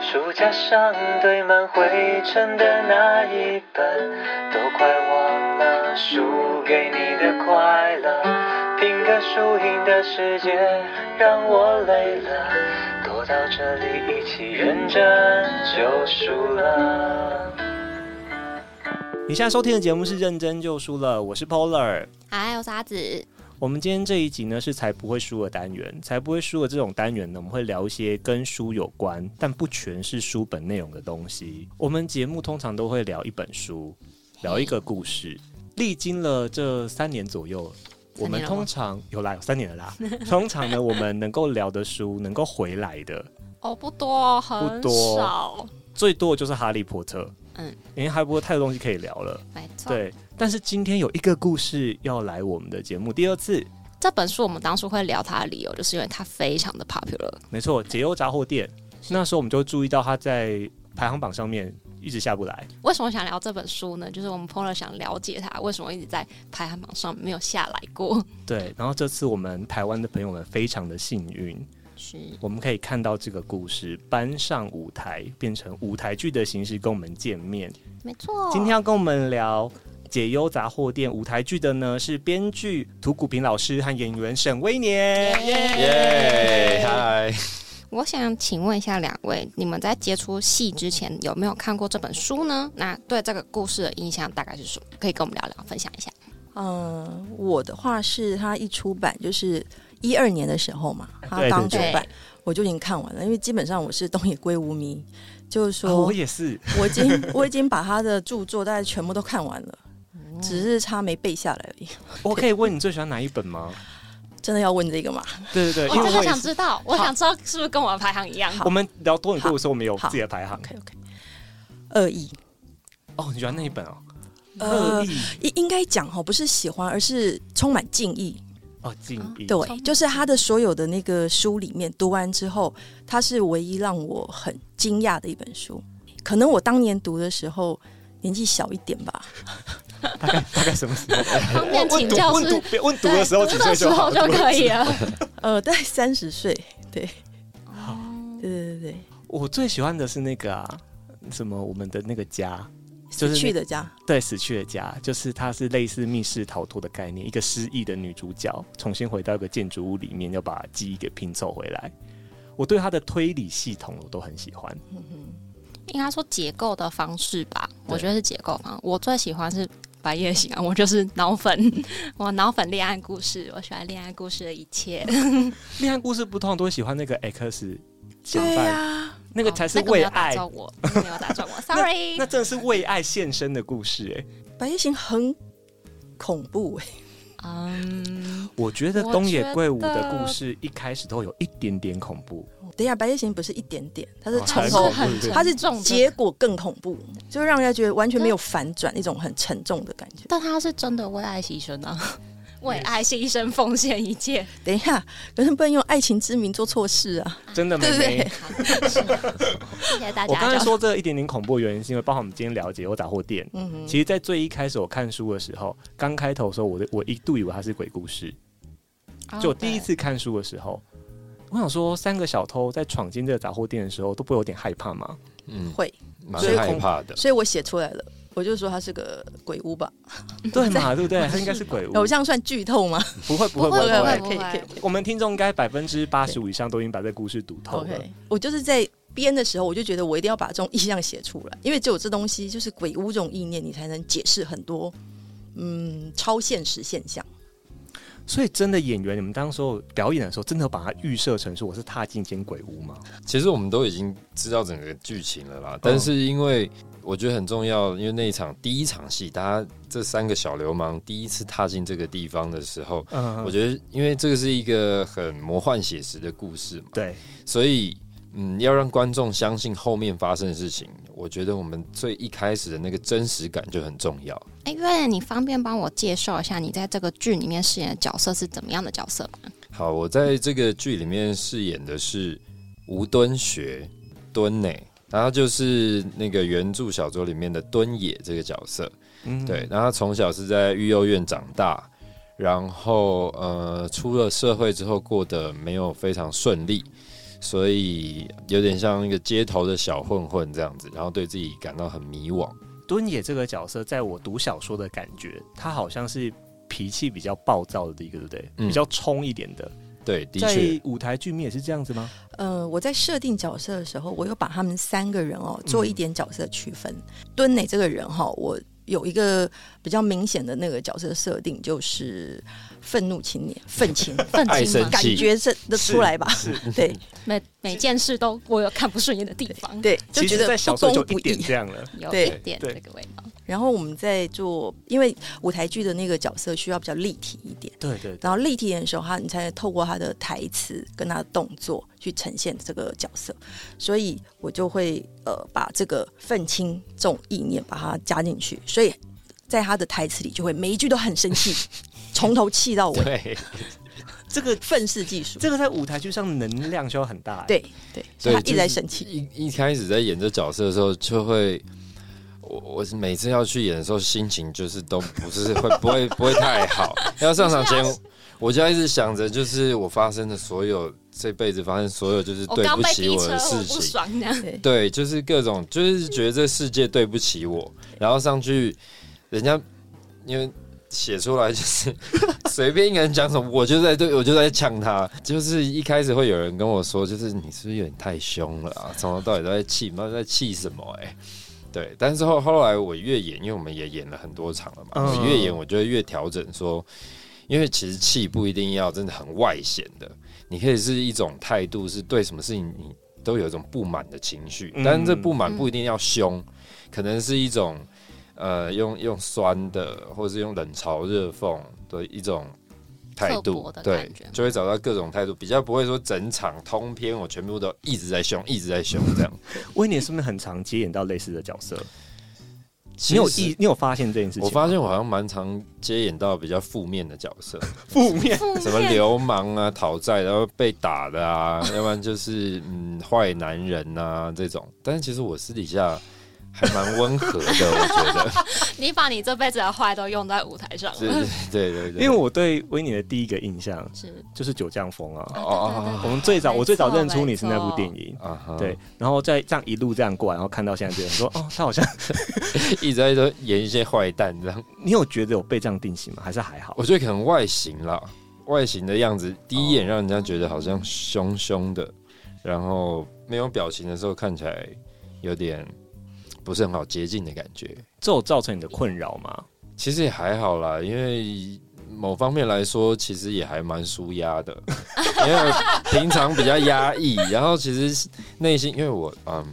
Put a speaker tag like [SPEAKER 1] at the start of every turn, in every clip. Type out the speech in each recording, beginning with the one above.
[SPEAKER 1] 书架上堆满灰尘的那一本，都快忘了输给你的快乐。拼个输赢的世界让我累了，躲到这里一起认真就输了。
[SPEAKER 2] 你现在收听的节目是《认真就输了》，我是 Polar。
[SPEAKER 3] 嗨，我是阿紫。
[SPEAKER 2] 我们今天这一集呢是才不会输的单元，才不会输的这种单元呢，我们会聊一些跟书有关，但不全是书本内容的东西。我们节目通常都会聊一本书，聊一个故事。历经了这三年左右，我
[SPEAKER 3] 三
[SPEAKER 2] 们
[SPEAKER 3] 年了吗
[SPEAKER 2] 通常有啦，有三年了啦。 通常呢，我们能够聊的书，能够回来的
[SPEAKER 3] 哦，不多，很
[SPEAKER 2] 多
[SPEAKER 3] 少。
[SPEAKER 2] 最多的就是《哈利波特》。
[SPEAKER 3] 嗯，
[SPEAKER 2] 因为《哈利波特》太多东西可以聊了。
[SPEAKER 3] 没错，
[SPEAKER 2] 对，但是今天有一个故事要来我们的节目第二次，
[SPEAKER 3] 这本书我们当初会聊它的理由，就是因为它非常的 popular。
[SPEAKER 2] 没错，解忧杂货店。那时候我们就注意到它在排行榜上面一直下不来，
[SPEAKER 3] 为什么想聊这本书呢？就是我们 Polar 想了解它为什么一直在排行榜上没有下来过。
[SPEAKER 2] 对。然后这次我们台湾的朋友们非常的幸运，
[SPEAKER 3] 是，
[SPEAKER 2] 我们可以看到这个故事搬上舞台，变成舞台剧的形式跟我们见面。
[SPEAKER 3] 没错。
[SPEAKER 2] 今天要跟我们聊解忧杂货店舞台剧的呢，是编剧涂谷平老师和演员沈威年。
[SPEAKER 4] 耶，嗨！
[SPEAKER 3] 我想请问一下两位，你们在接触戏之前有没有看过这本书呢？那对这个故事的印象大概是什么？可以跟我们聊聊，分享一下。
[SPEAKER 5] 嗯，我的话是它一出版就是一二年的时候嘛，它
[SPEAKER 2] 啊对
[SPEAKER 5] 刚
[SPEAKER 2] 对
[SPEAKER 5] 出
[SPEAKER 3] 对
[SPEAKER 5] 版我就已经看完了，因为基本上我是东野圭吾迷，就是
[SPEAKER 2] 啊
[SPEAKER 5] 说、
[SPEAKER 2] 我也是，
[SPEAKER 5] 我已经 我已经把他的著作大概全部都看完了，只是差没背下来而已。
[SPEAKER 2] 我可以问你最喜欢哪一本吗？
[SPEAKER 5] 真的要问这个吗？
[SPEAKER 2] 对对
[SPEAKER 3] 我
[SPEAKER 2] 对，因为
[SPEAKER 3] 真的
[SPEAKER 2] 我也
[SPEAKER 3] 哦想
[SPEAKER 2] 是。
[SPEAKER 3] 知道，我想知道是不是跟我的排行一样？
[SPEAKER 2] 我们聊多很贵的时候，我们有
[SPEAKER 5] 好
[SPEAKER 2] 自己的排行。
[SPEAKER 5] OK OK，恶意，
[SPEAKER 2] 哦，你喜欢那一本哦？恶
[SPEAKER 5] 呃，
[SPEAKER 2] 意
[SPEAKER 5] 应应该讲哈，不是喜欢，而是充满敬意。
[SPEAKER 2] 哦，敬意。
[SPEAKER 5] 对，就是他的所有的那个书里面读完之后，它是唯一让我很惊讶的一本书。可能我当年读的时候年纪小一点吧，
[SPEAKER 2] 大概大概什么时候？
[SPEAKER 3] 方便请教
[SPEAKER 2] 问
[SPEAKER 3] 是
[SPEAKER 2] 读别问读的时候几
[SPEAKER 3] 读
[SPEAKER 2] 岁
[SPEAKER 3] 的时
[SPEAKER 2] 就好
[SPEAKER 3] 候就可
[SPEAKER 2] 读的
[SPEAKER 3] 以。
[SPEAKER 2] 时
[SPEAKER 3] 了。
[SPEAKER 5] 呃，大概三十岁，对，
[SPEAKER 2] 好
[SPEAKER 5] 对 对对
[SPEAKER 2] 候我最喜欢的是那个啊，什么我们的那个家，就是
[SPEAKER 5] 对，死
[SPEAKER 2] 那
[SPEAKER 5] 去的家，
[SPEAKER 2] 对死去的家，就是它是类似密室逃脱的概念，一个失忆的女主角重新回到一个建筑物里面，要把记忆给拼凑回来。我对它的推理系统我都很喜欢。
[SPEAKER 5] 嗯哼，
[SPEAKER 3] 应该说结构的方式吧，
[SPEAKER 2] 对
[SPEAKER 3] 我觉得是结构方式。我最喜欢是白夜行啊，我就是脑粉，我脑粉恋爱故事，我喜欢恋爱故事的一切。
[SPEAKER 2] 恋爱故事不通常都会喜欢那个 X 嫌
[SPEAKER 5] 对
[SPEAKER 2] 犯，
[SPEAKER 5] 呀、
[SPEAKER 2] 那个才是
[SPEAKER 3] 哦那
[SPEAKER 2] 为
[SPEAKER 3] 没有打
[SPEAKER 2] 爱
[SPEAKER 3] 中我，那个没有 打中我，sorry
[SPEAKER 2] 那。真的是为爱献身的故事哎、
[SPEAKER 5] 白夜行很恐怖哎、
[SPEAKER 3] 嗯，
[SPEAKER 2] 我觉得
[SPEAKER 3] 我
[SPEAKER 2] 东野
[SPEAKER 3] 觉
[SPEAKER 2] 圭吾的
[SPEAKER 3] 得
[SPEAKER 2] 故事一开始都有一点点恐怖，
[SPEAKER 5] 等一下，白夜行不是一点点，它是
[SPEAKER 2] 哦
[SPEAKER 5] 从
[SPEAKER 2] 很
[SPEAKER 5] 头
[SPEAKER 2] 恐，
[SPEAKER 3] 很
[SPEAKER 2] 怖对
[SPEAKER 5] 它是
[SPEAKER 3] 沉重的
[SPEAKER 5] 结果更恐怖，就让人家觉得完全没有反转，一种很沉重的感觉。
[SPEAKER 3] 但他是真的为爱牺牲啊，为爱牺牲奉献一切。
[SPEAKER 5] 等一下，可是不能用爱情之名做错事啊！
[SPEAKER 2] 真的妹
[SPEAKER 5] 对
[SPEAKER 2] 妹。
[SPEAKER 3] 好是谢谢大
[SPEAKER 2] 我刚才
[SPEAKER 3] 家。
[SPEAKER 2] 说这一点点恐怖的原因，是因为包括我们今天了解我杂货店。
[SPEAKER 5] 嗯哼，
[SPEAKER 2] 其实，在最一开始我看书的时候，刚开头的时候，我的我一度以为它是鬼故事。
[SPEAKER 3] 哦
[SPEAKER 2] 就我第一，次看书的时候，我想说，三个小偷在闯进这个杂货店的时候，都不会有点害怕吗？
[SPEAKER 4] 嗯，
[SPEAKER 5] 会，
[SPEAKER 4] 蛮
[SPEAKER 2] 所以
[SPEAKER 4] 害
[SPEAKER 2] 恐
[SPEAKER 4] 怕的。
[SPEAKER 5] 所以我写出来了，我就说它是个鬼屋吧。
[SPEAKER 2] 对嘛？对不对？它应该是鬼屋，
[SPEAKER 5] 偶像算剧透吗？
[SPEAKER 2] 不会不会
[SPEAKER 3] 不会
[SPEAKER 2] 不
[SPEAKER 3] 不会
[SPEAKER 2] 会。
[SPEAKER 5] 可以可以可以。
[SPEAKER 2] 我们听众应该百分之八十五以上都已经把这故事读透了。
[SPEAKER 5] OK，我就是在编的时候，我就觉得我一定要把这种意象写出来，因为只有这东西，就是鬼屋这种意念，你才能解释很多嗯超现实现象。
[SPEAKER 2] 所以真的演员，你们当时候表演的时候，真的把它预设成说我是踏进一间鬼屋吗？
[SPEAKER 4] 其实我们都已经知道整个剧情了啦，但是因为我觉得很重要，因为那一场第一场戏，大家这三个小流氓第一次踏进这个地方的时候，
[SPEAKER 2] 嗯
[SPEAKER 4] 我觉得因为这个是一个很魔幻写实的故事嘛，
[SPEAKER 2] 对，
[SPEAKER 4] 所以。嗯，要让观众相信后面发生的事情，我觉得我们最一开始的那个真实感就很重要。
[SPEAKER 3] 哎，月亮，你方便帮我介绍一下你在这个剧里面饰演的角色是怎么样的角色吗？
[SPEAKER 4] 好，我在这个剧里面饰演的是吴敦学敦呢，然后就是那个原著小说里面的敦也这个角色。
[SPEAKER 2] 嗯
[SPEAKER 4] 对，，然后他从小是在育幼院长大，然后呃出了社会之后过得没有非常顺利，所以有点像一个街头的小混混这样子，然后对自己感到很迷惘。
[SPEAKER 2] 敦也这个角色，在我读小说的感觉，他好像是脾气比较暴躁的一个，对不对？
[SPEAKER 4] 嗯
[SPEAKER 2] 比较冲一点的，
[SPEAKER 4] 对，的
[SPEAKER 2] 在
[SPEAKER 4] 确，
[SPEAKER 2] 舞台剧里面也是这样子吗？
[SPEAKER 5] 呃，我在设定角色的时候，我有把他们三个人哦做一点角色区分。敦磊这个人哈、我有一个比较明显的那个角色设定，就是愤怒青年、愤青，
[SPEAKER 3] 愤
[SPEAKER 4] 爱
[SPEAKER 3] 青
[SPEAKER 4] 生
[SPEAKER 3] 吗？
[SPEAKER 5] 感
[SPEAKER 4] 气
[SPEAKER 5] 觉这的出来吧？对
[SPEAKER 3] 每每件事都我有看不顺眼的地方，，
[SPEAKER 5] 对，就
[SPEAKER 2] 其
[SPEAKER 5] 觉
[SPEAKER 2] 实，
[SPEAKER 5] 得
[SPEAKER 2] 在
[SPEAKER 5] 不
[SPEAKER 2] 小说
[SPEAKER 5] 公
[SPEAKER 2] 就
[SPEAKER 5] 不
[SPEAKER 2] 一点
[SPEAKER 5] 义。
[SPEAKER 2] 这样了。
[SPEAKER 3] 有
[SPEAKER 5] 对
[SPEAKER 3] 一点
[SPEAKER 2] 对
[SPEAKER 3] 这个味道。
[SPEAKER 5] 然后我们在做，因为舞台剧的那个角色需要比较立体一点。
[SPEAKER 2] 对对对，
[SPEAKER 5] 然后立体的时候，他你才能透过他的台词跟他的动作去呈现这个角色，所以我就会呃把这个愤青这种意念把它加进去，所以在他的台词里就会每一句都很生气， 从头气到尾，
[SPEAKER 4] 对
[SPEAKER 5] 这个愤世嫉俗，
[SPEAKER 2] 这个在舞台剧上能量就很大、欸。
[SPEAKER 5] 对对，所以他一直在生气，
[SPEAKER 4] 一一开始在演这角色的时候，就会我我是每次要去演的时候，心情就是都不是会不会不会太 好。要上场前，
[SPEAKER 5] 啊
[SPEAKER 4] 我就要一直想着，就是我发生的所有这辈子发生所有就是
[SPEAKER 3] 我
[SPEAKER 4] 对
[SPEAKER 3] 刚
[SPEAKER 4] 不
[SPEAKER 3] 被
[SPEAKER 4] 起
[SPEAKER 3] 逼
[SPEAKER 4] 我
[SPEAKER 3] 车，
[SPEAKER 4] 的
[SPEAKER 3] 我
[SPEAKER 4] 事
[SPEAKER 3] 不
[SPEAKER 4] 情，
[SPEAKER 3] 爽这样。
[SPEAKER 5] 对
[SPEAKER 4] 对，就是各种，就是觉得这世界对不起我，然后上去，人家因为写出来就是 随便一个人讲什么，我就在对我就在呛他，就是一开始会有人跟我说，就是你是不是有点太凶了啊？从头到尾都在气，不知道在气什么哎、对，但是后后来我越演，因为我们也演了很多场了嘛，
[SPEAKER 2] 嗯
[SPEAKER 4] 我越演我就会越调整说，因为其实气不一定要真的很外显的，你可以是一种态度，是对什么事情你都有一种不满的情绪，
[SPEAKER 2] 嗯
[SPEAKER 4] 但是这不满不一定要凶，可能是一种呃用用酸的，或是用冷嘲热讽的一种态
[SPEAKER 3] 刻
[SPEAKER 4] 度
[SPEAKER 3] 薄的，
[SPEAKER 4] 对
[SPEAKER 3] 感觉，
[SPEAKER 4] 就会找到各种态度，比较不会说整场通篇我全部都一直在凶，一直在凶这样。
[SPEAKER 2] 威廉是不是很常接演到类似的角色？你有
[SPEAKER 4] 其实
[SPEAKER 2] 意，你有发现这件事情吗？
[SPEAKER 4] 我发现我好像蛮常接演到比较负面的角色，
[SPEAKER 2] 负面
[SPEAKER 3] 负
[SPEAKER 4] 什么
[SPEAKER 3] 面
[SPEAKER 4] 流氓啊、讨债，然后被打的啊， 要不然就是嗯坏男人啊这种。但是其实我私底下还蛮温和的，我觉得，
[SPEAKER 3] 你把你这辈子的坏都用在舞台上
[SPEAKER 4] 对
[SPEAKER 3] 了，
[SPEAKER 4] 对对对对，
[SPEAKER 2] 因为我对威尼的第一个印象
[SPEAKER 3] 是
[SPEAKER 2] 就是《九降风》啊。
[SPEAKER 4] 哦
[SPEAKER 2] 我们最早，
[SPEAKER 3] 没错
[SPEAKER 2] 我最早认出你是那部电影，
[SPEAKER 4] 啊哈
[SPEAKER 2] 对，，然后再这样一路这样过来，然后看到现在，觉得说，哦，他好像，
[SPEAKER 4] 一直在说演一些坏蛋这样。
[SPEAKER 2] 你有觉得有被这样定型吗？还是还好
[SPEAKER 4] 我？觉得可能外形啦，外形的样子，第一眼让人家觉得好像凶凶的，然后没有表情的时候看起来有点不是很好接近的感觉。
[SPEAKER 2] 这有造成你的困扰吗？
[SPEAKER 4] 其实也还好啦，因为某方面来说，其实也还蛮舒压的， 因为平常比较压抑，然后其实内心，因为我嗯，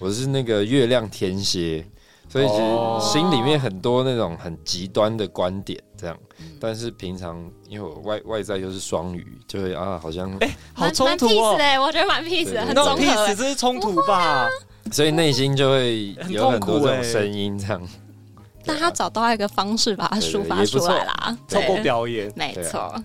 [SPEAKER 4] 我是那个月亮天蝎，所以其
[SPEAKER 2] 哦
[SPEAKER 4] 实心里面很多那种很极端的观点，这样。
[SPEAKER 2] 嗯
[SPEAKER 4] 但是平常因为我外外在又是双鱼，就会啊，好像
[SPEAKER 2] 哎好冲突
[SPEAKER 3] 蛮 peace
[SPEAKER 2] 哦
[SPEAKER 3] 的，欸，我觉得蛮 peace 的，
[SPEAKER 4] 对
[SPEAKER 3] 很
[SPEAKER 2] 那
[SPEAKER 3] 综
[SPEAKER 2] 种
[SPEAKER 4] 对
[SPEAKER 3] 合啊
[SPEAKER 2] peace
[SPEAKER 3] 欸。
[SPEAKER 2] 这是冲突吧？
[SPEAKER 4] 所以内心就会
[SPEAKER 2] 很
[SPEAKER 4] 有很
[SPEAKER 2] 痛
[SPEAKER 4] 多
[SPEAKER 2] 苦
[SPEAKER 4] 这
[SPEAKER 2] 欸
[SPEAKER 4] 种声音，这样。
[SPEAKER 3] 但他找到一个方式把它抒发
[SPEAKER 4] 对对也
[SPEAKER 3] 出
[SPEAKER 4] 不错
[SPEAKER 3] 来啦，
[SPEAKER 2] 透
[SPEAKER 3] 对
[SPEAKER 2] 过表演，
[SPEAKER 3] 没
[SPEAKER 4] 对啊
[SPEAKER 3] 错，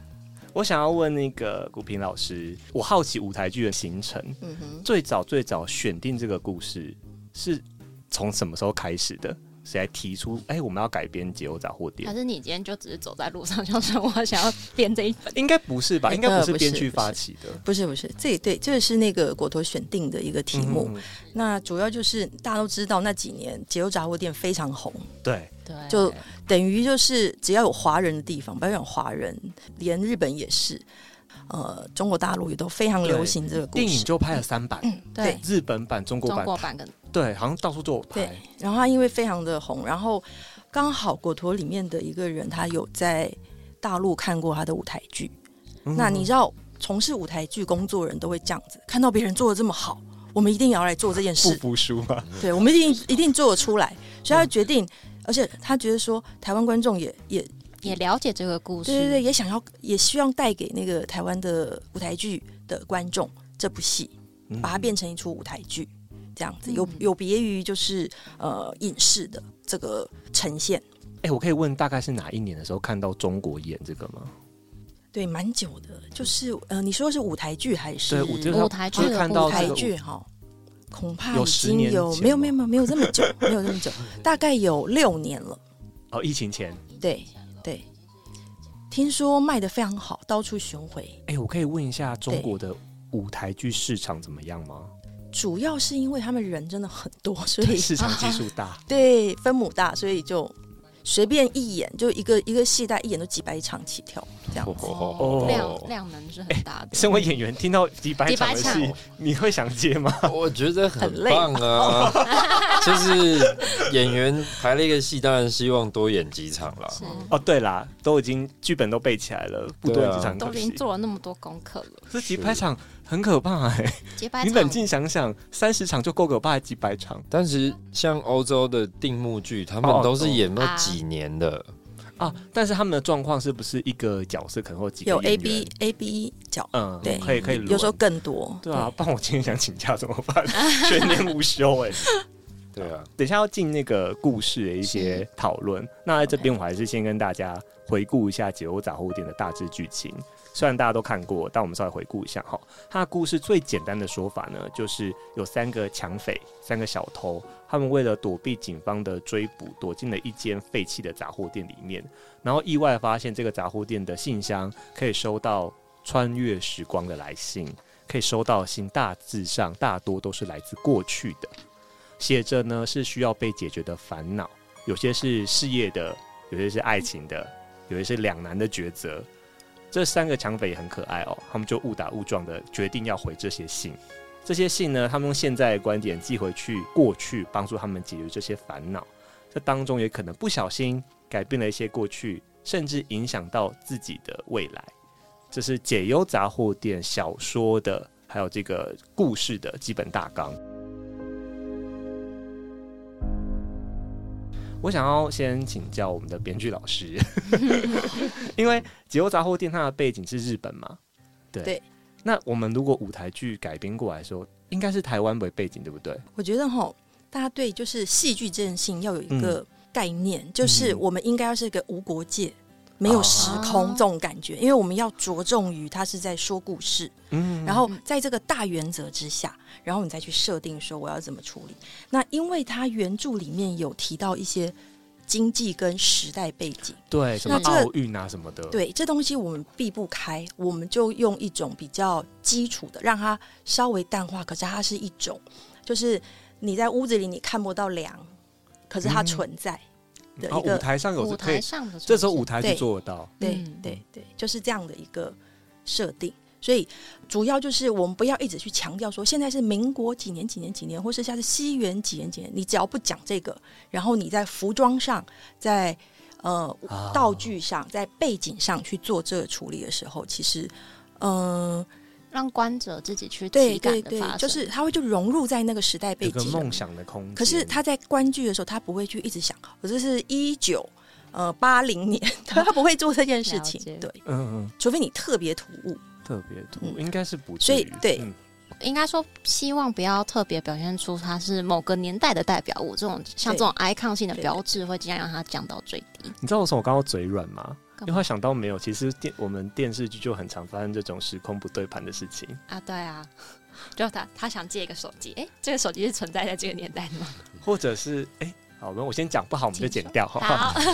[SPEAKER 2] 我想要问那个古平老师，我好奇舞台剧的形成，
[SPEAKER 5] 嗯哼，
[SPEAKER 2] 最早最早选定这个故事是从什么时候开始的？谁来提出？哎、我们要改编《解忧杂货店
[SPEAKER 3] 还》？是你今天就只是走在路上，想说我想要编这一本，
[SPEAKER 2] 应该不是吧？
[SPEAKER 5] 呃
[SPEAKER 2] 应该不是
[SPEAKER 5] 不是
[SPEAKER 2] 编剧发起的
[SPEAKER 5] 不是不是，这也对，这是那个果陀选定的一个题目。
[SPEAKER 2] 嗯
[SPEAKER 5] 那主要就是大家都知道那几年解忧杂货店非常红，
[SPEAKER 2] 对，
[SPEAKER 3] 对
[SPEAKER 5] 就等于就是只要有华人的地方，不要讲华人，连日本也是，呃，中国大陆也都非常流行这个故
[SPEAKER 2] 电影
[SPEAKER 5] 事。嗯
[SPEAKER 2] 就拍了三版，
[SPEAKER 5] 对
[SPEAKER 3] 对
[SPEAKER 2] 日本版、中国
[SPEAKER 3] 中
[SPEAKER 2] 版，
[SPEAKER 3] 国版跟
[SPEAKER 2] 对，好像到处都有
[SPEAKER 5] 对
[SPEAKER 2] 拍。，
[SPEAKER 5] 然后他因为非常的红，然后刚好果陀里面的一个人，他有在大陆看过他的舞台剧。
[SPEAKER 2] 嗯
[SPEAKER 5] 那你知道，从事舞台剧工作人都会这样子，看到别人做的这么好，我们一定也要来做这件
[SPEAKER 2] 不
[SPEAKER 5] 事。
[SPEAKER 2] 服输吗？
[SPEAKER 5] 对，我们一定一定做得出来，所以他决定，而且他觉得说，台湾观众也也
[SPEAKER 3] 也了解这个故事，
[SPEAKER 5] 对对对，也想要，也希望带给那个台湾的舞台剧的观众这部戏，
[SPEAKER 2] 嗯
[SPEAKER 5] 把它变成一出舞台剧，这样子有
[SPEAKER 3] 嗯
[SPEAKER 5] 有别于就是呃影视的这个呈现，
[SPEAKER 2] 哎、我可以问大概是哪一年的时候看到中国演这个吗？
[SPEAKER 5] 对，蛮久的。就是呃，你说是舞台剧还是
[SPEAKER 2] 对，我就是
[SPEAKER 3] 舞台剧
[SPEAKER 2] 就是看到
[SPEAKER 5] 舞台
[SPEAKER 2] 这个
[SPEAKER 5] 剧哈？恐怕
[SPEAKER 2] 有
[SPEAKER 5] 已
[SPEAKER 2] 10
[SPEAKER 5] 经
[SPEAKER 2] 年
[SPEAKER 5] 有
[SPEAKER 2] 前
[SPEAKER 5] 没有
[SPEAKER 2] 吗
[SPEAKER 5] 没有没有没有这么 久，没有这么久，大概有六年了。
[SPEAKER 2] 哦，疫情前。
[SPEAKER 5] 对对，听说卖的非常好，到处巡回。
[SPEAKER 2] 哎、我可以问一下中国的舞台剧市场怎么样吗？
[SPEAKER 5] 主要是因为他们人真的很多，所以
[SPEAKER 2] 市场基数大，
[SPEAKER 5] 对分母大，所以就随便一演就一个一个戏，大概一演都几百场起跳这
[SPEAKER 4] 啊
[SPEAKER 5] 样。
[SPEAKER 2] 哦
[SPEAKER 3] 量量能是很大的。
[SPEAKER 2] 身为演员，听到几百
[SPEAKER 3] 几
[SPEAKER 2] 场
[SPEAKER 3] 百
[SPEAKER 2] 的
[SPEAKER 3] 场
[SPEAKER 2] 戏，你会想接吗？
[SPEAKER 4] 我觉得很
[SPEAKER 5] 很累
[SPEAKER 4] 棒啊！就是演员排了一个戏，当然希望多演几场啦。
[SPEAKER 3] 是，
[SPEAKER 2] 哦，对啦，都已经剧本都背起来了，不多
[SPEAKER 4] 对
[SPEAKER 2] 演
[SPEAKER 4] 啊
[SPEAKER 2] 几场
[SPEAKER 3] 都
[SPEAKER 2] 可
[SPEAKER 3] 已经
[SPEAKER 2] 惜。
[SPEAKER 3] 做了那么多功课了，
[SPEAKER 2] 这几百场很可怕哎、
[SPEAKER 3] 结拜
[SPEAKER 2] 你
[SPEAKER 3] 场
[SPEAKER 2] 冷静想想，三十场就够可怕，还几百场
[SPEAKER 4] 但是像欧洲的定目剧，他们
[SPEAKER 2] 哦
[SPEAKER 4] 都是演
[SPEAKER 3] 懂
[SPEAKER 4] 了几年的，
[SPEAKER 2] 啊！但是他们的状况是不是一个角色可能会有几个
[SPEAKER 5] 有
[SPEAKER 2] 演
[SPEAKER 5] A
[SPEAKER 2] 员
[SPEAKER 5] B A B 角，
[SPEAKER 2] 嗯，
[SPEAKER 5] 对
[SPEAKER 2] 可以可以轮，
[SPEAKER 5] 有时候更多。
[SPEAKER 2] 对啊，不然我今天想请假怎么 办？全年无休哎、
[SPEAKER 4] 对啊，
[SPEAKER 2] 等一下要进那个故事的一些讨论。那在这边，我还是先跟大家回顾一下《解忧杂货店》的大致剧情。虽然大家都看过，但我们稍微回顾一下哈。它的故事最简单的说法呢，就是有三个抢匪、三个小偷，他们为了躲避警方的追捕，躲进了一间废弃的杂货店里面，然后意外发现这个杂货店的信箱可以收到穿越时光的来信，可以收到的信大致上大多都是来自过去的。写着呢是需要被解决的烦恼，有些是事业的，有些是爱情的，有些是两难的抉择。这三个抢匪也很可爱哦，他们就误打误撞的决定要回这些信。这些信呢，他们用现在的观点寄回去过去，帮助他们解决这些烦恼。这当中也可能不小心改变了一些过去，甚至影响到自己的未来。这是《解忧杂货店》小说的，还有这个故事的基本大纲。我想要先请教我们的编剧老师，因为《解忧杂货店》它的背景是日本嘛，对。
[SPEAKER 5] 对
[SPEAKER 2] 那我们如果舞台剧改编过来说，应该是台湾为背景，对不对？
[SPEAKER 5] 我觉得哈，大家对就是戏剧这件事情要有一个概念，就是
[SPEAKER 2] 嗯
[SPEAKER 5] 我们应该要是一个无国界。没有时空
[SPEAKER 3] 啊
[SPEAKER 5] 这种感觉，因为我们要着重于它是在说故事，
[SPEAKER 2] 嗯
[SPEAKER 5] 然后在这个大原则之下，然后你再去设定说我要怎么处理。那因为它原著里面有提到一些经济跟时代背景，
[SPEAKER 2] 对什么
[SPEAKER 5] 那这
[SPEAKER 2] 奥运啊什么的，
[SPEAKER 5] 对这东西我们避不开，我们就用一种比较基础的，让它稍微淡化。可是它是一种，就是你在屋子里你看不到凉，可是它
[SPEAKER 2] 嗯
[SPEAKER 5] 存在的
[SPEAKER 2] 然后
[SPEAKER 5] 一
[SPEAKER 2] 舞
[SPEAKER 5] 个，
[SPEAKER 2] 台上有
[SPEAKER 3] 舞
[SPEAKER 2] 可以
[SPEAKER 3] 台，上的
[SPEAKER 2] 这时候舞
[SPEAKER 3] 台
[SPEAKER 2] 台剧
[SPEAKER 5] 对
[SPEAKER 2] 做得到，
[SPEAKER 5] 对
[SPEAKER 3] 嗯
[SPEAKER 5] 对对，就是这样的一个设定。所以主要就是我们不要一直去强调说现在是民国几年几年几年，或是像是西元几年几年，你只要不讲这个，然后你在服装上，在呃
[SPEAKER 2] 啊
[SPEAKER 5] 道具上，在背景上去做这个处理的时候，其实，嗯、
[SPEAKER 3] 让观者自己去
[SPEAKER 5] 对
[SPEAKER 3] 体
[SPEAKER 5] 对
[SPEAKER 3] 感
[SPEAKER 5] 对
[SPEAKER 3] 的发生，，
[SPEAKER 5] 就是他会就融入在那个时代背
[SPEAKER 2] 有个
[SPEAKER 5] 景了。
[SPEAKER 2] 梦想的空间。
[SPEAKER 5] 可是他在观剧的时候，他不会去一直想，我这是一九呃八零年，他不会做这件事情
[SPEAKER 3] 了解。
[SPEAKER 5] 对，
[SPEAKER 2] 嗯嗯
[SPEAKER 5] 除非你特别突兀。
[SPEAKER 2] 特别突兀，
[SPEAKER 5] 嗯
[SPEAKER 2] 应该是不至
[SPEAKER 5] 所以
[SPEAKER 2] 于
[SPEAKER 5] 对
[SPEAKER 2] 嗯
[SPEAKER 3] 应该说希望不要特别表现出它是某个年代的代表物，这种像这种 icon 性的标志会尽量让它降到最低。
[SPEAKER 2] 你知道为什么我刚刚嘴软吗？
[SPEAKER 3] 干嘛
[SPEAKER 2] 因为我想到没有，其实电我们电视剧就很常发生这种时空不对盘的事情。
[SPEAKER 3] 啊，对啊， 就他他想借一个手机，哎、这个手机是存在在这个年代的吗？
[SPEAKER 2] 或者是哎、好，我们我先讲不好，我们就剪掉。
[SPEAKER 3] 好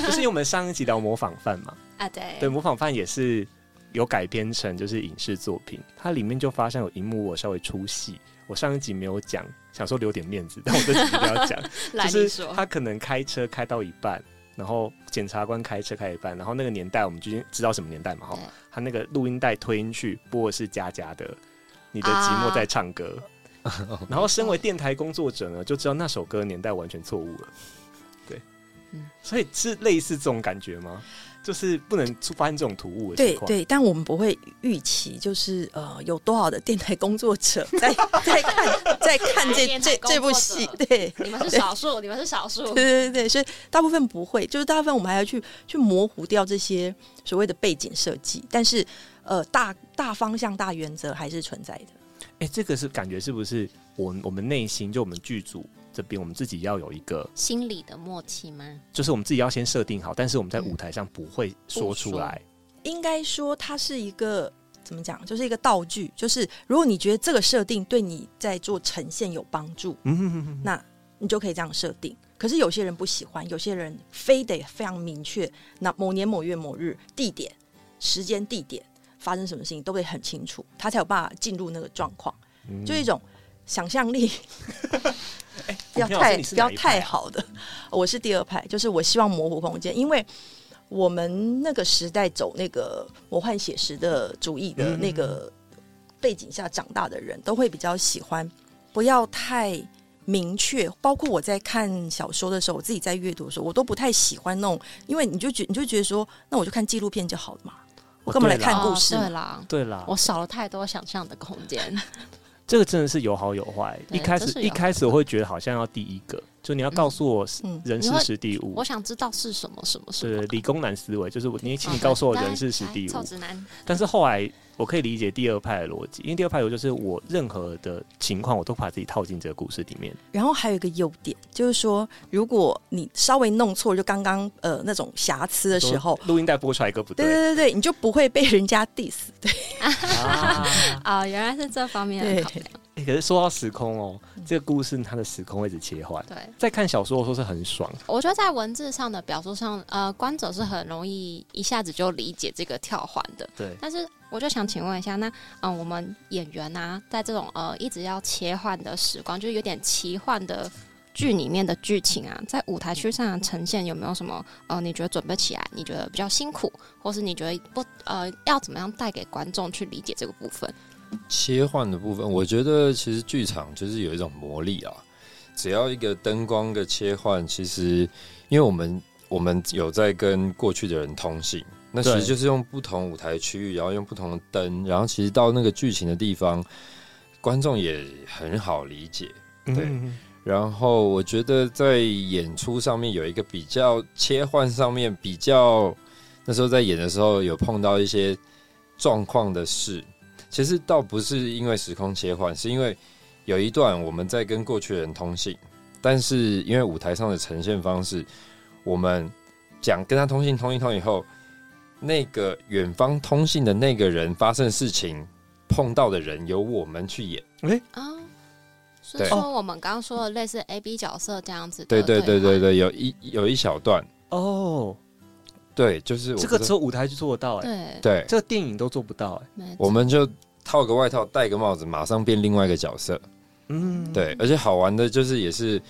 [SPEAKER 2] 就是因为我们上一集聊模仿犯嘛，
[SPEAKER 3] 啊，对
[SPEAKER 2] 对，模仿犯也是有改编成就是影视作品，它里面就发生有一幕我稍微出戏，我上一集没有讲，想说留点面子，但我这集一定要讲，
[SPEAKER 3] 来
[SPEAKER 2] 就
[SPEAKER 3] 你
[SPEAKER 2] 是
[SPEAKER 3] 说，
[SPEAKER 2] 他可能开车开到一半，然后检察官开车开一半，然后那个年代我们就已经知道什么年代嘛哈
[SPEAKER 3] 对，
[SPEAKER 2] 他那个录音带推进去播的是佳佳的《你的寂寞
[SPEAKER 3] 啊
[SPEAKER 2] 在唱歌》 然后身为电台工作者呢，就知道那首歌年代完全错误了， 对，
[SPEAKER 3] 嗯
[SPEAKER 2] 所以是类似这种感觉吗？就是不能出发生这种突兀的
[SPEAKER 5] 对
[SPEAKER 2] 情况，
[SPEAKER 5] 对，但我们不会预期，就是呃，有多少的电台工作者 在在看在看这
[SPEAKER 3] 电台
[SPEAKER 5] 这
[SPEAKER 3] 工作者
[SPEAKER 5] 这部戏，对。
[SPEAKER 3] 你们是少数，你们是少数
[SPEAKER 5] 对。对对对，所以大部分不会，就是大部分我们还要去去模糊掉这些所谓的背景设计，但是呃，大大方向、大原则还是存在的。
[SPEAKER 2] 哎、这个是感觉是不是我我们内心就我们剧组这边我们自己要有一个
[SPEAKER 3] 心理的默契吗？
[SPEAKER 2] 就是我们自己要先设定好，但是我们在
[SPEAKER 3] 嗯
[SPEAKER 2] 舞台上不会说出来。
[SPEAKER 5] 应该说它是一个怎么讲，就是一个道具。就是如果你觉得这个设定对你在做呈现有帮助，
[SPEAKER 2] 嗯哼哼哼，
[SPEAKER 5] 那你就可以这样设定。可是有些人不喜欢，有些人非得非常明确，那某年某月某日地点、时间、地点，发生什么事情都会很清楚，他才有办法进入那个状况，
[SPEAKER 2] 嗯
[SPEAKER 5] 就一种想象力不
[SPEAKER 2] 股
[SPEAKER 5] 要
[SPEAKER 2] 票老师
[SPEAKER 5] 太
[SPEAKER 2] 你是
[SPEAKER 5] 不
[SPEAKER 2] 哪
[SPEAKER 5] 要
[SPEAKER 2] 一派
[SPEAKER 5] 太
[SPEAKER 2] 啊
[SPEAKER 5] 好的。我是第二派，就是我希望模糊空间，因为我们那个时代走那个魔幻写实的主义的
[SPEAKER 2] 嗯
[SPEAKER 5] 那个背景下长大的人，都会比较喜欢不要太。明确，包括我在看小说的时候，我自己在阅读的时候，我都不太喜欢那种，因为你就觉你就觉得说，那我就看纪录片就好了嘛，我干嘛来
[SPEAKER 2] 对啦
[SPEAKER 5] 看故事
[SPEAKER 3] 哦
[SPEAKER 5] 嘛
[SPEAKER 3] 对啦，
[SPEAKER 2] 对啦，
[SPEAKER 3] 我少了太多想象的空间。
[SPEAKER 2] 这个真的是有好有坏。一
[SPEAKER 3] 对
[SPEAKER 2] 开
[SPEAKER 3] 这
[SPEAKER 2] 始
[SPEAKER 3] 是
[SPEAKER 2] 一
[SPEAKER 3] 有
[SPEAKER 2] 开始我会觉得好像要第一个，就你要告诉我是
[SPEAKER 5] 嗯
[SPEAKER 2] 人
[SPEAKER 3] 你
[SPEAKER 2] 事
[SPEAKER 3] 会
[SPEAKER 2] 实地物
[SPEAKER 3] 我，想知道是什么什么什
[SPEAKER 2] 是
[SPEAKER 3] 么。
[SPEAKER 2] 理工男思维，就是我你请
[SPEAKER 3] 哦
[SPEAKER 2] 你
[SPEAKER 3] 对
[SPEAKER 2] 告诉我
[SPEAKER 3] 来
[SPEAKER 2] 人事实
[SPEAKER 3] 来
[SPEAKER 2] 地物
[SPEAKER 3] 臭。直男，
[SPEAKER 2] 但是后来我可以理解第二派的逻辑，因为第二派我就是我任何的情况我都把自己套进这个故事里面。
[SPEAKER 5] 然后还有一个优点，就是说，如果你稍微弄错，就刚刚呃那种瑕疵的时候
[SPEAKER 2] 说，录音带播出来一个不
[SPEAKER 5] 对
[SPEAKER 2] 对，
[SPEAKER 5] 对对对，你就不会被人家 diss。对，
[SPEAKER 2] 啊
[SPEAKER 3] 哦，原来是这方 面的
[SPEAKER 5] 对
[SPEAKER 3] 考量。
[SPEAKER 2] 欸可是说到时空哦，
[SPEAKER 3] 嗯
[SPEAKER 2] 这个故事它的时空会一直切换。
[SPEAKER 3] 对，
[SPEAKER 2] 在看小说的时候是很爽，
[SPEAKER 3] 我觉得在文字上的表述上，呃，观者是很容易一下子就理解这个跳环的。
[SPEAKER 2] 对，
[SPEAKER 3] 但是我就想请问一下，那嗯、呃我们演员啊，在这种呃一直要切换的时光，就是有点奇幻的剧里面的剧情啊，在舞台剧上的呈现有没有什么呃，你觉得准备起来你觉得比较辛苦，或是你觉得不呃要怎么样带给观众去理解这个部分？
[SPEAKER 4] 切换的部分，我觉得其实剧场就是有一种魔力啊。只要一个灯光的切换，其实因为我们我们有在跟过去的人通信，那其
[SPEAKER 2] 对
[SPEAKER 4] 实就是用不同舞台区域，然后用不同的灯，然后其实到那个剧情的地方，观众也很好理解。对
[SPEAKER 2] 嗯
[SPEAKER 4] 然后我觉得在演出上面有一个比较切换上面比较，那时候在演的时候有碰到一些状况的事，其实倒不是因为时空切换，是因为有一段我们在跟过去的人通信，但是因为舞台上的呈现方式，我们讲跟他通信通一通以后，那个远方通信的那个人发生事情碰到的人由我们去演。
[SPEAKER 3] 啊，是
[SPEAKER 4] 对
[SPEAKER 3] 说我们刚刚说的类似 A B 角色这样子的
[SPEAKER 4] 啊对对对对
[SPEAKER 3] 话
[SPEAKER 4] 对，有一有一小段。
[SPEAKER 2] 哦，
[SPEAKER 4] 对，就是我
[SPEAKER 2] 这个
[SPEAKER 4] 不知
[SPEAKER 2] 只有舞台剧做得到哎、
[SPEAKER 3] 对，
[SPEAKER 4] 对，
[SPEAKER 2] 这个电影都做不到哎、
[SPEAKER 3] 没
[SPEAKER 4] 我
[SPEAKER 3] 错
[SPEAKER 4] 们就套个外套，戴个帽子，马上变另外一个角色。
[SPEAKER 2] 嗯，
[SPEAKER 4] 对，而且好玩的就是，也是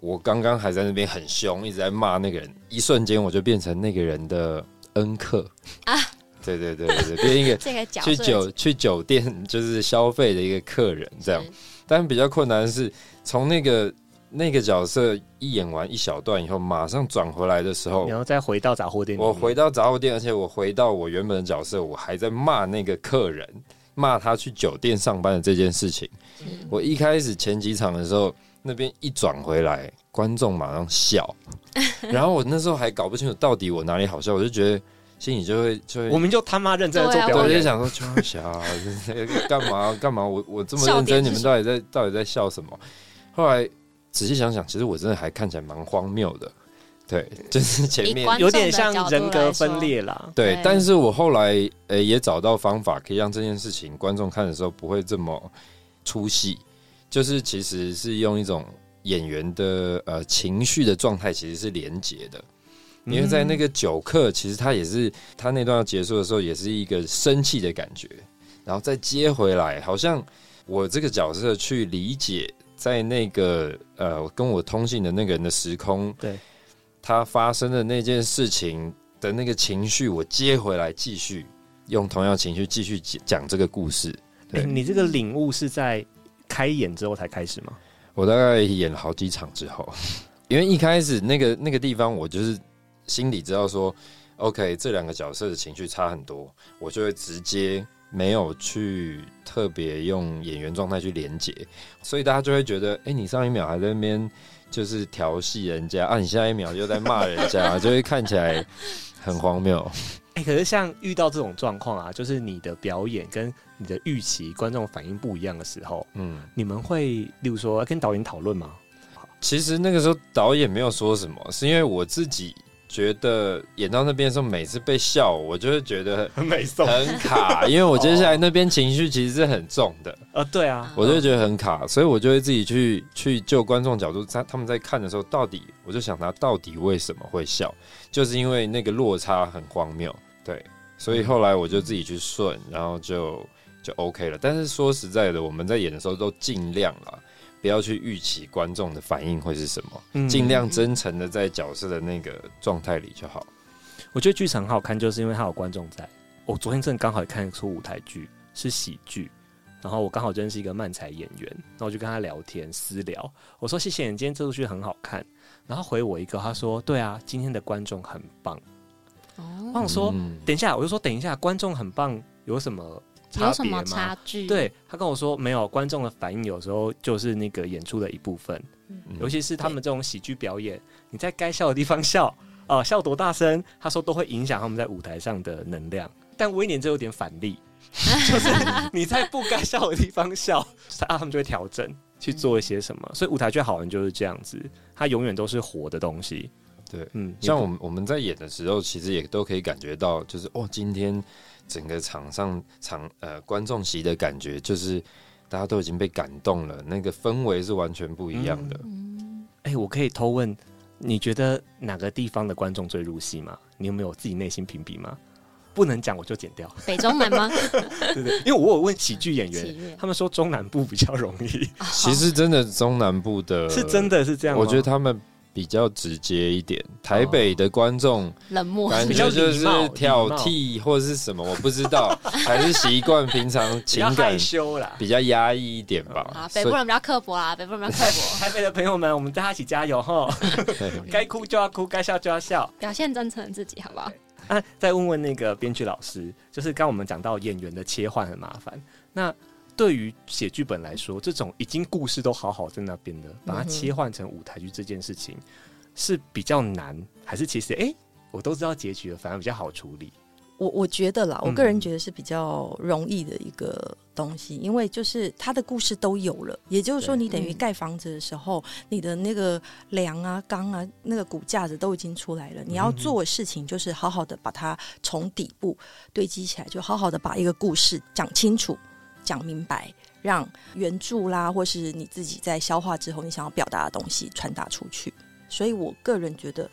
[SPEAKER 4] 我刚刚还在那边很凶，一直在骂那个人，一瞬间我就变成那个人的恩客
[SPEAKER 3] 啊
[SPEAKER 4] 啊！对对对对对，变一个
[SPEAKER 3] 这个 角
[SPEAKER 4] 去
[SPEAKER 3] 色
[SPEAKER 4] 酒去酒店就是消费的一个客人这样。但比较困难的是，从那个那个角色一演完一小段以后，马上转回来的时
[SPEAKER 3] 哦
[SPEAKER 4] 候
[SPEAKER 2] 然，后再回到杂货店里面，
[SPEAKER 4] 我回到杂货店，而且我回到我原本的角色，我还在骂那个客人，骂他去酒店上班的这件事情。我一开始前几场的时候，那边一转回来，观众马 上笑，然后我那时候还搞不清楚到底我哪里好笑，我就觉得心里就会就
[SPEAKER 2] 我
[SPEAKER 4] 会。
[SPEAKER 2] 们就他妈认真的做
[SPEAKER 3] 对啊
[SPEAKER 2] 表
[SPEAKER 4] 我就
[SPEAKER 2] 演，
[SPEAKER 4] 想说，就笑，干嘛啊干嘛？我我这么认
[SPEAKER 3] 笑点
[SPEAKER 4] 真，
[SPEAKER 3] 是
[SPEAKER 4] 你们到底在到底在笑什么？后来仔细想想，其实我真的还看起来蛮荒谬的，对，就是前
[SPEAKER 3] 以
[SPEAKER 4] 面
[SPEAKER 3] 观
[SPEAKER 2] 有点
[SPEAKER 3] 众的角
[SPEAKER 2] 像
[SPEAKER 3] 度
[SPEAKER 2] 人格
[SPEAKER 3] 来
[SPEAKER 2] 分
[SPEAKER 3] 说
[SPEAKER 2] 裂啦。
[SPEAKER 4] 对
[SPEAKER 3] 对，
[SPEAKER 4] 但是我后来呃、也找到方法，可以让这件事情观众看的时候不会这么出戏，就是其实是用一种演员的呃情绪的状态，其实是连结的。因为在那个酒客，其实他也是他那段要结束的时候，也是一个生气的感觉，然后再接回来，好像我这个角色去理解，在那个呃跟我通信的那个人的时空，
[SPEAKER 2] 对
[SPEAKER 4] 他发生的那件事情的那个情绪，我接回来继续用同样情绪继续讲讲这个故事。
[SPEAKER 2] 哎
[SPEAKER 4] 对
[SPEAKER 2] 你这个领悟是在开演之后才开始吗？
[SPEAKER 4] 我大概演了好几场之后，因为一开始那个 那个地方，我就是心里知道说，OK，这两个角色的情绪差很多，我就会直接没有去特别用演员状态去连接，所以大家就会觉得，哎、你上一秒还在那边就是调戏人家，啊，你下一秒又在骂人家，就会看起来很荒谬。
[SPEAKER 2] 哎、可是像遇到这种状况啊，就是你的表演跟你的预期观众反应不一样的时候，
[SPEAKER 4] 嗯，
[SPEAKER 2] 你们会例如说跟导演讨论 吗？
[SPEAKER 4] 其实那个时候导演没有说什么，是因为我自己觉得演到那边的时候，每次被笑，我就会觉得。
[SPEAKER 2] 很美颂
[SPEAKER 4] 很卡，因为我接下来那边情绪其实是很重的，
[SPEAKER 2] 啊，对啊，
[SPEAKER 4] 我就
[SPEAKER 5] 嗯
[SPEAKER 4] 会觉得很卡，所以我就会自己去去就观众角度，他他们在看的时候，到底我就想他到底为什么会笑，就是因为那个落差很荒谬，对，所以后来我就自己去顺，然后就就 OK 了。但是说实在的，我们在演的时候都尽量啦，不要去预期观众的反应会是什么，
[SPEAKER 2] 嗯
[SPEAKER 4] 尽量真诚的在角色的那个状态里就好。
[SPEAKER 2] 我觉得剧场好看，就是因为它有观众在。我昨天正刚好也看一出舞台剧，是喜剧，然后我刚好认识一个漫才演员，然后我就跟他聊天私聊，我说谢谢你今天这出剧很好看，然后回我一个，他说对啊，今天的观众很棒。我
[SPEAKER 3] 哦，
[SPEAKER 2] 想说、
[SPEAKER 4] 嗯
[SPEAKER 2] 等一下，我就说等一下，观众很棒有什么差
[SPEAKER 3] 有什
[SPEAKER 2] 别吗
[SPEAKER 3] 么？差距？，
[SPEAKER 2] 对他跟我说没有，观众的反应有时候就是那个演出的一部分，
[SPEAKER 4] 嗯
[SPEAKER 2] 尤其是他们这种喜剧表演，你在该笑的地方笑，
[SPEAKER 4] 嗯
[SPEAKER 2] 哦、笑多大声，他说都会影响他们在舞台上的能量。但威廉这有点反 例，就是你在不该笑的地方笑，啊，他们就会调整去做一些什么。所以舞台剧好玩就是这样子，它永远都是活的东西。
[SPEAKER 4] 对，
[SPEAKER 2] 嗯，
[SPEAKER 4] 像我们我们在演的时候，其实也都可以感觉到，就是哦，今天整个场上场呃观众席的感觉，就是大家都已经被感动了，那个氛围是完全不一样的。
[SPEAKER 3] 嗯，
[SPEAKER 2] 哎、我可以偷问，你觉得哪个地方的观众最入戏吗？你有没有自己内心评比吗？不能讲我就剪掉，
[SPEAKER 3] 北中南吗？
[SPEAKER 2] 对不对？因为我有问喜剧演
[SPEAKER 3] 喜
[SPEAKER 2] 员，
[SPEAKER 3] 悦
[SPEAKER 2] 他们说中南部比较容易，
[SPEAKER 3] 啊
[SPEAKER 4] 其实真的中南部的
[SPEAKER 2] 是真，的是这样吗？
[SPEAKER 4] 我觉得他们比较直接一点，台北的观众
[SPEAKER 3] 冷漠，
[SPEAKER 4] 感
[SPEAKER 2] 比较礼
[SPEAKER 4] 觉哦就是
[SPEAKER 2] 貌
[SPEAKER 4] 挑
[SPEAKER 2] 礼貌
[SPEAKER 4] 剔或者是什么，我不知 道，还是习惯平常
[SPEAKER 2] 比
[SPEAKER 4] 情
[SPEAKER 2] 较
[SPEAKER 4] 感
[SPEAKER 2] 害羞啦。
[SPEAKER 4] 比较压抑一点吧
[SPEAKER 3] 啊，。北部
[SPEAKER 4] 所以
[SPEAKER 3] 人比较刻薄啊啦，北部人 比较刻薄，
[SPEAKER 2] 台北的朋友们，我们大家一起加油 哈！该哭就要哭，该笑就要笑。
[SPEAKER 3] 表现真诚的自己，好不好？
[SPEAKER 2] 啊，再问问那个编剧老师，就是刚我们讲到演员的切换很麻烦，那对于写剧本来说，这种已经故事都好好在那边的，把它
[SPEAKER 5] 嗯哼
[SPEAKER 2] 切换成舞台剧这件事情是比较难，还是其实哎、诶我都知道结局了，反而比较好处理？
[SPEAKER 5] 我我觉得啦，
[SPEAKER 2] 嗯
[SPEAKER 5] 我个人觉得是比较容易的一个东西，因为就是他的故事都有了，也就是说，
[SPEAKER 2] 对
[SPEAKER 5] 你等于
[SPEAKER 3] 嗯
[SPEAKER 5] 盖房子的时候，你的那个梁啊、钢啊、那个骨架子都已经出来了。你要做的事情就是好好的把它从底部堆积起来，就好好的把一个故事讲清楚、讲明白，让原著啦，或是你自己在消化之后，你想要表达的东西传达出去。所以我个人觉得，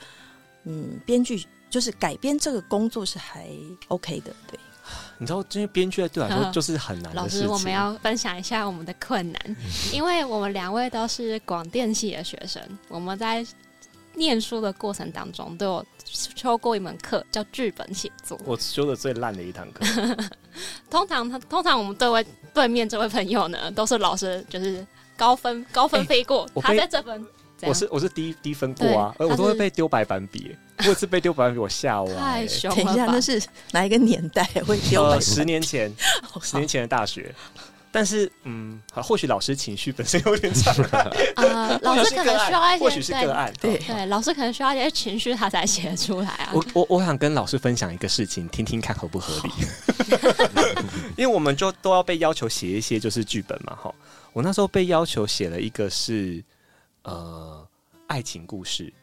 [SPEAKER 5] 嗯，编剧就是改编这个工作是还 OK 的，对。
[SPEAKER 2] 你知道，这些编剧对我来说
[SPEAKER 3] 嗯
[SPEAKER 2] 就是嗯很难
[SPEAKER 3] 老
[SPEAKER 2] 的事情。
[SPEAKER 3] 师，我们要分享一下我们的困难，因为我们两位都是广电系的学生，我们在念书的过程当中都有修过一门课叫剧本写作。
[SPEAKER 2] 我修的最烂的一堂课，
[SPEAKER 3] 通常他，通常我们对位对面这位朋友呢，都是老师就是高分高分飞过，
[SPEAKER 2] 我
[SPEAKER 3] 他
[SPEAKER 2] 被
[SPEAKER 3] 在这本
[SPEAKER 2] 我
[SPEAKER 3] 怎样
[SPEAKER 2] 是我是低低分过啊，
[SPEAKER 3] 对
[SPEAKER 2] 而我都会
[SPEAKER 3] 他是
[SPEAKER 2] 被丢白板笔、欸，我有一次被丢白板笔，我吓歪、欸。
[SPEAKER 3] 太凶
[SPEAKER 5] 等一下，
[SPEAKER 3] 了吧
[SPEAKER 5] 那？是哪一个年代会丢
[SPEAKER 2] 呃，
[SPEAKER 5] 白
[SPEAKER 2] 十年前，
[SPEAKER 5] 板
[SPEAKER 2] 十年前的大学。但是，嗯，好或许老师情绪本身有点障碍，
[SPEAKER 3] 啊，老
[SPEAKER 2] 或
[SPEAKER 3] 师
[SPEAKER 2] 许是
[SPEAKER 3] 可
[SPEAKER 2] 个
[SPEAKER 3] 能
[SPEAKER 2] 案
[SPEAKER 3] 需要 一
[SPEAKER 2] 或许是
[SPEAKER 3] 些
[SPEAKER 2] 个案。
[SPEAKER 5] 对
[SPEAKER 3] 对，老师可能需要一些情绪，他才写得出来啊。
[SPEAKER 2] 我我我想跟老师分享一个事情，听听看合不合理。 因为我们就都要被要求写一些就是剧本嘛，哈。我那时候被要求写了一个是呃爱情故事，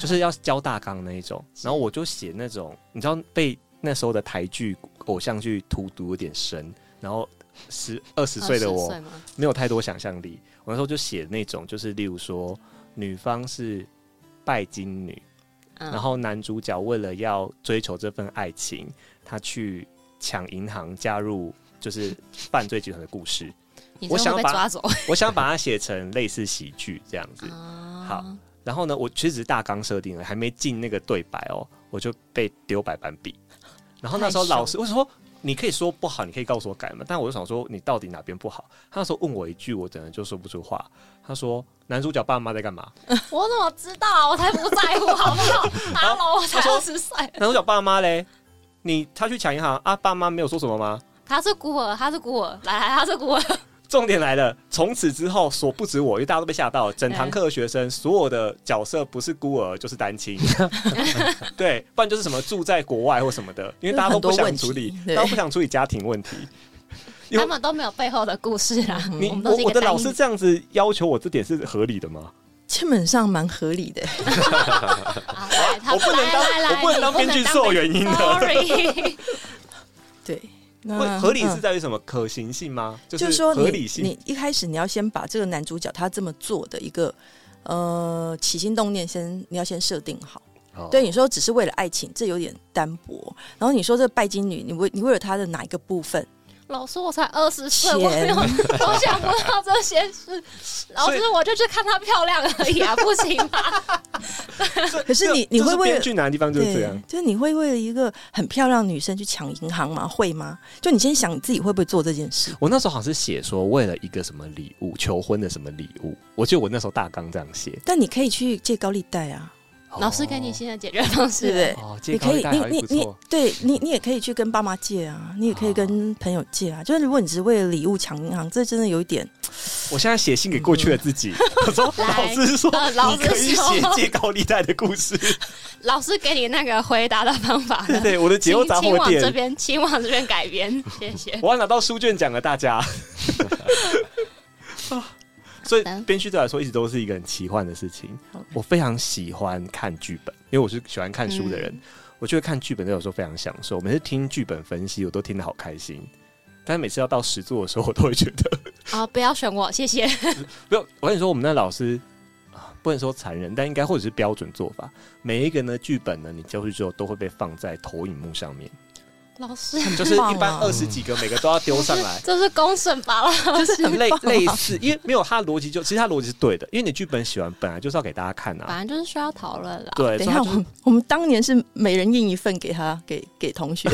[SPEAKER 2] 就是要教大纲那一种，然后我就写那种，你知道被那时候的台剧偶像剧荼毒有点深，然后十二十岁的我
[SPEAKER 3] 20岁吗
[SPEAKER 2] 没有太多想象力，我那时候就写那种，就是例如说女方是拜金女，
[SPEAKER 3] 嗯
[SPEAKER 2] 然后男主角为了要追求这份爱情，他去抢银行，加入就是 犯罪集团的故事。
[SPEAKER 3] 你
[SPEAKER 2] 我
[SPEAKER 3] 真的
[SPEAKER 2] 想
[SPEAKER 3] 会被
[SPEAKER 2] 把
[SPEAKER 3] 抓走。
[SPEAKER 2] 我想把它写成类似喜剧这样
[SPEAKER 3] 嗯
[SPEAKER 2] 子。好
[SPEAKER 3] 好，
[SPEAKER 2] 然后呢，我其实只是大纲设定了，还没进那个对白哦，我就被丢白板笔。然后那时候
[SPEAKER 3] 太爽
[SPEAKER 2] 老师我说你可以说不好，你可以告诉我改嘛，但我就想说你到底哪边不好？他那时候问我一句，我真的就说不出话。他说男主角爸妈在干 嘛？
[SPEAKER 3] 我怎么知道啊？我才不在乎，好不 好？Hello，我才
[SPEAKER 2] 他说
[SPEAKER 3] 二十岁，
[SPEAKER 2] 男主角爸妈嘞？你他去抢银行啊？爸妈没有说什么吗？
[SPEAKER 3] 他是孤儿，他是孤儿，来来，他是孤儿，
[SPEAKER 2] 重点来了，从此之后，所不止我，因为大家都被吓到了，整堂课的学生，所有的角色不是孤儿就是单 亲，对，不然就是什么住在国外或什么的，因为大家都不想处理
[SPEAKER 5] 有很多问，题
[SPEAKER 2] 大
[SPEAKER 5] 对
[SPEAKER 2] 家不想处理家庭问题。因为
[SPEAKER 3] 他们都没有背后的故事啦。
[SPEAKER 2] 你
[SPEAKER 3] 我们
[SPEAKER 2] 我
[SPEAKER 3] 都是一
[SPEAKER 2] 我
[SPEAKER 3] 个
[SPEAKER 2] 的
[SPEAKER 3] 单
[SPEAKER 2] 老
[SPEAKER 3] 一
[SPEAKER 2] 师这样子要求我，这点是合理的吗？
[SPEAKER 5] 基本上蛮合理的，
[SPEAKER 3] 啊，来他
[SPEAKER 2] 我不能
[SPEAKER 3] 来
[SPEAKER 2] 当
[SPEAKER 3] 来来
[SPEAKER 2] 我不能
[SPEAKER 3] 你
[SPEAKER 2] 当编剧是有原因的
[SPEAKER 3] Sorry，
[SPEAKER 5] 对。
[SPEAKER 2] 会
[SPEAKER 5] 那
[SPEAKER 2] 合理
[SPEAKER 5] 嗯
[SPEAKER 2] 是在于什么？可行性吗？就
[SPEAKER 5] 就是
[SPEAKER 2] 是
[SPEAKER 5] 说
[SPEAKER 2] 合
[SPEAKER 5] 你
[SPEAKER 2] 理性。
[SPEAKER 5] 你一开始你要先把这个男主角他这么做的一个呃起心动念先，你要先设定好。
[SPEAKER 2] 哦
[SPEAKER 5] 对，你说只是为了爱情，这有点单薄。然后你说这拜金女，你为你为了她的哪一个部分？
[SPEAKER 3] 老师，我才二十岁，
[SPEAKER 5] 钱
[SPEAKER 3] 我没有，我想不到这些事。老
[SPEAKER 2] 所以
[SPEAKER 3] 师，我就去看她漂亮而已啊，不行吗？
[SPEAKER 5] 可是你你
[SPEAKER 2] 这
[SPEAKER 5] 会
[SPEAKER 2] 是
[SPEAKER 5] 为
[SPEAKER 2] 编
[SPEAKER 5] 了
[SPEAKER 2] 剧难的地方就是这样，
[SPEAKER 5] 就是你会为了一个很漂亮的女生去抢银行吗？会吗？就你先想你自己会不会做这件事？
[SPEAKER 2] 我那时候好像是写说为了一个什么礼物，求婚的什么礼物，我记得我那时候大纲这样写。
[SPEAKER 5] 但你可以去借高利贷啊，
[SPEAKER 3] 老师给你新的解决方
[SPEAKER 5] 对
[SPEAKER 3] 式，
[SPEAKER 5] 不对？
[SPEAKER 2] 哦，借
[SPEAKER 5] 你可
[SPEAKER 2] 高
[SPEAKER 5] 以
[SPEAKER 2] 利，贷
[SPEAKER 5] 你
[SPEAKER 2] 好像
[SPEAKER 5] 你
[SPEAKER 2] 不
[SPEAKER 5] 你
[SPEAKER 2] 错，
[SPEAKER 5] 对你你也可以去跟爸妈借啊，你也可以跟朋友借啊。就是如果你只是为了礼物抢银行，这真的有一点
[SPEAKER 2] 我现在写信给过去的自己，我说老
[SPEAKER 3] 嗯来
[SPEAKER 2] 师说
[SPEAKER 3] 呃老
[SPEAKER 2] 你
[SPEAKER 3] 师
[SPEAKER 2] 可以写
[SPEAKER 3] 说
[SPEAKER 2] 借高利贷的故 事，
[SPEAKER 3] 老师给你那个回答的方法
[SPEAKER 2] 对
[SPEAKER 3] 呢，
[SPEAKER 2] 对，我的解忧
[SPEAKER 3] 请
[SPEAKER 2] 杂
[SPEAKER 3] 请
[SPEAKER 2] 货
[SPEAKER 3] 往这
[SPEAKER 2] 店，
[SPEAKER 3] 边，请往这边改编，谢谢。
[SPEAKER 2] 我要拿到书卷奖了，大 家。所以编剧对我来说一直都是一个很奇幻的事情。我非常喜欢看剧本，因为我是喜欢看书的
[SPEAKER 3] 嗯
[SPEAKER 2] 人，我就会看剧本，有时候非常享受。每次听剧本分析，我都听得好开心。但是每次要到实作的时候，我都会觉得，
[SPEAKER 3] 啊、不要选我，谢谢。
[SPEAKER 2] 没有。我跟你说，我们那老师啊，不能说残忍，但应该或者是标准做法。每一个呢剧本呢，你交出去之后，都会被放在投影幕上面，
[SPEAKER 3] 老师，
[SPEAKER 2] 就是一般
[SPEAKER 5] 棒啊
[SPEAKER 2] 二十几个，每个都要丢上 来。
[SPEAKER 3] 这是公审吧？老师
[SPEAKER 2] 类
[SPEAKER 5] 啊
[SPEAKER 2] 类似，因为没有他的逻辑就，其实他逻辑是对的，因为你剧本写完本来就是要给大家看啊。
[SPEAKER 3] 反正就是需要讨论啦。
[SPEAKER 2] 对，
[SPEAKER 5] 哦等一
[SPEAKER 2] 所以他
[SPEAKER 5] 下，我
[SPEAKER 2] 就是
[SPEAKER 5] 们我们当年是每人印一份给他，给给 同学。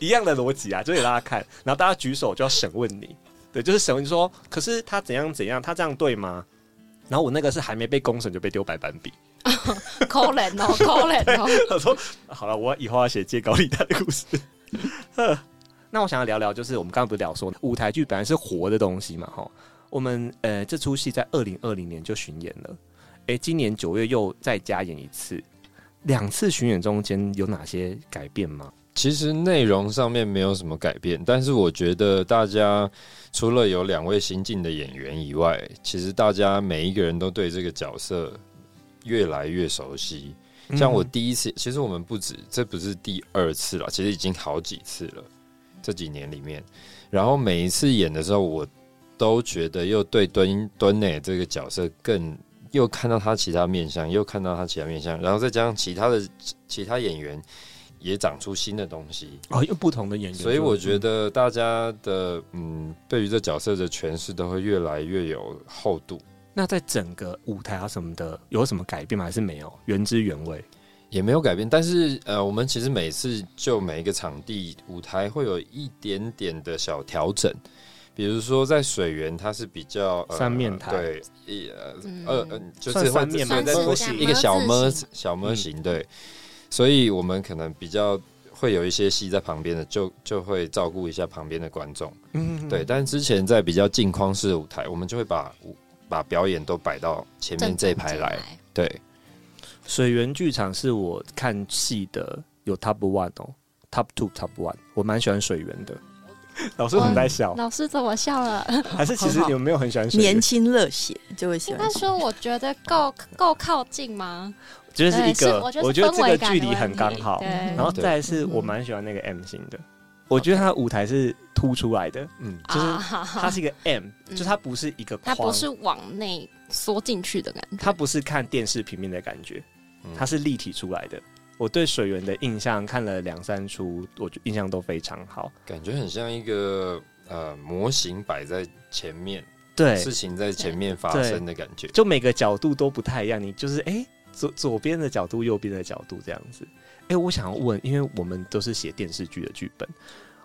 [SPEAKER 2] 一样的逻辑啊，就给大家看，然后大家举手就要审问你，对，就是审问你说，可是他怎样怎样，他这样对吗？然后我那个是还没被公审就被丢白板笔，
[SPEAKER 3] 抠人哦，抠人哦。
[SPEAKER 2] 我说好了，我以后要写借高利贷的故事。呵那我想要聊聊，就是我们刚刚不是聊说舞台剧本来是活的东西嘛，哈，我们呃这出戏在二零二零年就巡演了，诶，今年九月又再加演一次，两次巡演中间有哪些改变吗？
[SPEAKER 4] 其实内容上面没有什么改变，但是我觉得大家除了有两位新进的演员以外，其实大家每一个人都对这个角色越来越熟悉。像
[SPEAKER 2] 嗯
[SPEAKER 4] 我第一次，其实我们不止，这不是第二次了，其实已经好几次了，这几年里面。然后每一次演的时候，我都觉得又对敦敦内这个角色更又看到他其他面相，又看到他其他面相，然后再加上其他的其他演员也长出新的东西，
[SPEAKER 2] 哦，用不同的演员，嗯
[SPEAKER 4] 所以我觉得大家的嗯，对于这角色的诠释都会越来越有厚度。
[SPEAKER 2] 那在整个舞台啊什么的有什么改变吗？还是没有原汁原味？
[SPEAKER 4] 也没有改变，但是呃，我们其实每次就每一个场地舞台会有一点点的小调整，比如说在水源它是比较、呃、
[SPEAKER 2] 三面台
[SPEAKER 4] 对，一呃
[SPEAKER 3] 嗯
[SPEAKER 4] 二呃就是
[SPEAKER 2] 算
[SPEAKER 4] 会
[SPEAKER 2] 三面吗
[SPEAKER 4] 对
[SPEAKER 3] 算是
[SPEAKER 4] 在
[SPEAKER 3] 这样
[SPEAKER 4] 一个小
[SPEAKER 3] 么
[SPEAKER 4] 么
[SPEAKER 3] 字形
[SPEAKER 4] 小
[SPEAKER 2] 嗯
[SPEAKER 4] 么型对，所以我们可能比较会有一些戏在旁边的，就就会照顾一下旁边的观众。
[SPEAKER 2] 嗯，
[SPEAKER 4] 对，但之前在比较镜框式的舞台，我们就会把舞把表演都摆到前面这一排来。对，
[SPEAKER 2] 水源剧场是我看戏的有 top one 哦，top two top one，我蛮喜欢水源的。 老师很在笑，
[SPEAKER 3] 老师怎么笑了？
[SPEAKER 2] 还是其实
[SPEAKER 5] 很好
[SPEAKER 2] 你们没有很喜欢水
[SPEAKER 5] 年
[SPEAKER 2] 源，
[SPEAKER 5] 轻热血就会喜
[SPEAKER 3] 应
[SPEAKER 5] 欢
[SPEAKER 3] 该。哎说，我觉得够够靠近吗？
[SPEAKER 2] 就是一
[SPEAKER 3] 对
[SPEAKER 2] 个，
[SPEAKER 3] 是
[SPEAKER 2] 我
[SPEAKER 3] 我
[SPEAKER 2] 觉
[SPEAKER 3] 觉
[SPEAKER 2] 得这个
[SPEAKER 3] 得是氛围感
[SPEAKER 2] 距离很刚好
[SPEAKER 3] 的。问题对嗯
[SPEAKER 2] 然后再来是我蛮喜欢那个 M 型的，我觉得他的舞台是凸出来的，
[SPEAKER 4] 嗯，
[SPEAKER 2] 就是
[SPEAKER 3] 啊，
[SPEAKER 2] 它是一个 M，就
[SPEAKER 3] 嗯
[SPEAKER 2] 是它不是一个
[SPEAKER 3] 它
[SPEAKER 2] 框，
[SPEAKER 3] 不是往内缩进去的感觉。
[SPEAKER 2] 它不是看电视平面的感觉，
[SPEAKER 4] 嗯
[SPEAKER 2] 它是立体出来的。我对水源的印象看了两三出，我觉得印象都非常好。
[SPEAKER 4] 感觉很像一个呃模型摆在前面，
[SPEAKER 2] 对，
[SPEAKER 4] 事情在前面发生的感觉。
[SPEAKER 2] 就每个角度都不太一样，你就是哎、诶左左边的角度、右边的角度这样子。哎、我想要问，因为我们都是写电视剧的剧本，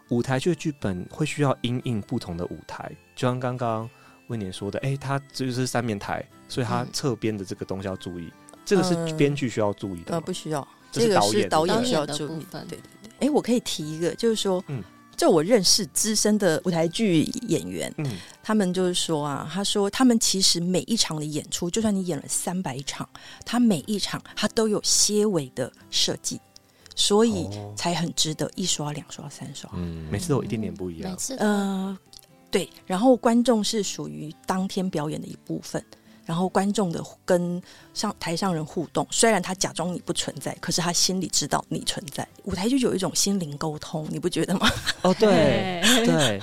[SPEAKER 2] 舞台剧的剧本会需要因应不同的舞台，就像刚刚威廉说的，哎、它这就是三面台，所以它
[SPEAKER 3] 嗯
[SPEAKER 2] 侧边的这个东西要注意，这个是
[SPEAKER 5] 嗯
[SPEAKER 2] 编剧需要注意的吗、
[SPEAKER 5] 呃，不需要，
[SPEAKER 2] 这
[SPEAKER 5] 这
[SPEAKER 2] 是
[SPEAKER 5] 个
[SPEAKER 2] 导演
[SPEAKER 5] 是导
[SPEAKER 2] 对
[SPEAKER 5] 演需要
[SPEAKER 3] 导演的
[SPEAKER 5] 注
[SPEAKER 3] 部
[SPEAKER 5] 意。
[SPEAKER 3] 分
[SPEAKER 5] 对对对。哎、我可以提一个，就是说，
[SPEAKER 2] 嗯
[SPEAKER 5] 就我认识资深的舞台剧演员，
[SPEAKER 2] 嗯，
[SPEAKER 5] 他们就是说啊，他说他们其实每一场的演出，就算你演了三百场，他每一场他都有些微的设计，所以
[SPEAKER 2] 哦
[SPEAKER 5] 才很值得一刷、两刷、三刷。
[SPEAKER 4] 嗯
[SPEAKER 2] 每次都有一点点不一
[SPEAKER 3] 每
[SPEAKER 2] 样。
[SPEAKER 3] 次都
[SPEAKER 5] 呃，对，然后观众是属于当天表演的一部分，然后观众的跟上台上人互动，虽然他假装你不存在，可是他心里知道你存在。舞台剧有一种心灵沟通，你不觉得吗？
[SPEAKER 2] 哦， 对对，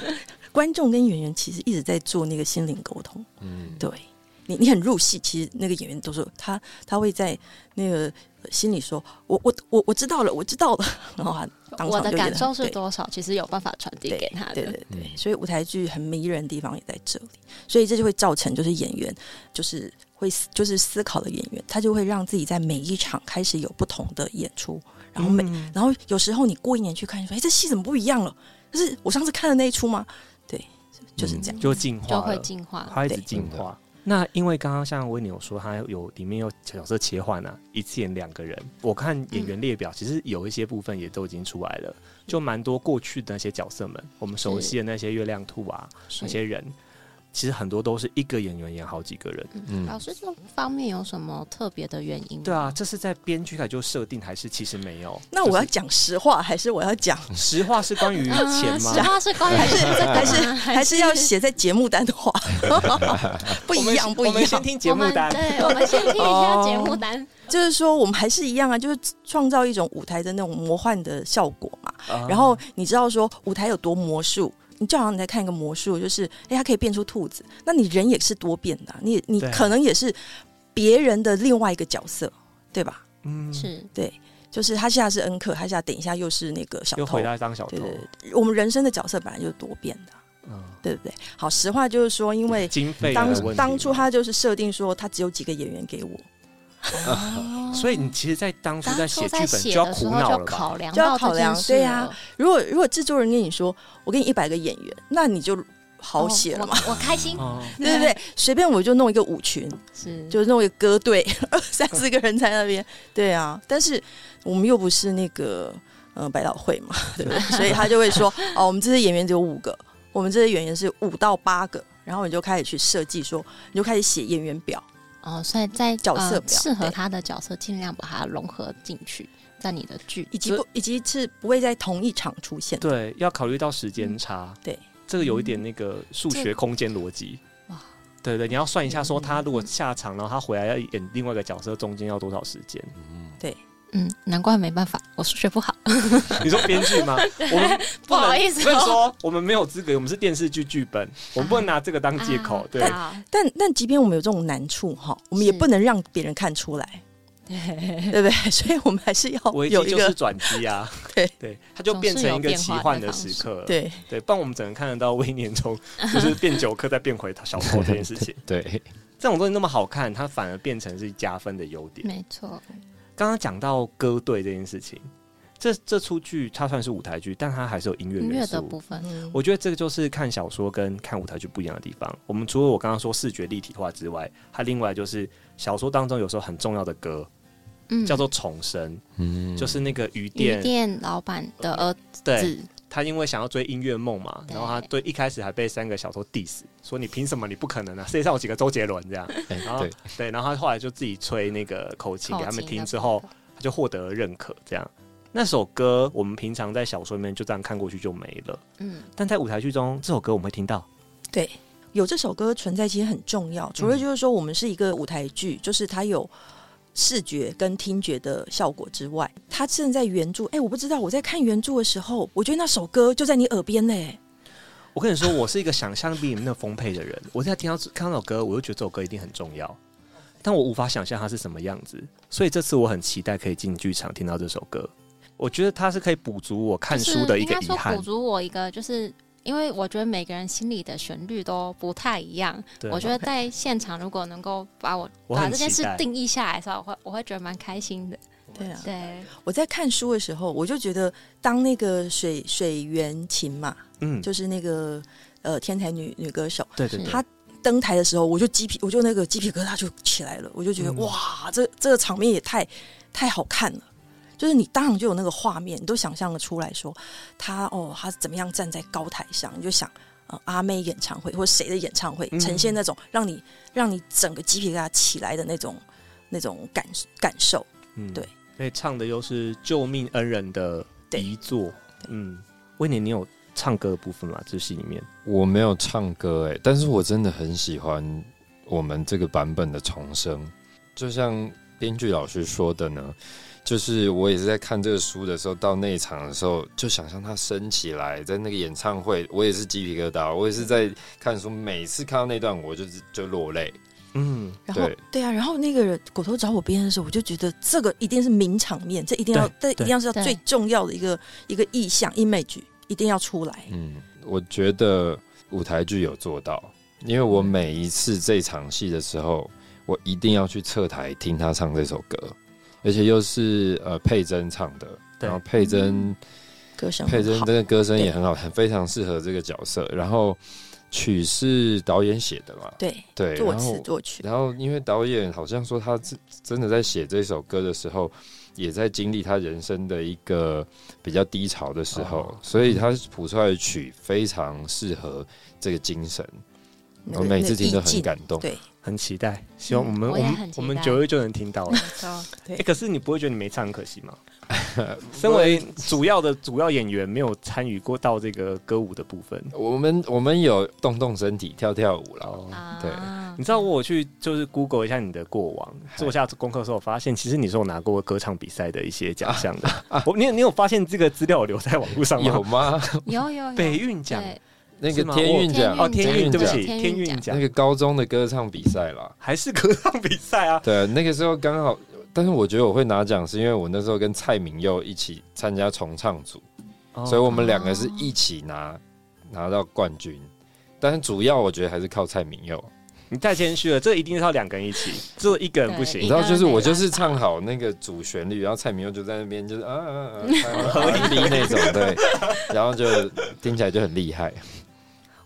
[SPEAKER 5] 观众跟演员其实一直在做那个心灵沟通，
[SPEAKER 4] 嗯，
[SPEAKER 5] 对。你你很入戏，其实那个演员都说他他会在那个心里说，我我我我知道了，我知道了， 然后他当场
[SPEAKER 3] 我的
[SPEAKER 5] 就演
[SPEAKER 3] 感
[SPEAKER 5] 得
[SPEAKER 3] 受
[SPEAKER 5] 很
[SPEAKER 3] 是
[SPEAKER 5] 对
[SPEAKER 3] 多少，其实有办法传递给他
[SPEAKER 5] 对
[SPEAKER 3] 的
[SPEAKER 5] 对。对，
[SPEAKER 4] 嗯
[SPEAKER 5] 所以舞台剧很迷人的地方也在这里，所以这就会造成就是演员就是会思就是思考的演员，他就会让自己在每一场开始有不同的演出，然后每、
[SPEAKER 2] 嗯
[SPEAKER 5] 然后有时候你过一年去看，你说哎这戏怎么不一样了？就是我上次看的那一出吗？对，就是这样。
[SPEAKER 2] 就进化
[SPEAKER 3] 嗯就
[SPEAKER 2] 了，
[SPEAKER 3] 会进化。
[SPEAKER 2] 它一直
[SPEAKER 5] 啊对
[SPEAKER 2] 进
[SPEAKER 4] 真
[SPEAKER 2] 化。那因为刚刚像威尼有说，他有里面有角色切换啊，一次演两个人。我看演员列表，其实有一些部分也都已经出来
[SPEAKER 5] 嗯
[SPEAKER 2] 了，就蛮多过去的那些角色们，我们熟悉的那些月亮兔啊，那些人，其实很多都是一个演员演好几个人。
[SPEAKER 4] 嗯
[SPEAKER 3] 老师这方面有什么特别的原因？
[SPEAKER 2] 对啊，，这是在编剧来就设定，还是其实没有？
[SPEAKER 5] 那我要
[SPEAKER 2] 就是
[SPEAKER 5] 讲实话，还是我要讲，
[SPEAKER 2] 实话是关于啊钱
[SPEAKER 3] 实
[SPEAKER 2] 吗？
[SPEAKER 3] 话啊是关于
[SPEAKER 5] 还是啊
[SPEAKER 3] 这个吗
[SPEAKER 5] 还是 还
[SPEAKER 3] 还
[SPEAKER 5] 是要写在节目单的话， 不一样，不一
[SPEAKER 2] 我们
[SPEAKER 5] 样
[SPEAKER 2] 先。听节目单
[SPEAKER 3] 我。们对，我们先听一下
[SPEAKER 5] 哦
[SPEAKER 3] 节目单。
[SPEAKER 5] 就是说，我们还是一样啊，就是创造一种舞台的那种魔幻的效果嘛。
[SPEAKER 2] 啊
[SPEAKER 5] 然后你知道说舞台有多魔术，你就好像你在看一个魔术，就是哎，它可以变出兔子，那你人也是多变的啊、你你
[SPEAKER 2] 对
[SPEAKER 5] 可能也是别人的另外一个角色，对吧？
[SPEAKER 2] 嗯，
[SPEAKER 3] 是
[SPEAKER 5] 就是他现在是恩客，他现在等一下又是那个小
[SPEAKER 2] 又
[SPEAKER 5] 偷
[SPEAKER 2] 回，来当小
[SPEAKER 5] 对
[SPEAKER 2] 偷
[SPEAKER 5] 对，对，我们人生的角色本来就是多变的啊、
[SPEAKER 2] 嗯，
[SPEAKER 5] 对不对？好，实话就是说，因为
[SPEAKER 2] 经费的问
[SPEAKER 5] 当
[SPEAKER 2] 题
[SPEAKER 5] 当初
[SPEAKER 2] 嘛
[SPEAKER 5] 他就是设定说，他只有几个演员给我，
[SPEAKER 2] 所以你其实，在当初
[SPEAKER 3] 哦当
[SPEAKER 2] 在
[SPEAKER 3] 初
[SPEAKER 2] 写剧
[SPEAKER 3] 在
[SPEAKER 2] 本
[SPEAKER 3] 写
[SPEAKER 2] 就要
[SPEAKER 3] 的时
[SPEAKER 2] 苦
[SPEAKER 3] 候
[SPEAKER 2] 恼
[SPEAKER 3] 就
[SPEAKER 2] 了吧？
[SPEAKER 3] 考量
[SPEAKER 5] 就要
[SPEAKER 3] 到这
[SPEAKER 5] 考量
[SPEAKER 3] 件事
[SPEAKER 5] 对啊
[SPEAKER 3] 了
[SPEAKER 5] 如果如果制作人跟你说，我给你一百个演员，那你就好写了嘛，
[SPEAKER 3] 哦我我开心，
[SPEAKER 2] 哦，
[SPEAKER 5] 对不对？随便我就弄一个舞群，
[SPEAKER 3] 是
[SPEAKER 5] 就是弄一个歌队，二三十个人在那边，对啊。但是我们又不是那个呃百老汇嘛，对不 对？所以他就会说，哦，我们这些演员只有五个，我们这些演员是五到八个。然后你就开始去设计说，你就开始写演员表，
[SPEAKER 3] 哦，所以在
[SPEAKER 5] 角色
[SPEAKER 3] 呃
[SPEAKER 5] 表
[SPEAKER 3] 适合
[SPEAKER 5] 对
[SPEAKER 3] 他的角色，尽量把它融合进去，在你的剧
[SPEAKER 5] 以及不以及是不会在同一场出现的。
[SPEAKER 2] 对，要考虑到时
[SPEAKER 3] 嗯
[SPEAKER 2] 间差，
[SPEAKER 5] 对，
[SPEAKER 2] 这个有一点那个数学空间逻辑。
[SPEAKER 3] 哇
[SPEAKER 2] 对对，你要算一下，说他如果下场，然后他回来要演另外一个角色，中间要多少时 间？
[SPEAKER 3] 嗯，难怪没办法，我数学不好，
[SPEAKER 2] 你说编剧 吗？我们
[SPEAKER 3] 不好
[SPEAKER 2] 能
[SPEAKER 3] 意思
[SPEAKER 2] 不能
[SPEAKER 3] 哦
[SPEAKER 2] 说我们没有资格，我们是电视剧剧本，我们不能拿这个当借口。对，
[SPEAKER 3] 啊
[SPEAKER 5] 但但即便我们有这种难处哈，我们也
[SPEAKER 3] 是
[SPEAKER 5] 不能让别人看出来， 对不对？ 所以我们还是要
[SPEAKER 2] 危
[SPEAKER 5] 有
[SPEAKER 2] 机
[SPEAKER 5] 一
[SPEAKER 2] 就是
[SPEAKER 5] 个。
[SPEAKER 2] 转机 啊
[SPEAKER 5] 对
[SPEAKER 2] 对，它就
[SPEAKER 3] 总是
[SPEAKER 2] 变成
[SPEAKER 3] 有
[SPEAKER 2] 一个
[SPEAKER 3] 变
[SPEAKER 2] 奇
[SPEAKER 3] 化的
[SPEAKER 2] 幻的
[SPEAKER 3] 方
[SPEAKER 2] 时
[SPEAKER 3] 式
[SPEAKER 2] 刻。
[SPEAKER 5] 对
[SPEAKER 2] 对，不然我们只能看得到微年中就是变九颗再变回小偷这件事情。
[SPEAKER 4] 对，
[SPEAKER 2] 这种东西那么好看，它反而变成是加分的优点。
[SPEAKER 3] 没错，
[SPEAKER 2] 刚刚讲到歌队这件事情，这这出剧它算是舞台剧，但它还是有音乐
[SPEAKER 3] 音乐
[SPEAKER 2] 元
[SPEAKER 3] 的
[SPEAKER 2] 素
[SPEAKER 3] 部。分，
[SPEAKER 5] 嗯
[SPEAKER 2] 我觉得这个就是看小说跟看舞台剧不一样的地方。我们除了我刚刚说视觉立体化之外，它另外就是小说当中有时候很重要的歌
[SPEAKER 3] 嗯，
[SPEAKER 2] 叫做重生，
[SPEAKER 4] 嗯
[SPEAKER 2] 就是那个鱼
[SPEAKER 3] 鱼
[SPEAKER 2] 店，
[SPEAKER 3] 店老板的儿
[SPEAKER 2] 对
[SPEAKER 3] 子，
[SPEAKER 2] 他因为想要追音乐梦嘛，
[SPEAKER 3] 对
[SPEAKER 2] 然后他对一开始还被三个小偷 diss，说你凭什么？你不可能啊！世界上有几个周杰伦这样？
[SPEAKER 4] 哎
[SPEAKER 2] 然后
[SPEAKER 4] 对，
[SPEAKER 2] 对，然后他后来就自己吹那个口琴
[SPEAKER 3] 口
[SPEAKER 2] 给他们
[SPEAKER 3] 琴
[SPEAKER 2] 听
[SPEAKER 3] 的
[SPEAKER 2] 之
[SPEAKER 3] 部
[SPEAKER 2] 后，
[SPEAKER 3] 分
[SPEAKER 2] 他就获得了认可。这样，那首歌我们平常在小说里面就这样看过去就没了，
[SPEAKER 3] 嗯，
[SPEAKER 2] 但在舞台剧中，这首歌我们会听到。
[SPEAKER 5] 对，有这首歌存在其实很重要。除
[SPEAKER 2] 嗯
[SPEAKER 5] 了就是说我们是一个舞台剧，就是它有视觉跟听觉的效果之外，它正在原著。哎、我不知道我在看原著的时候，我觉得那首歌就在你耳边嘞。
[SPEAKER 2] 我跟你说，我是一个想象力那么丰沛的人，我在听到看到这首歌，我就觉得这首歌一定很重要，但我无法想象它是什么样子，所以这次我很期待可以进剧场听到这首歌。我觉得它是可以补足我看
[SPEAKER 3] 就是
[SPEAKER 2] 书的一
[SPEAKER 3] 应
[SPEAKER 2] 个
[SPEAKER 3] 该
[SPEAKER 2] 遗
[SPEAKER 3] 说
[SPEAKER 2] 憾
[SPEAKER 3] 补。足我一个，就是因为我觉得每个人心里的旋律都不太一样，
[SPEAKER 2] 对
[SPEAKER 3] 我觉得在现场如果能够把我
[SPEAKER 2] 我
[SPEAKER 3] 把
[SPEAKER 2] 很
[SPEAKER 3] 这件
[SPEAKER 2] 期
[SPEAKER 3] 事
[SPEAKER 2] 待
[SPEAKER 3] 定义下来的时候，我会我会觉得蛮开心的。
[SPEAKER 5] 对啊，
[SPEAKER 3] 对，
[SPEAKER 5] 我在看书的时候，我就觉得当那个水水原琴嘛，
[SPEAKER 2] 嗯，
[SPEAKER 5] 就是那个呃天才女女歌手，
[SPEAKER 2] 对对对，
[SPEAKER 5] 她登台的时候，我就鸡皮，我就那个鸡皮疙瘩就起来了，我就觉得、
[SPEAKER 2] 嗯
[SPEAKER 5] 哇，这这个场面也太太好看了。就是你当场就有那个画面，你都想象的出来说他哦，他怎么样站在高台上，你就想呃阿妹演唱会或谁的演唱会，
[SPEAKER 2] 嗯
[SPEAKER 5] 呈现那种让你让你整个鸡皮疙瘩起来的那种那种感感受。
[SPEAKER 2] 嗯
[SPEAKER 5] 对，
[SPEAKER 2] 所以唱的又是救命恩人的
[SPEAKER 5] 对
[SPEAKER 2] 遗作。嗯，威廉，你有唱歌的部分吗？这戏里面
[SPEAKER 4] 我没有唱歌哎、但是我真的很喜欢我们这个版本的重生。就像编剧老师说的呢，就是我也是在看这个书的时候，到那一场的时候，就想象它升起来，在那个演唱会，我也是鸡皮疙瘩，我也是在看书，每次看到那段我就是就落泪。
[SPEAKER 2] 嗯，
[SPEAKER 5] 然后
[SPEAKER 4] 对
[SPEAKER 5] 对啊，然后那个人狗头找我编的时候，我就觉得这个一定是名场面，这一定要，
[SPEAKER 2] 对
[SPEAKER 5] 这一定要是
[SPEAKER 3] 对
[SPEAKER 5] 最重要的一个一个意象 image，一定要出来。
[SPEAKER 4] 嗯，我觉得舞台剧有做到，因为我每一次这场戏的时候，我一定要去侧台听他唱这首歌，而且又是呃佩珍唱的，
[SPEAKER 2] 对
[SPEAKER 4] 然后佩珍
[SPEAKER 5] 歌声
[SPEAKER 4] 佩
[SPEAKER 5] 嗯
[SPEAKER 4] 珍
[SPEAKER 5] 很好
[SPEAKER 4] 真的歌声也很好，很非常适合这个角色。然后曲是导演写的嘛，
[SPEAKER 5] 对
[SPEAKER 4] 对，
[SPEAKER 5] 作
[SPEAKER 4] 然
[SPEAKER 5] 词
[SPEAKER 4] 后
[SPEAKER 5] 作曲，
[SPEAKER 4] 然后因为导演好像说他自真的在写这首歌的时候，也在经历他人生的一个比较低潮的时候，
[SPEAKER 2] 哦
[SPEAKER 4] 所以他谱出来的曲非常适合这个精神，
[SPEAKER 5] 那
[SPEAKER 4] 我
[SPEAKER 5] 个
[SPEAKER 4] 每
[SPEAKER 5] 那
[SPEAKER 4] 次
[SPEAKER 5] 个
[SPEAKER 4] 听
[SPEAKER 5] 意
[SPEAKER 4] 都很
[SPEAKER 5] 境
[SPEAKER 4] 感动。
[SPEAKER 5] 对，
[SPEAKER 2] 很期待，希望我们、
[SPEAKER 3] 嗯我
[SPEAKER 2] 我
[SPEAKER 3] 也很
[SPEAKER 2] 们
[SPEAKER 3] 期
[SPEAKER 2] 我们
[SPEAKER 3] 待
[SPEAKER 2] 九月就能听到 了
[SPEAKER 3] 没。错，
[SPEAKER 2] 哎、可是你不会觉得你没唱很可惜 吗？身为主要的主要演员，没有参与过到这个歌舞的部分。
[SPEAKER 4] 我们我们有动动身体，跳跳舞啦。
[SPEAKER 2] 哦，
[SPEAKER 4] 对
[SPEAKER 3] 啊
[SPEAKER 2] 你知道我有去就是 Google 一下你的过往，做下功课的时候，我发现其实你是有拿过歌唱比赛的一些奖项的。 我你有你有发现这个资料有留在网络上吗？
[SPEAKER 4] 有吗？
[SPEAKER 3] 有有 有
[SPEAKER 2] 北运奖
[SPEAKER 3] 对
[SPEAKER 4] 那
[SPEAKER 2] 是
[SPEAKER 4] 个
[SPEAKER 2] 吗
[SPEAKER 4] 天韵奖
[SPEAKER 2] 哦，
[SPEAKER 3] 我
[SPEAKER 2] 天运，
[SPEAKER 4] 运
[SPEAKER 2] 对不
[SPEAKER 4] 奖，
[SPEAKER 2] 起，
[SPEAKER 3] 天
[SPEAKER 2] 天
[SPEAKER 3] 运
[SPEAKER 2] 运
[SPEAKER 3] 奖
[SPEAKER 2] 奖
[SPEAKER 4] 那个高中的歌唱比赛啦。
[SPEAKER 2] 还是歌唱比赛 啊？
[SPEAKER 4] 对，那个时候刚好，但是我觉得我会拿奖，是因为我那时候跟蔡明佑一起参加重唱组，所以我们两个是一起拿拿到冠军。但是主要我觉得还是靠蔡明佑，
[SPEAKER 2] 你太谦虚了，这一定是要两个人一起，只有一个人不
[SPEAKER 3] 对
[SPEAKER 4] 你
[SPEAKER 2] 行
[SPEAKER 4] 知。道，就是我
[SPEAKER 3] 一个人没办法
[SPEAKER 4] 就是唱好那个主旋律，然后蔡明佑就在那边就是啊啊啊啊啊 R&B 那种，对，然后就听起来就很厉害。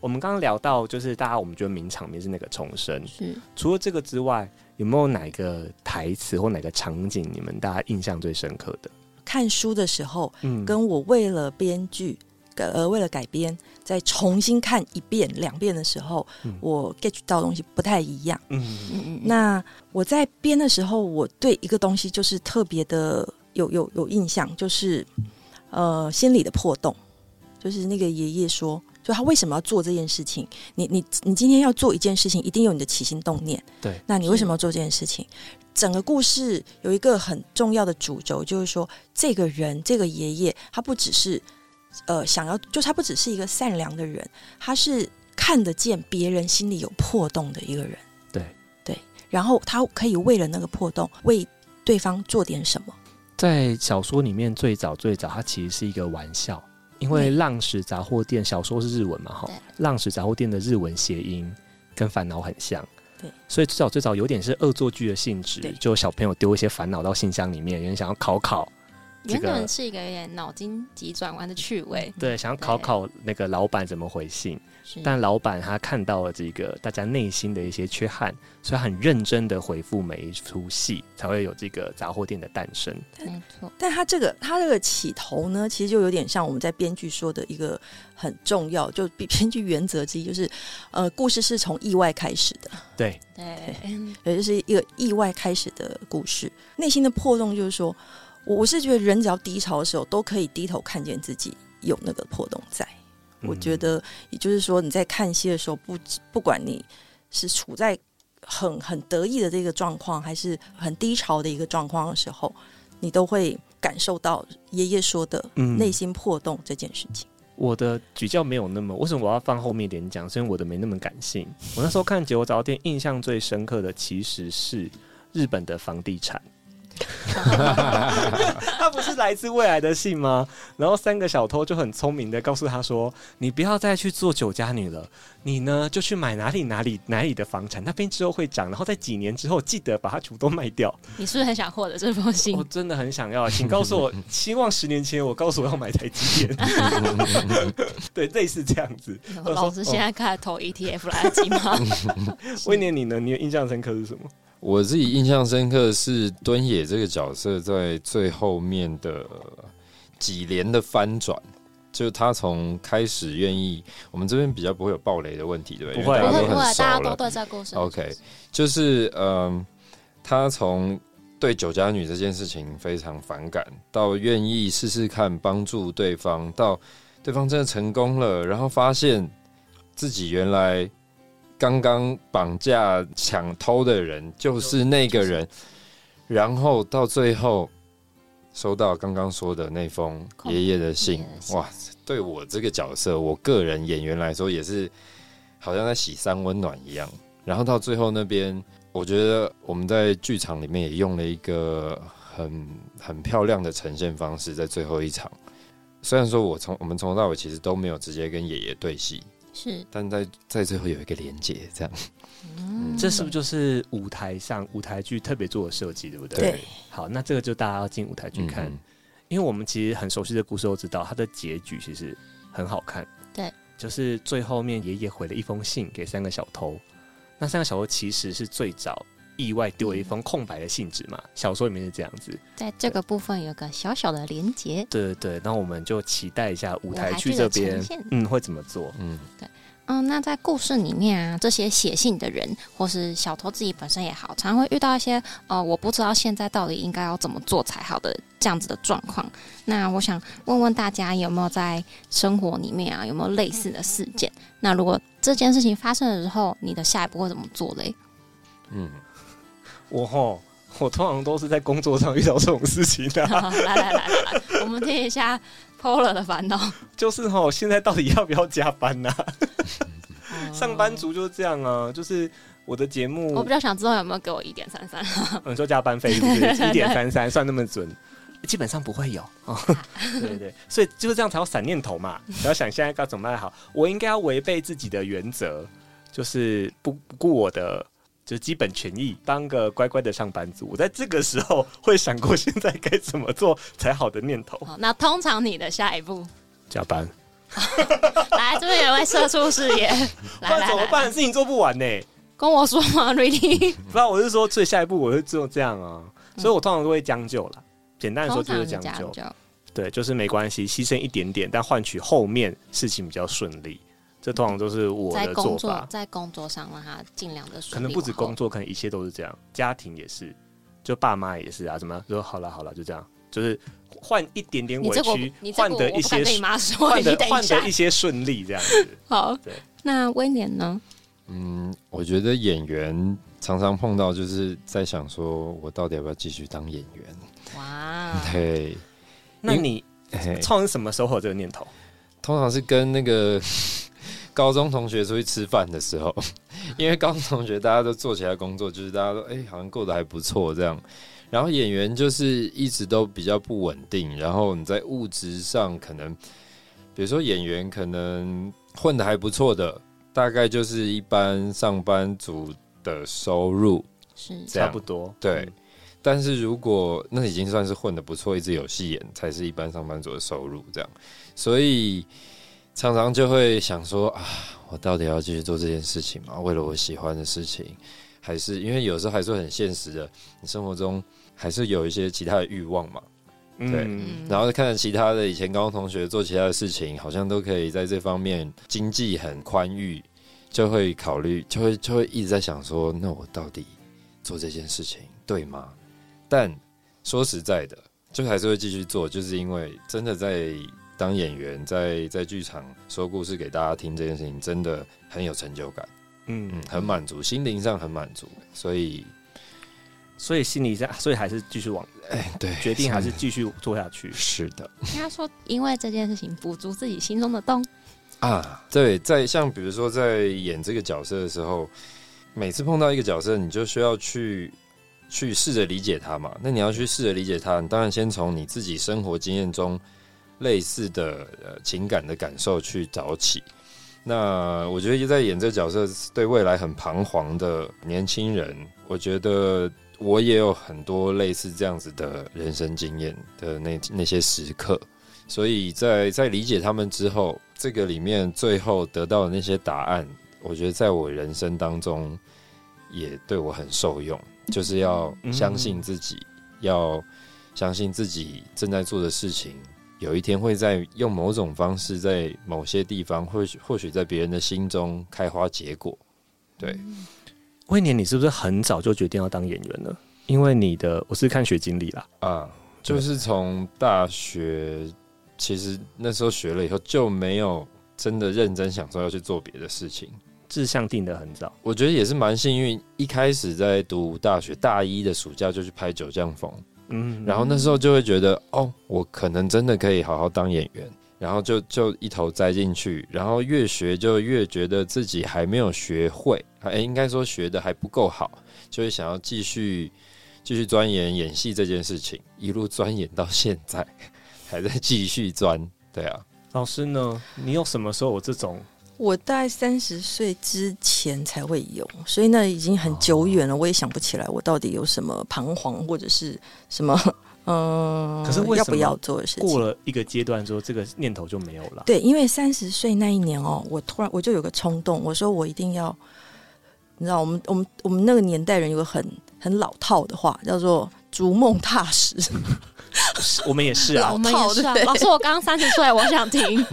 [SPEAKER 2] 我们刚刚聊到，就是大家我们觉得名场面是那个重生，
[SPEAKER 3] 是
[SPEAKER 2] 除了这个之外，有没有哪个台词或哪个场景你们大家印象最深刻的？
[SPEAKER 5] 看书的时候，
[SPEAKER 2] 嗯，
[SPEAKER 5] 跟我为了编剧，呃，为了改编，再重新看一遍、两遍的时候，
[SPEAKER 2] 嗯
[SPEAKER 5] 我 get 到的东西不太一样。
[SPEAKER 2] 嗯
[SPEAKER 3] 嗯嗯嗯
[SPEAKER 5] 那我在编的时候，我对一个东西就是特别的有有有印象，就是呃心里的破洞，就是那个爷爷说，就他为什么要做这件事情？你你你今天要做一件事情，一定有你的起心动念。
[SPEAKER 2] 对，
[SPEAKER 5] 那你为什么要做这件事情？整个故事有一个很重要的主轴，就是说这个人，这个爷爷，他不只是呃想要，就是他不只是一个善良的人，他是看得见别人心里有破洞的一个人。
[SPEAKER 2] 对
[SPEAKER 5] 对，然后他可以为了那个破洞，为对方做点什么。
[SPEAKER 2] 在小说里面最早最早，它其实是一个玩笑，因为浪矢杂货店小说是日文嘛，哈
[SPEAKER 3] 对，
[SPEAKER 2] 浪矢杂货店的日文谐音跟烦恼很像。
[SPEAKER 5] 对，
[SPEAKER 2] 所以最早最早有点是恶作剧的性质
[SPEAKER 5] 对，
[SPEAKER 2] 就小朋友丢一些烦恼到信箱里面，有人想要考考，
[SPEAKER 5] 嗯
[SPEAKER 2] 这
[SPEAKER 3] 原
[SPEAKER 2] 个
[SPEAKER 3] 本是一个有点脑筋急转弯的趣味，
[SPEAKER 2] 对，想要考考那个老板怎么回信，
[SPEAKER 5] 嗯
[SPEAKER 3] 是
[SPEAKER 2] 但老板他看到了这个大家内心的一些缺憾，所以他很认真的回复每一出戏，才会有这个杂货店的诞生。
[SPEAKER 3] 没错，
[SPEAKER 5] 但他这个他这个起头呢，其实就有点像我们在编剧说的一个很重要，就比编剧原则之一，就是呃，故事是从意外开始的，
[SPEAKER 2] 对，
[SPEAKER 3] 对，
[SPEAKER 5] 也就是一个意外开始的故事。内心的破洞就是说，我我是觉得人只要低潮的时候，都可以低头看见自己有那个破洞在。我觉
[SPEAKER 2] 嗯
[SPEAKER 5] 得，也就是说，你在看戏的时候，不不管你是处在很很得意的这个状况，还是很低潮的一个状况的时候，你都会感受到爷爷说的
[SPEAKER 2] 嗯
[SPEAKER 5] 内心破洞这件事情。
[SPEAKER 2] 我的比较没有那么，为什么我要放后面一点讲？是因为我的没那么感性。我那时候看《九早店》，印象最深刻的其实是日本的房地产。他不是来自未来的信吗？然后三个小偷就很聪明的告诉他说：“你不要再去做酒家女了，你呢就去买哪里哪里哪里的房产，那边之后会涨，然后在几年之后记得把它全部都卖掉。”
[SPEAKER 3] 你是不是很想获得这封信
[SPEAKER 2] 我？哦真的很想要，请告诉 我，希望十年前我告诉我要买台积 电。对，类似这样子。我
[SPEAKER 3] 老
[SPEAKER 2] 说
[SPEAKER 3] 师
[SPEAKER 4] 哦
[SPEAKER 3] 现、在开始投 ETF 来得及吗？
[SPEAKER 2] 哦威廉，你呢？你的印象深刻是什么？
[SPEAKER 4] 我自己印象深刻的是敦野这个角色在最后面的几连的翻转，就他从开始愿意，我们这边比较不会有暴雷的问题，对不对？
[SPEAKER 2] 不会
[SPEAKER 4] 因为
[SPEAKER 2] 不会
[SPEAKER 4] 大
[SPEAKER 2] 不
[SPEAKER 4] 家都
[SPEAKER 2] 会
[SPEAKER 4] 很熟
[SPEAKER 3] 大家
[SPEAKER 4] 了
[SPEAKER 3] 都。对这个故事
[SPEAKER 4] OK，就是嗯、他从对酒家女这件事情非常反感，到愿意试试看帮助对方，到对方真的成功了，然后发现自己原来刚刚绑架抢偷的人就是那个人，然后到最后。收到刚刚说的那封
[SPEAKER 3] 恐
[SPEAKER 4] 爷爷的信
[SPEAKER 3] 爷爷的，信
[SPEAKER 4] 哇，对我这个角色，我个人演员来说，也是好像在洗三温暖一样。然后到最后那边，我觉得我们在剧场里面也用了一个很很漂亮的呈现方式，在最后一场。虽然说我从我们从头到尾其实都没有直接跟爷爷对戏，
[SPEAKER 3] 是，
[SPEAKER 4] 但在在最后有一个连接，这样
[SPEAKER 3] 嗯
[SPEAKER 2] 这是不是就是舞台上舞台剧特别做的设计，对不对？
[SPEAKER 5] 对，
[SPEAKER 2] 好，那这个就大家要进舞台剧看，
[SPEAKER 4] 嗯
[SPEAKER 2] 因为我们其实很熟悉的故事都知道，它的结局其实很好看。
[SPEAKER 3] 对，
[SPEAKER 2] 就是最后面爷爷回了一封信给三个小偷，那三个小偷其实是最早意外丢了一封空白的信纸嘛，小说里面是这样子。
[SPEAKER 3] 在这个部分有个小小的连接。
[SPEAKER 2] 对对对，那我们就期待一下舞台剧
[SPEAKER 3] 舞台剧
[SPEAKER 2] 这
[SPEAKER 3] 的
[SPEAKER 2] 边
[SPEAKER 3] 呈现，
[SPEAKER 2] 嗯，会怎么做？
[SPEAKER 4] 嗯
[SPEAKER 3] 嗯，那在故事里面啊，这些写信的人或是小偷自己本身也好，常会遇到一些呃，我不知道现在到底应该要怎么做才好的这样子的状况。那我想问问大家，有没有在生活里面啊，有没有类似的事件？那如果这件事情发生了之后，你的下一步会怎么做嘞？
[SPEAKER 4] 嗯，
[SPEAKER 2] 我吼，我通常都是在工作上遇到这种事情啊 的、
[SPEAKER 3] 来来来来来，我们听一下 Polar 的烦恼。
[SPEAKER 2] 就是吼，现在到底要不要加班呢、上班族就是这样啊，就是我的节目，
[SPEAKER 3] 我比较想知道有没有给我一点三三。
[SPEAKER 2] 嗯，说加班费是不 是一点三三算那么准？ 基本上不会有 哦，对对对，所以就是这样才要闪念头 嘛，然后想现在该怎么办好。我应该要违背自己的原则，就是不不顾我的就是基本权益，当个乖乖的上班族。我在这个时候会闪过现在该怎么做才好的念头，
[SPEAKER 3] 好，那通常你的下一步，
[SPEAKER 2] 哦加班，
[SPEAKER 3] 来这边有位射出视野，
[SPEAKER 2] 不
[SPEAKER 3] 来
[SPEAKER 2] 然
[SPEAKER 3] 来
[SPEAKER 2] 怎么
[SPEAKER 3] 来，
[SPEAKER 2] 办？事情做不完呢、
[SPEAKER 3] 跟我说嘛，Really。
[SPEAKER 2] 不然我是说，最下一步我会做这样啊，所以我通常都会将就啦。简单的说
[SPEAKER 3] 嗯通
[SPEAKER 2] 就
[SPEAKER 3] 常
[SPEAKER 2] 是
[SPEAKER 3] 是
[SPEAKER 2] 将就，
[SPEAKER 3] 就。
[SPEAKER 2] 对，就是没关系，牺牲一点点，但换取后面事情比较顺利。这通常都是我
[SPEAKER 3] 在
[SPEAKER 2] 的
[SPEAKER 3] 工
[SPEAKER 2] 做
[SPEAKER 3] 作
[SPEAKER 2] 法，
[SPEAKER 3] 在工作上让他尽量的
[SPEAKER 2] 可能不止工，作，可能一切都是这样，家庭也是，就爸妈也是啊，什么说好了好了，就这样，就是换一点点
[SPEAKER 3] 你
[SPEAKER 2] 委
[SPEAKER 3] 这个我
[SPEAKER 2] 屈
[SPEAKER 3] 你，这
[SPEAKER 2] 换
[SPEAKER 3] 个我
[SPEAKER 2] 得一
[SPEAKER 3] 我不敢
[SPEAKER 2] 些
[SPEAKER 3] 跟你妈说，
[SPEAKER 2] 换
[SPEAKER 3] 你
[SPEAKER 2] 得
[SPEAKER 3] 等一
[SPEAKER 2] 换
[SPEAKER 3] 下
[SPEAKER 2] 得一。些顺利这样子。
[SPEAKER 3] 好
[SPEAKER 2] 对，
[SPEAKER 3] 那威廉呢？
[SPEAKER 4] 嗯，我觉得演员常常碰到，就是在想说，我到底要不要继续当演员？
[SPEAKER 3] 哇，
[SPEAKER 4] 对，
[SPEAKER 2] 那你
[SPEAKER 4] 嘿
[SPEAKER 2] 创什么时候有这个念头？
[SPEAKER 4] 哎通常是跟那个 高中同学出去吃饭的时候， 因为高中同学大家都做其他工作，就是大家都哎、好像过得还不错这样。然后演员就是一直都比较不稳定，然后你在物质上可能，比如说演员可能混得还不错的，大概就是一般上班族的收入。
[SPEAKER 3] 是
[SPEAKER 4] 这
[SPEAKER 2] 差
[SPEAKER 4] 样
[SPEAKER 2] 不多，
[SPEAKER 4] 对
[SPEAKER 2] 嗯
[SPEAKER 4] 但是如果那已经算是混得不错，一直有戏演，才是一般上班族的收入这样，所以常常就会想说啊，我到底要继续做这件事情吗？为了我喜欢的事情，还是因为有时候还是会很现实的，你生活中还是有一些其他的欲望嘛。对
[SPEAKER 2] 嗯，
[SPEAKER 4] 然后看着其他的以前高中同学做其他的事情，好像都可以在这方面经济很宽裕，就会考虑，就会就会一直在想说，那我到底做这件事情对吗？但说实在的，就还是会继续做，就是因为真的在当演员，在在剧场说故事给大家听这件事情，真的很有成就感，
[SPEAKER 2] 嗯
[SPEAKER 4] 嗯，，很满足，心灵上很满足，所以
[SPEAKER 2] 所以心里上，所以还是继续往
[SPEAKER 4] 哎，对，
[SPEAKER 2] 决定还是继续做下去。
[SPEAKER 4] 是的。
[SPEAKER 3] 应该说，因为这件事情补足自己心中的洞，
[SPEAKER 4] 啊，对，在像比如说在演这个角色的时候，每次碰到一个角色，你就需要去去试着理解他嘛。那你要去试着理解他，你当然先从你自己生活经验中类似的呃情感的感受去找起。那我觉得在演这个角色，对未来很彷徨的年轻人，我觉得我也有很多类似这样子的人生经验的那那些时刻。所以在在理解他们之后，这个里面最后得到的那些答案，我觉得在我人生当中也对我很受用。就是要
[SPEAKER 2] 嗯
[SPEAKER 4] 相信自己，要相信自己正在做的事情，有一天会在用某种方式，在某些地方，或许或许在别人的心中开花结果。对，
[SPEAKER 2] 威廉，你是不是很早就决定要当演员了？因为你的我是看学经历啦，
[SPEAKER 4] 啊，就是从大学，其实那时候学了以后就没有真的认真想说要去做别的事情。
[SPEAKER 2] 志向定的很早，
[SPEAKER 4] 我觉得也是蛮幸运，一开始在读大学大一的暑假就去拍《九降风》，
[SPEAKER 2] 嗯，
[SPEAKER 4] 然后那时候就会觉得，哦，我可能真的可以好好当演员，然后就就一头栽进去，然后越学就越觉得自己还没有学会，哎，应该说学的还不够好，就会想要继续继续钻研演戏这件事情，一路钻研到现在，还在继续钻。对啊，
[SPEAKER 2] 老师呢？你有什么时候有这种？
[SPEAKER 5] 我大概三十岁之前才会有，所以那已经很久远了，我也想不起来我到底有什么彷徨或者是什么 嗯，
[SPEAKER 2] 可是为
[SPEAKER 5] 要
[SPEAKER 2] 什
[SPEAKER 5] 不
[SPEAKER 2] 么
[SPEAKER 5] 要做的事情
[SPEAKER 2] 过。了一个阶段之后，这个念头就没有了。
[SPEAKER 5] 对，因为三十岁那一年哦，我突然我就有个冲动，我说我一定要，你知道，我们我们我们那个年代人有个很很老套的话，叫做“逐梦踏实”，
[SPEAKER 2] 是我们也是啊
[SPEAKER 5] 老
[SPEAKER 3] 我，们也是啊
[SPEAKER 5] 套对不对
[SPEAKER 3] 老师，我刚刚三十岁，我想听。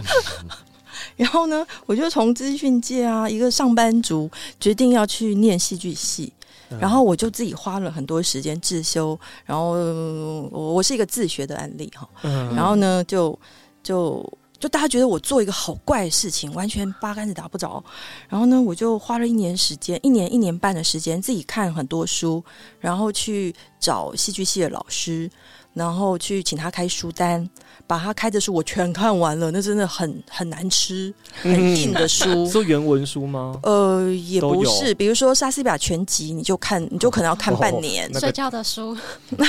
[SPEAKER 5] 然后呢，我就从资讯界啊，一个上班族决定要去念戏剧系。然后我就自己花了很多时间自修，然后呃我我是一个自学的案例哈。
[SPEAKER 2] 嗯，
[SPEAKER 5] 然后呢，就就就大家觉得我做一个好怪的事情，完全八竿子打不着。然后呢，我就花了一年时间，一年一年半的时间，自己看很多书，然后去找戏剧系的老师，然后去请他开书单，把他开的书我全看完了，那真的很很难吃，
[SPEAKER 2] 嗯
[SPEAKER 5] 很硬的书。
[SPEAKER 2] 说原文书吗？
[SPEAKER 5] 呃，也
[SPEAKER 2] 都
[SPEAKER 5] 不
[SPEAKER 2] 有
[SPEAKER 5] 是，比如说莎士比亚全集，你就看，你就可能要看半
[SPEAKER 2] 哦
[SPEAKER 5] 年。
[SPEAKER 2] 那个
[SPEAKER 3] 睡觉的书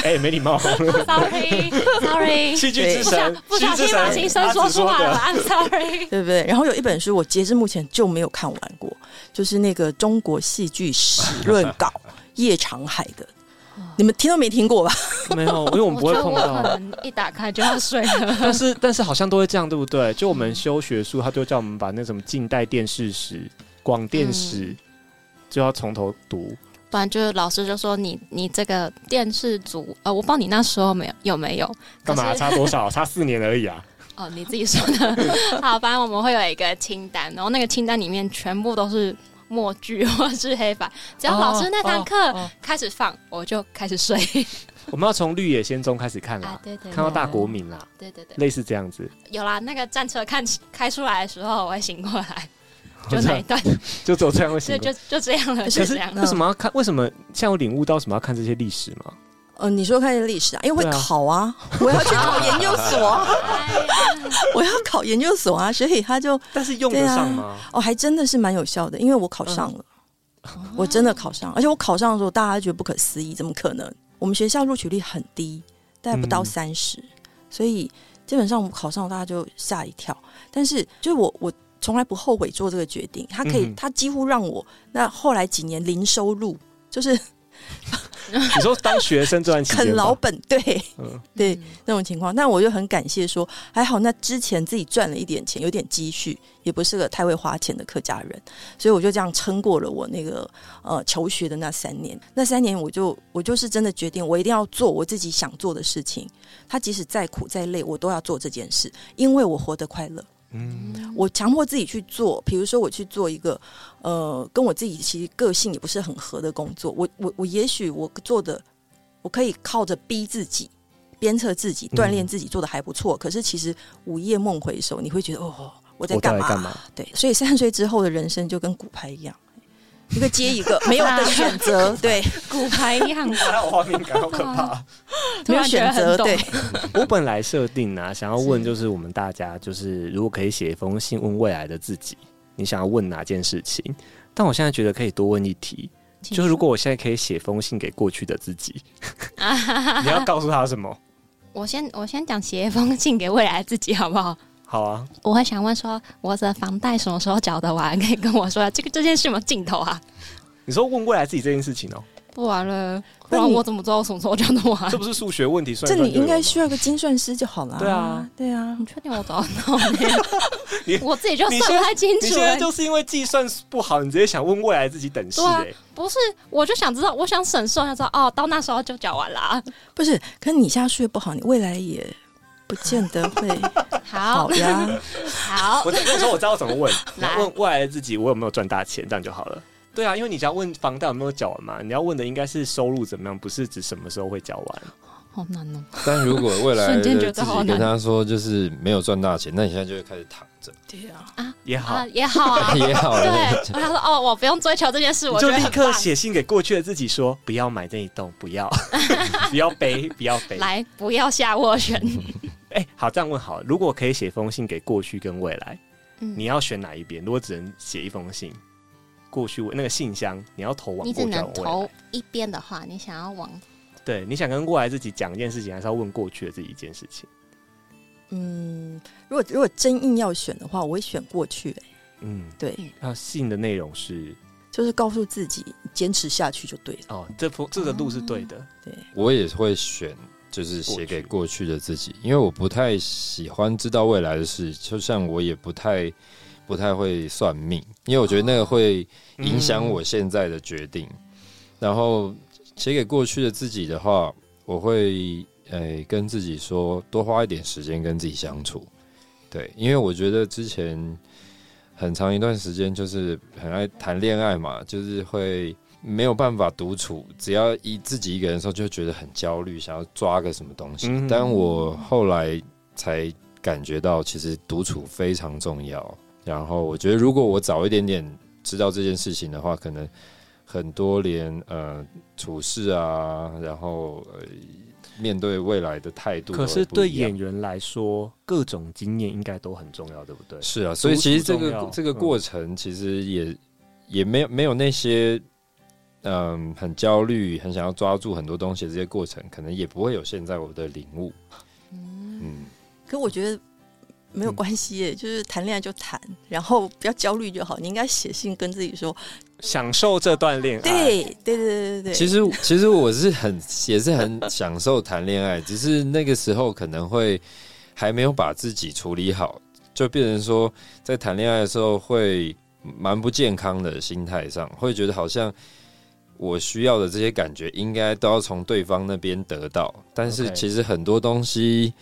[SPEAKER 2] 哎，没礼貌。
[SPEAKER 3] ，sorry，sorry，
[SPEAKER 2] 戏剧之
[SPEAKER 5] 对
[SPEAKER 3] 不小
[SPEAKER 2] 神，
[SPEAKER 3] 不
[SPEAKER 2] 戏
[SPEAKER 3] 小
[SPEAKER 2] 剧
[SPEAKER 3] 心
[SPEAKER 2] 之
[SPEAKER 3] 把心
[SPEAKER 2] 神，
[SPEAKER 3] 声
[SPEAKER 2] 他
[SPEAKER 3] 说
[SPEAKER 2] 只
[SPEAKER 3] 出来了
[SPEAKER 2] 的。
[SPEAKER 3] ，I'm sorry。
[SPEAKER 5] 对不对？然后有一本书我截至目前就没有看完过，就是那个《中国戏剧史论稿》叶长海 的，你们听都没听过吧？
[SPEAKER 2] 没有，因为我们不
[SPEAKER 3] 我
[SPEAKER 2] 会
[SPEAKER 3] 觉得
[SPEAKER 2] 碰
[SPEAKER 3] 我可
[SPEAKER 2] 到。啊
[SPEAKER 3] 能一打开就要睡了。
[SPEAKER 2] 但是但是好像都会这样，对不对？就我们修学术，他就叫我们把那什么近代电视史、广电史，
[SPEAKER 5] 嗯
[SPEAKER 2] 就要从头读。
[SPEAKER 3] 不然就是老师就说你你这个电视组呃，我不知道你那时候没有有没有
[SPEAKER 2] 干嘛
[SPEAKER 3] 可是
[SPEAKER 2] 差多少？差四年而已啊！
[SPEAKER 3] 哦，你自己说 的。好，反正我们会有一个清单，然后那个清单里面全部都是默剧或是黑白，只
[SPEAKER 2] 哦
[SPEAKER 3] 要老师那堂课开始放，我就开 始睡。啊
[SPEAKER 2] 我们要从《绿野仙踪》开始看啦，
[SPEAKER 3] 对对
[SPEAKER 2] 看到大国民啦，
[SPEAKER 3] 对对对，
[SPEAKER 2] 类似这样子，
[SPEAKER 3] 有啦，那个战车看开出来的时候，我会醒过来， 就那一段，
[SPEAKER 2] 就走这样会
[SPEAKER 3] 就
[SPEAKER 2] 行。
[SPEAKER 3] 就就这样了，
[SPEAKER 5] 可
[SPEAKER 3] 就
[SPEAKER 2] 可
[SPEAKER 3] 是这
[SPEAKER 2] 是
[SPEAKER 3] 样。
[SPEAKER 2] 为什么要看？为什么像我领悟到什么要看这些历史吗？
[SPEAKER 5] 呃，你说看历史啊，因为
[SPEAKER 2] 对
[SPEAKER 5] 会
[SPEAKER 2] 啊
[SPEAKER 5] 考啊， 我要去考研究所啊，
[SPEAKER 3] 哎呀
[SPEAKER 5] 我要考研究所啊，所以他就
[SPEAKER 2] 但是用
[SPEAKER 5] 对
[SPEAKER 2] 得
[SPEAKER 5] 啊
[SPEAKER 2] 上吗？
[SPEAKER 5] 哦，还真的是蛮有效的，因为我考上了，我真的考上，而且我考上的时候，大家觉得不可思议，怎么可能？我们学校录取率很低，大概不到
[SPEAKER 2] 嗯
[SPEAKER 5] 三十、所以基本上我们考上，大家就吓一跳。但是就是我我。从来不后悔做这个决定，他可以，
[SPEAKER 2] 嗯
[SPEAKER 5] 他几乎让我那后来几年零收入，就是
[SPEAKER 2] 你说当学生这段期
[SPEAKER 5] 啃
[SPEAKER 2] 间吧，
[SPEAKER 5] 老本，对
[SPEAKER 2] 嗯，
[SPEAKER 5] 对、
[SPEAKER 3] 嗯
[SPEAKER 5] 那种情况。但我就很感谢说，还好那之前自己赚了一点钱，有点积蓄，也不是个太会花钱的客家人，所以我就这样撑过了我那个呃求学的那三年。那三年我就我就是真的决定，我一定要做我自己想做的事情。他即使再苦再累，我都要做这件事，因为我活得快乐。我强迫自己去做，比如说我去做一个，呃，跟我自己其实个性也不是很合的工作。我我我也许我做的，我可以靠着逼自己、鞭策自己、
[SPEAKER 2] 嗯
[SPEAKER 5] 锻炼自己，做的还不错。可是其实午夜梦回首，你会觉得哦，我在
[SPEAKER 2] 我到
[SPEAKER 5] 干
[SPEAKER 2] 底
[SPEAKER 5] 嘛？
[SPEAKER 2] 干嘛？
[SPEAKER 5] 对，所以三十岁之后的人生就跟骨牌一样，一个接一个，没有的选择，对，
[SPEAKER 3] 骨牌一样的，
[SPEAKER 2] 有画面感，好
[SPEAKER 3] 可怕！哎突
[SPEAKER 5] 没有
[SPEAKER 3] 然觉得
[SPEAKER 5] 选
[SPEAKER 3] 很
[SPEAKER 5] 择，
[SPEAKER 3] 懂
[SPEAKER 5] 对，
[SPEAKER 2] 我本来设定啊，想要问
[SPEAKER 3] 是
[SPEAKER 2] 就是我们大家，就是如果可以写一封信问未来的自己，你想要问哪件事情？但我现在觉得可以多问一题，就是如果我现在可以写封信给过去的自 己， 你要告诉他什么？
[SPEAKER 3] 我先我先讲写一封信给未来自己好不好？
[SPEAKER 2] 好啊，
[SPEAKER 3] 我会想问说，我的房贷什么时候缴得完？可以跟我说这 个这件事有没有尽头啊？
[SPEAKER 2] 你说问未来自己这件事情哦、
[SPEAKER 3] 不完了，不
[SPEAKER 5] 那
[SPEAKER 3] 然
[SPEAKER 5] 你
[SPEAKER 3] 我怎么知道我什么时候缴得完
[SPEAKER 2] 这？不是数学问题算
[SPEAKER 5] 这
[SPEAKER 2] 一算
[SPEAKER 5] 你
[SPEAKER 2] 就有
[SPEAKER 5] 应
[SPEAKER 2] 了吗？
[SPEAKER 5] 该需要一个精算师就好了。
[SPEAKER 2] 对啊，
[SPEAKER 5] 对啊
[SPEAKER 3] 你，确定我找得到吗
[SPEAKER 2] 你
[SPEAKER 3] 我自己就
[SPEAKER 2] 你
[SPEAKER 3] 算
[SPEAKER 2] 现在
[SPEAKER 3] 不太清
[SPEAKER 2] 你
[SPEAKER 3] 楚
[SPEAKER 2] 现在
[SPEAKER 3] 了。
[SPEAKER 2] 就是因为计算不好，你直接想问未来自己等式、
[SPEAKER 3] 对啊
[SPEAKER 2] 哎
[SPEAKER 3] 不是，我就想知道，我想审视，我想知道哦，到那时候就缴完啊啦。
[SPEAKER 5] 不是，可是你现在睡不好，你未来也不见得会
[SPEAKER 3] 好
[SPEAKER 5] 好呀。
[SPEAKER 3] 好
[SPEAKER 2] 我，只跟你说，我知道怎么问，你
[SPEAKER 3] 来
[SPEAKER 2] 要问 未来的自己，我有没有赚大钱，这样就好了。对啊，因为你只要问房贷有没有缴完嘛，你要问的应该是收入怎么样，不是指什么时候会缴完。
[SPEAKER 3] 好难哦。
[SPEAKER 4] 但如果未来
[SPEAKER 3] 瞬间觉
[SPEAKER 4] 的
[SPEAKER 3] 得
[SPEAKER 4] 自己
[SPEAKER 3] 好难
[SPEAKER 4] 跟他说就是没有赚大钱，那你现在就会开始躺着。
[SPEAKER 5] 对啊，
[SPEAKER 2] 也好，
[SPEAKER 3] 啊，也好啊
[SPEAKER 4] 也好
[SPEAKER 3] 对，
[SPEAKER 4] 了
[SPEAKER 3] 我。想说哦，我不用追求这件事，
[SPEAKER 2] 你
[SPEAKER 3] 我
[SPEAKER 2] 就
[SPEAKER 3] 觉得
[SPEAKER 2] 立
[SPEAKER 3] 很
[SPEAKER 2] 刻
[SPEAKER 3] 棒。
[SPEAKER 2] 写信给过去的自己说，不要买那一栋，不要， 不要背，不要背。
[SPEAKER 3] 来，不要下 斡旋。
[SPEAKER 2] 哎、好，这样问好了，如果可以写封信给过去跟未来，
[SPEAKER 3] 嗯
[SPEAKER 2] 你要选哪一边？如果只能写一封信，过去那个信箱，你要投往
[SPEAKER 3] 你只
[SPEAKER 2] 过去还
[SPEAKER 3] 能
[SPEAKER 2] 是往未
[SPEAKER 3] 投
[SPEAKER 2] 来。
[SPEAKER 3] 一边的话，你想要往
[SPEAKER 2] 对，你想跟过来自己讲一件事情，还是要问过去的这一件事情？
[SPEAKER 5] 嗯，如果如果真硬要选的话，我会选过去、欸
[SPEAKER 2] 嗯，
[SPEAKER 5] 对，
[SPEAKER 2] 那信的内容是
[SPEAKER 5] 就是告诉自己坚持下去就对了。
[SPEAKER 2] 哦，这铺这个路是对
[SPEAKER 3] 哦
[SPEAKER 2] 的，
[SPEAKER 5] 对，
[SPEAKER 4] 我也会选，就是写给过去的自己，因为我不太喜欢知道未来的事，就像我也不太不太会算命，因为我觉得那个会影响我现在的决定。然后写给过去的自己的话，我会呃跟自己说，多花一点时间跟自己相处。对，因为我觉得之前很长一段时间就是很爱谈恋爱嘛，就是会没有办法独处，只要一自己一个人的时候，就会觉得很焦虑，想要抓个什么东西。
[SPEAKER 2] 嗯
[SPEAKER 4] 但我后来才感觉到，其实独处非常重要。然后我觉得，如果我早一点点知道这件事情的话，可能很多连呃处事啊，然后呃面对未来的态度都会
[SPEAKER 2] 可
[SPEAKER 4] 不一样，
[SPEAKER 2] 是对演员来说，各种经验应该都很重要，对不对？
[SPEAKER 4] 是啊，所以其实这
[SPEAKER 2] 重要
[SPEAKER 4] 个这个
[SPEAKER 2] 嗯
[SPEAKER 4] 过程其实也、也没有没有那些嗯很焦虑、很想要抓住很多东西的这些过程，可能也不会有现在我的领悟。嗯，
[SPEAKER 5] 可我觉得没有
[SPEAKER 2] 嗯
[SPEAKER 5] 关系、欸，就是谈恋爱就谈，然后不要焦虑就好。你应该写信跟自己说，
[SPEAKER 2] 享受这段恋爱，
[SPEAKER 5] 对对对对对对，
[SPEAKER 4] 其实其实我是很 也是很享受谈恋爱，只是那个时候可能会还没有把自己处理好，就变成说在谈恋爱的时候会蛮不健康的心态上，会觉得好像我需要的这些感觉应该都要从对方那边得到，但是
[SPEAKER 2] OK
[SPEAKER 4] 其实很多东西。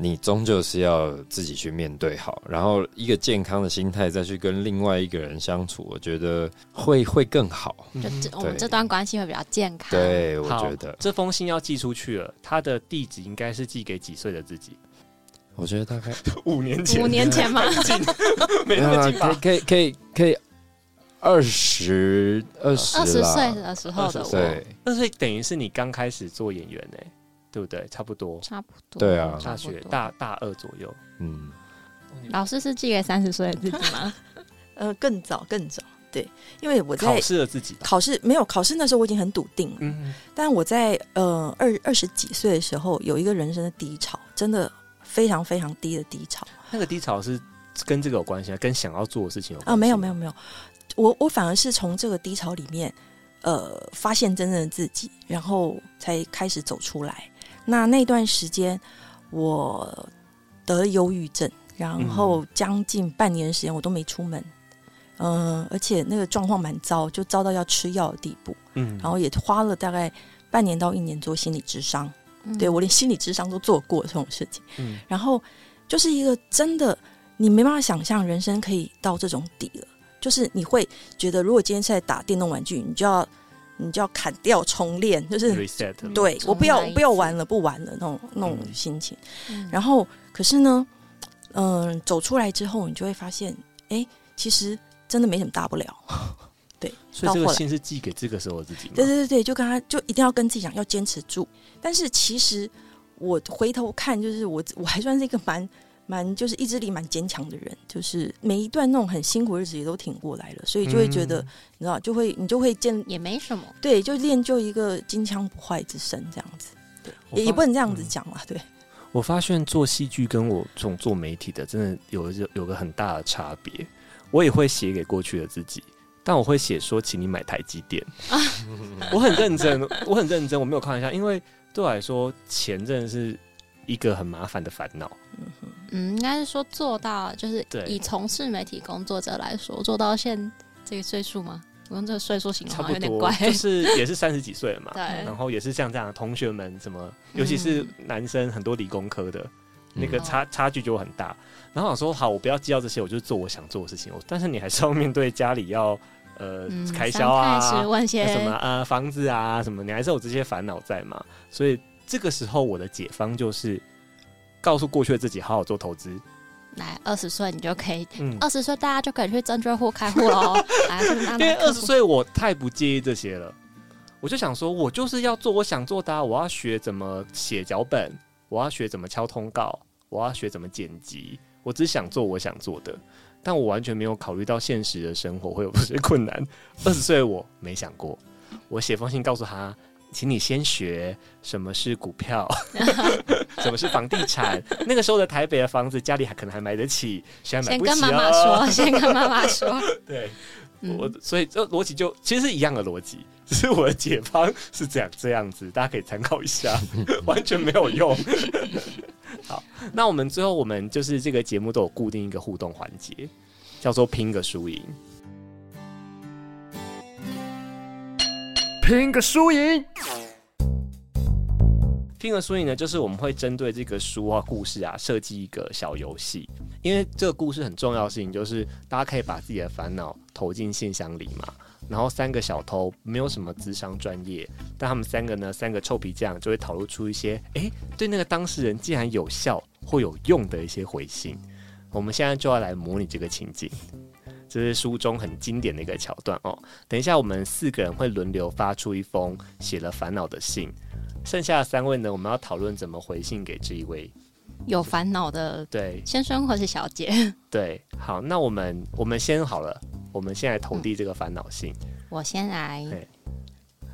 [SPEAKER 4] 你终究是要自己去面对好，然后一个健康的心态再去跟另外一个人相处，我觉得会会更好。
[SPEAKER 3] 就这我们
[SPEAKER 4] 对
[SPEAKER 3] 这段关系会比较健康。，
[SPEAKER 4] 对，我
[SPEAKER 2] 嗯好
[SPEAKER 4] 觉得
[SPEAKER 2] 这封信要寄出去了，他的地址应该是寄给几岁的自己？
[SPEAKER 4] 我觉得大概
[SPEAKER 2] 五年
[SPEAKER 3] 五年前嘛，
[SPEAKER 2] 没那么近
[SPEAKER 4] 可以
[SPEAKER 2] 吧？
[SPEAKER 4] 可以可以可以二十二十
[SPEAKER 3] 二十岁的时候的
[SPEAKER 2] 20
[SPEAKER 3] 我，
[SPEAKER 4] 对
[SPEAKER 2] 那所以等于是你刚开始做演员呢、欸对不对？差不多，
[SPEAKER 3] 差不多。
[SPEAKER 4] 对啊
[SPEAKER 3] 差
[SPEAKER 2] 大
[SPEAKER 3] 不
[SPEAKER 2] 学
[SPEAKER 3] 多。
[SPEAKER 2] 大大二左右。
[SPEAKER 4] 嗯，
[SPEAKER 3] 老师是寄给三十岁的 自己吗？
[SPEAKER 5] 呃更早更早，对，因为我
[SPEAKER 2] 考
[SPEAKER 5] 在
[SPEAKER 2] 试了自己吧。
[SPEAKER 5] 考试没有考试那时候我已经很笃定了，
[SPEAKER 2] 嗯，
[SPEAKER 5] 但我在呃二二十几岁的时候有一个人生的低潮，真的非常非常低的低潮
[SPEAKER 2] 那个低潮是跟这个有关系吗？跟想要做的事情有关系
[SPEAKER 5] 啊！没有没有没有，我我反而是从这个低潮里面，呃，发现真正的自己，然后才开始走出来。那那段时间我得了忧郁症，然后将近半年的时间我都没出门。嗯，而且那个状况蛮糟，就糟到要吃药的地步，
[SPEAKER 2] 嗯，
[SPEAKER 5] 然后也花了大概半年到一年做心理智商。
[SPEAKER 3] 嗯
[SPEAKER 5] 对我连心理智商都做过这种事情。
[SPEAKER 2] 嗯
[SPEAKER 5] 然后就是一个真的你没办法想象人生可以到这种底了，就是你会觉得如果今天是在打电动玩具，你就要你就要砍掉重练， 就是。
[SPEAKER 2] reset 了
[SPEAKER 5] 对，我不要
[SPEAKER 3] 重来一次
[SPEAKER 5] 不要玩了，不玩了那种那种
[SPEAKER 2] 嗯
[SPEAKER 5] 心情。
[SPEAKER 3] 嗯
[SPEAKER 5] 然后，可是呢，嗯、走出来之后，你就会发现，哎，其实真的没什么大不了。
[SPEAKER 2] 所以这
[SPEAKER 5] 到
[SPEAKER 2] 个
[SPEAKER 5] 后来
[SPEAKER 2] 信是寄给这个时候的自己吗？
[SPEAKER 5] 对对对对，就跟他就一定要跟自己讲要坚持住。但是其实我回头看，就是我我还算是一个蛮蛮就是意志力蛮坚强的人，就是每一段那种很辛苦的日子也都挺过来了，所以就会觉得、你知道，就会你就会建
[SPEAKER 3] 也没什么。
[SPEAKER 5] 对，就练就一个金枪不坏之身这样子，
[SPEAKER 2] 我
[SPEAKER 5] 也也
[SPEAKER 2] 发嗯
[SPEAKER 5] 不能这样子讲啦，对。
[SPEAKER 2] 我发现做戏剧跟我这种做媒体的，真的有有有个很大的差别。我也会写给过去的自己，但我会写说，请你买台积 电。我很认真，我很认真，我没有开玩笑，因为对我来说，钱真的是一个很麻烦的烦恼。
[SPEAKER 3] 嗯，应该是说做到，就是
[SPEAKER 2] 对
[SPEAKER 3] 以从事媒体工作者来说，做到现这个岁数吗？我用这个岁数形容
[SPEAKER 2] 差
[SPEAKER 3] 好
[SPEAKER 2] 不
[SPEAKER 3] 像有点
[SPEAKER 2] 多
[SPEAKER 3] 怪。，
[SPEAKER 2] 就是也是三十几岁了嘛
[SPEAKER 3] 对嗯
[SPEAKER 2] 然后也是像这样的同学们，什么尤其是男生，很多理工科的，那个
[SPEAKER 4] 嗯
[SPEAKER 2] 差差距就很大。然后我想说好，我不要计较这些，我就做我想做的事情。我但是你还是要面对家里要呃
[SPEAKER 3] 嗯，
[SPEAKER 2] 开销啊，
[SPEAKER 3] 三太十问些
[SPEAKER 2] 那什么呃房子啊什么，你还是有这些烦恼在嘛。所以这个时候我的解方就是告诉过去的自己，好好做投资。
[SPEAKER 3] 来，二十岁你就可以，
[SPEAKER 2] 嗯，
[SPEAKER 3] 二十岁大家就可以去证券户开户 喽。来，去拿
[SPEAKER 2] 因
[SPEAKER 3] 拿
[SPEAKER 2] 为
[SPEAKER 3] 客户
[SPEAKER 2] 二十岁我太不介意这些了，我就想说，我就是要做我想做的、啊，我要学怎么写脚本，我要学怎么敲通告，我要学怎么剪辑，我只想做我想做的。但我完全没有考虑到现实的生活会有这些困难。二十岁的我没想过，我写封信告诉他，请你先学什么是股 票，什么是房地产。那个时候的台北的房子，家里还可能还买得起，现在买
[SPEAKER 3] 先
[SPEAKER 2] 不起
[SPEAKER 3] 跟妈妈
[SPEAKER 2] 哦。
[SPEAKER 3] 说，先跟妈妈说。
[SPEAKER 2] 对，我
[SPEAKER 3] 嗯，
[SPEAKER 2] 所以这逻辑就其实是一样的逻辑，只是我的解方是这样这样子，大家可以参考 一下，完全没有用。 好，那我们最后我们就是这个节目都有固定一个互动环节，叫做拼个输赢。
[SPEAKER 6] 拼个输赢。
[SPEAKER 2] 拼了输赢呢，就是我们会针对这个书啊、故事啊，设计一个小游戏。因为这个故事很重要的事情，就是大家可以把自己的烦恼投进信箱里嘛。然后三个小偷没有什么智商专业，但他们三个呢，三个臭皮匠就会讨论出一些，诶，对那个当事人竟然有效或有用的一些回信。我们现在就要来模拟这个情景，这是书中很经典的一个桥段哦。等一下，我们四个人会轮流发出一封写了烦恼的信，剩下的三位呢，我们要讨论怎么回信给这一位。
[SPEAKER 3] 有烦恼的
[SPEAKER 2] 对
[SPEAKER 3] 先生或是小姐，
[SPEAKER 2] 对，好，那我们我们先好了，我们先来投递这个烦恼信。
[SPEAKER 3] 我先来
[SPEAKER 2] 对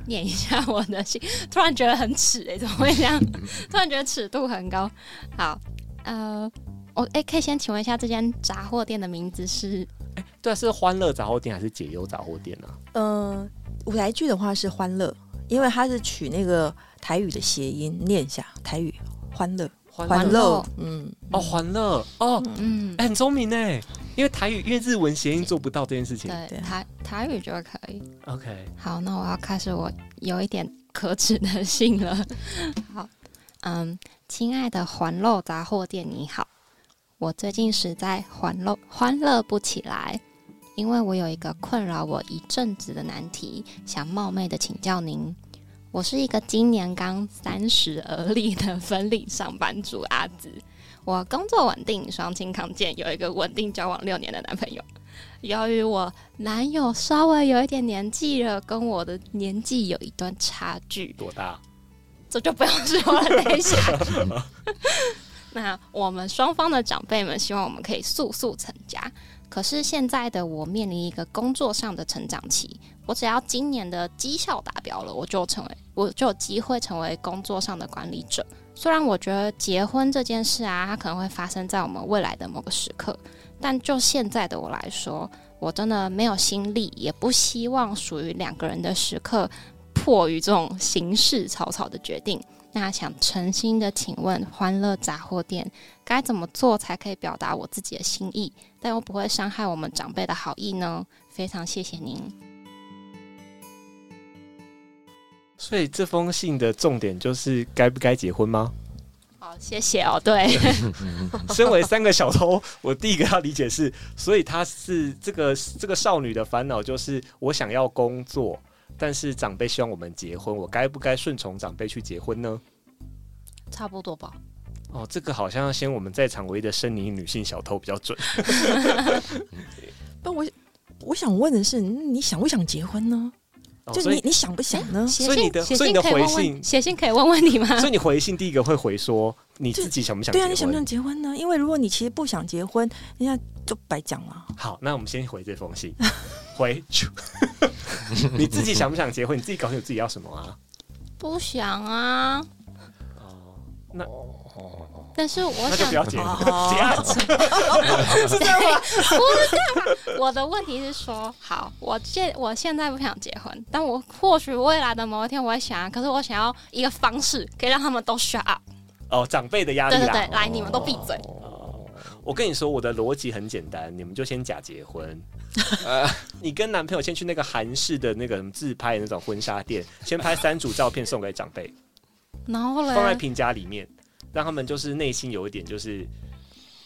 [SPEAKER 3] 念一下我的信，突然觉得很耻哎、怎么会这 样？突然觉得尺度很高。好，呃，我哎、可以先请问一下这间杂货店的名字是？
[SPEAKER 2] 对啊，是欢乐杂货店还是解忧杂货店啊？
[SPEAKER 5] 嗯，舞台剧的话是欢乐，因为它是取那个台语的谐音，念一下台语欢乐，
[SPEAKER 2] 欢
[SPEAKER 3] 欢
[SPEAKER 5] 乐
[SPEAKER 3] 乐，
[SPEAKER 5] 嗯，
[SPEAKER 2] 哦，欢乐哦，
[SPEAKER 3] 嗯
[SPEAKER 2] 哎、，很聪明哎，因为台语因为日文谐音做不到这件事情。
[SPEAKER 3] 对，
[SPEAKER 5] 对
[SPEAKER 3] 台台语就可以。
[SPEAKER 2] OK，
[SPEAKER 3] 好，那我要开始我有一点可耻的信了。好，嗯，亲爱的环肉杂货店，你好，我最近实在欢乐欢乐不起来，因为我有一个困扰我一阵子的难题，想冒昧的请教您。我是一个今年刚三十而立的分离上班族阿紫，我工作稳定，双亲康健，有一个稳定交往六年的男朋友。由于我男友稍微有一点年纪了，跟我的年纪有一段差距，
[SPEAKER 2] 多大？
[SPEAKER 3] 这就不用说了。等一下， 那我们双方的长辈们希望我们可以速速成家，可是现在的我面临一个工作上的成长期，我只要今年的绩效达标了，我就成为我就有机会成为工作上的管理者。虽然我觉得结婚这件事啊，它可能会发生在我们未来的某个时刻，但就现在的我来说，我真的没有心力，也不希望属于两个人的时刻迫于这种形式草草的决定。那想诚心的请问，欢乐杂货店该怎么做才可以表达我自己的心意，但又不会伤害我们长辈的好意呢？非常谢谢您。
[SPEAKER 2] 所以这封信的重点就是该不该结婚吗？
[SPEAKER 3] 好，谢谢哦。对，
[SPEAKER 2] 身为三个小偷，我第一个要理解是，所以她是这个这个少女的烦恼就是我想要工作，但是长辈希望我们结婚，我该不该顺从长辈去结婚呢？
[SPEAKER 3] 差不多吧。
[SPEAKER 2] 哦，这个好像先我们在场唯一的生理女性小偷比较准。
[SPEAKER 5] 但我我想问的是，嗯你想不想结婚呢？
[SPEAKER 2] 哦、
[SPEAKER 5] 就
[SPEAKER 2] 所
[SPEAKER 5] 你
[SPEAKER 2] 以，
[SPEAKER 5] 你想不想呢？
[SPEAKER 3] 写
[SPEAKER 2] 所以你
[SPEAKER 3] 信
[SPEAKER 2] 的，
[SPEAKER 3] 写
[SPEAKER 2] 所以你
[SPEAKER 3] 信
[SPEAKER 2] 的
[SPEAKER 3] 可以
[SPEAKER 2] 回
[SPEAKER 3] 问
[SPEAKER 2] 信
[SPEAKER 3] 问，写信可以问问你吗？
[SPEAKER 2] 所以你回信第一个会回说你自己哎想不想结
[SPEAKER 5] 对
[SPEAKER 2] 婚？
[SPEAKER 5] 啊，你想不想结婚呢？因为如果你其实不想结婚，人家就白讲了。
[SPEAKER 2] 好，那我们先回这封信， 回。你自己想不想结婚？你自己搞清楚自己要什么啊？
[SPEAKER 3] 不想啊，
[SPEAKER 2] 哦，那
[SPEAKER 3] 但是我
[SPEAKER 2] 那就
[SPEAKER 3] 想
[SPEAKER 2] 不要结婚，
[SPEAKER 5] 哦
[SPEAKER 2] 结案。 哎
[SPEAKER 3] 我的问题是说，好，我现我现在不想结婚，但我或许未来的某一天我会想啊，可是我想要一个方式可以让他们都 shut up。
[SPEAKER 2] 哦，长辈的压力
[SPEAKER 3] 对
[SPEAKER 2] 啦。
[SPEAKER 3] 对对，来，你们都闭嘴。
[SPEAKER 2] 我跟你说，我的逻辑很简单，你们就先假结 婚。你跟男朋友先去那个韩式的那个自拍的那种婚纱店，先拍三组照片送给长 辈，
[SPEAKER 3] 然后
[SPEAKER 5] 啊
[SPEAKER 2] 放在
[SPEAKER 3] 嘞，
[SPEAKER 2] 评价里面，让他们就是内心有一点就是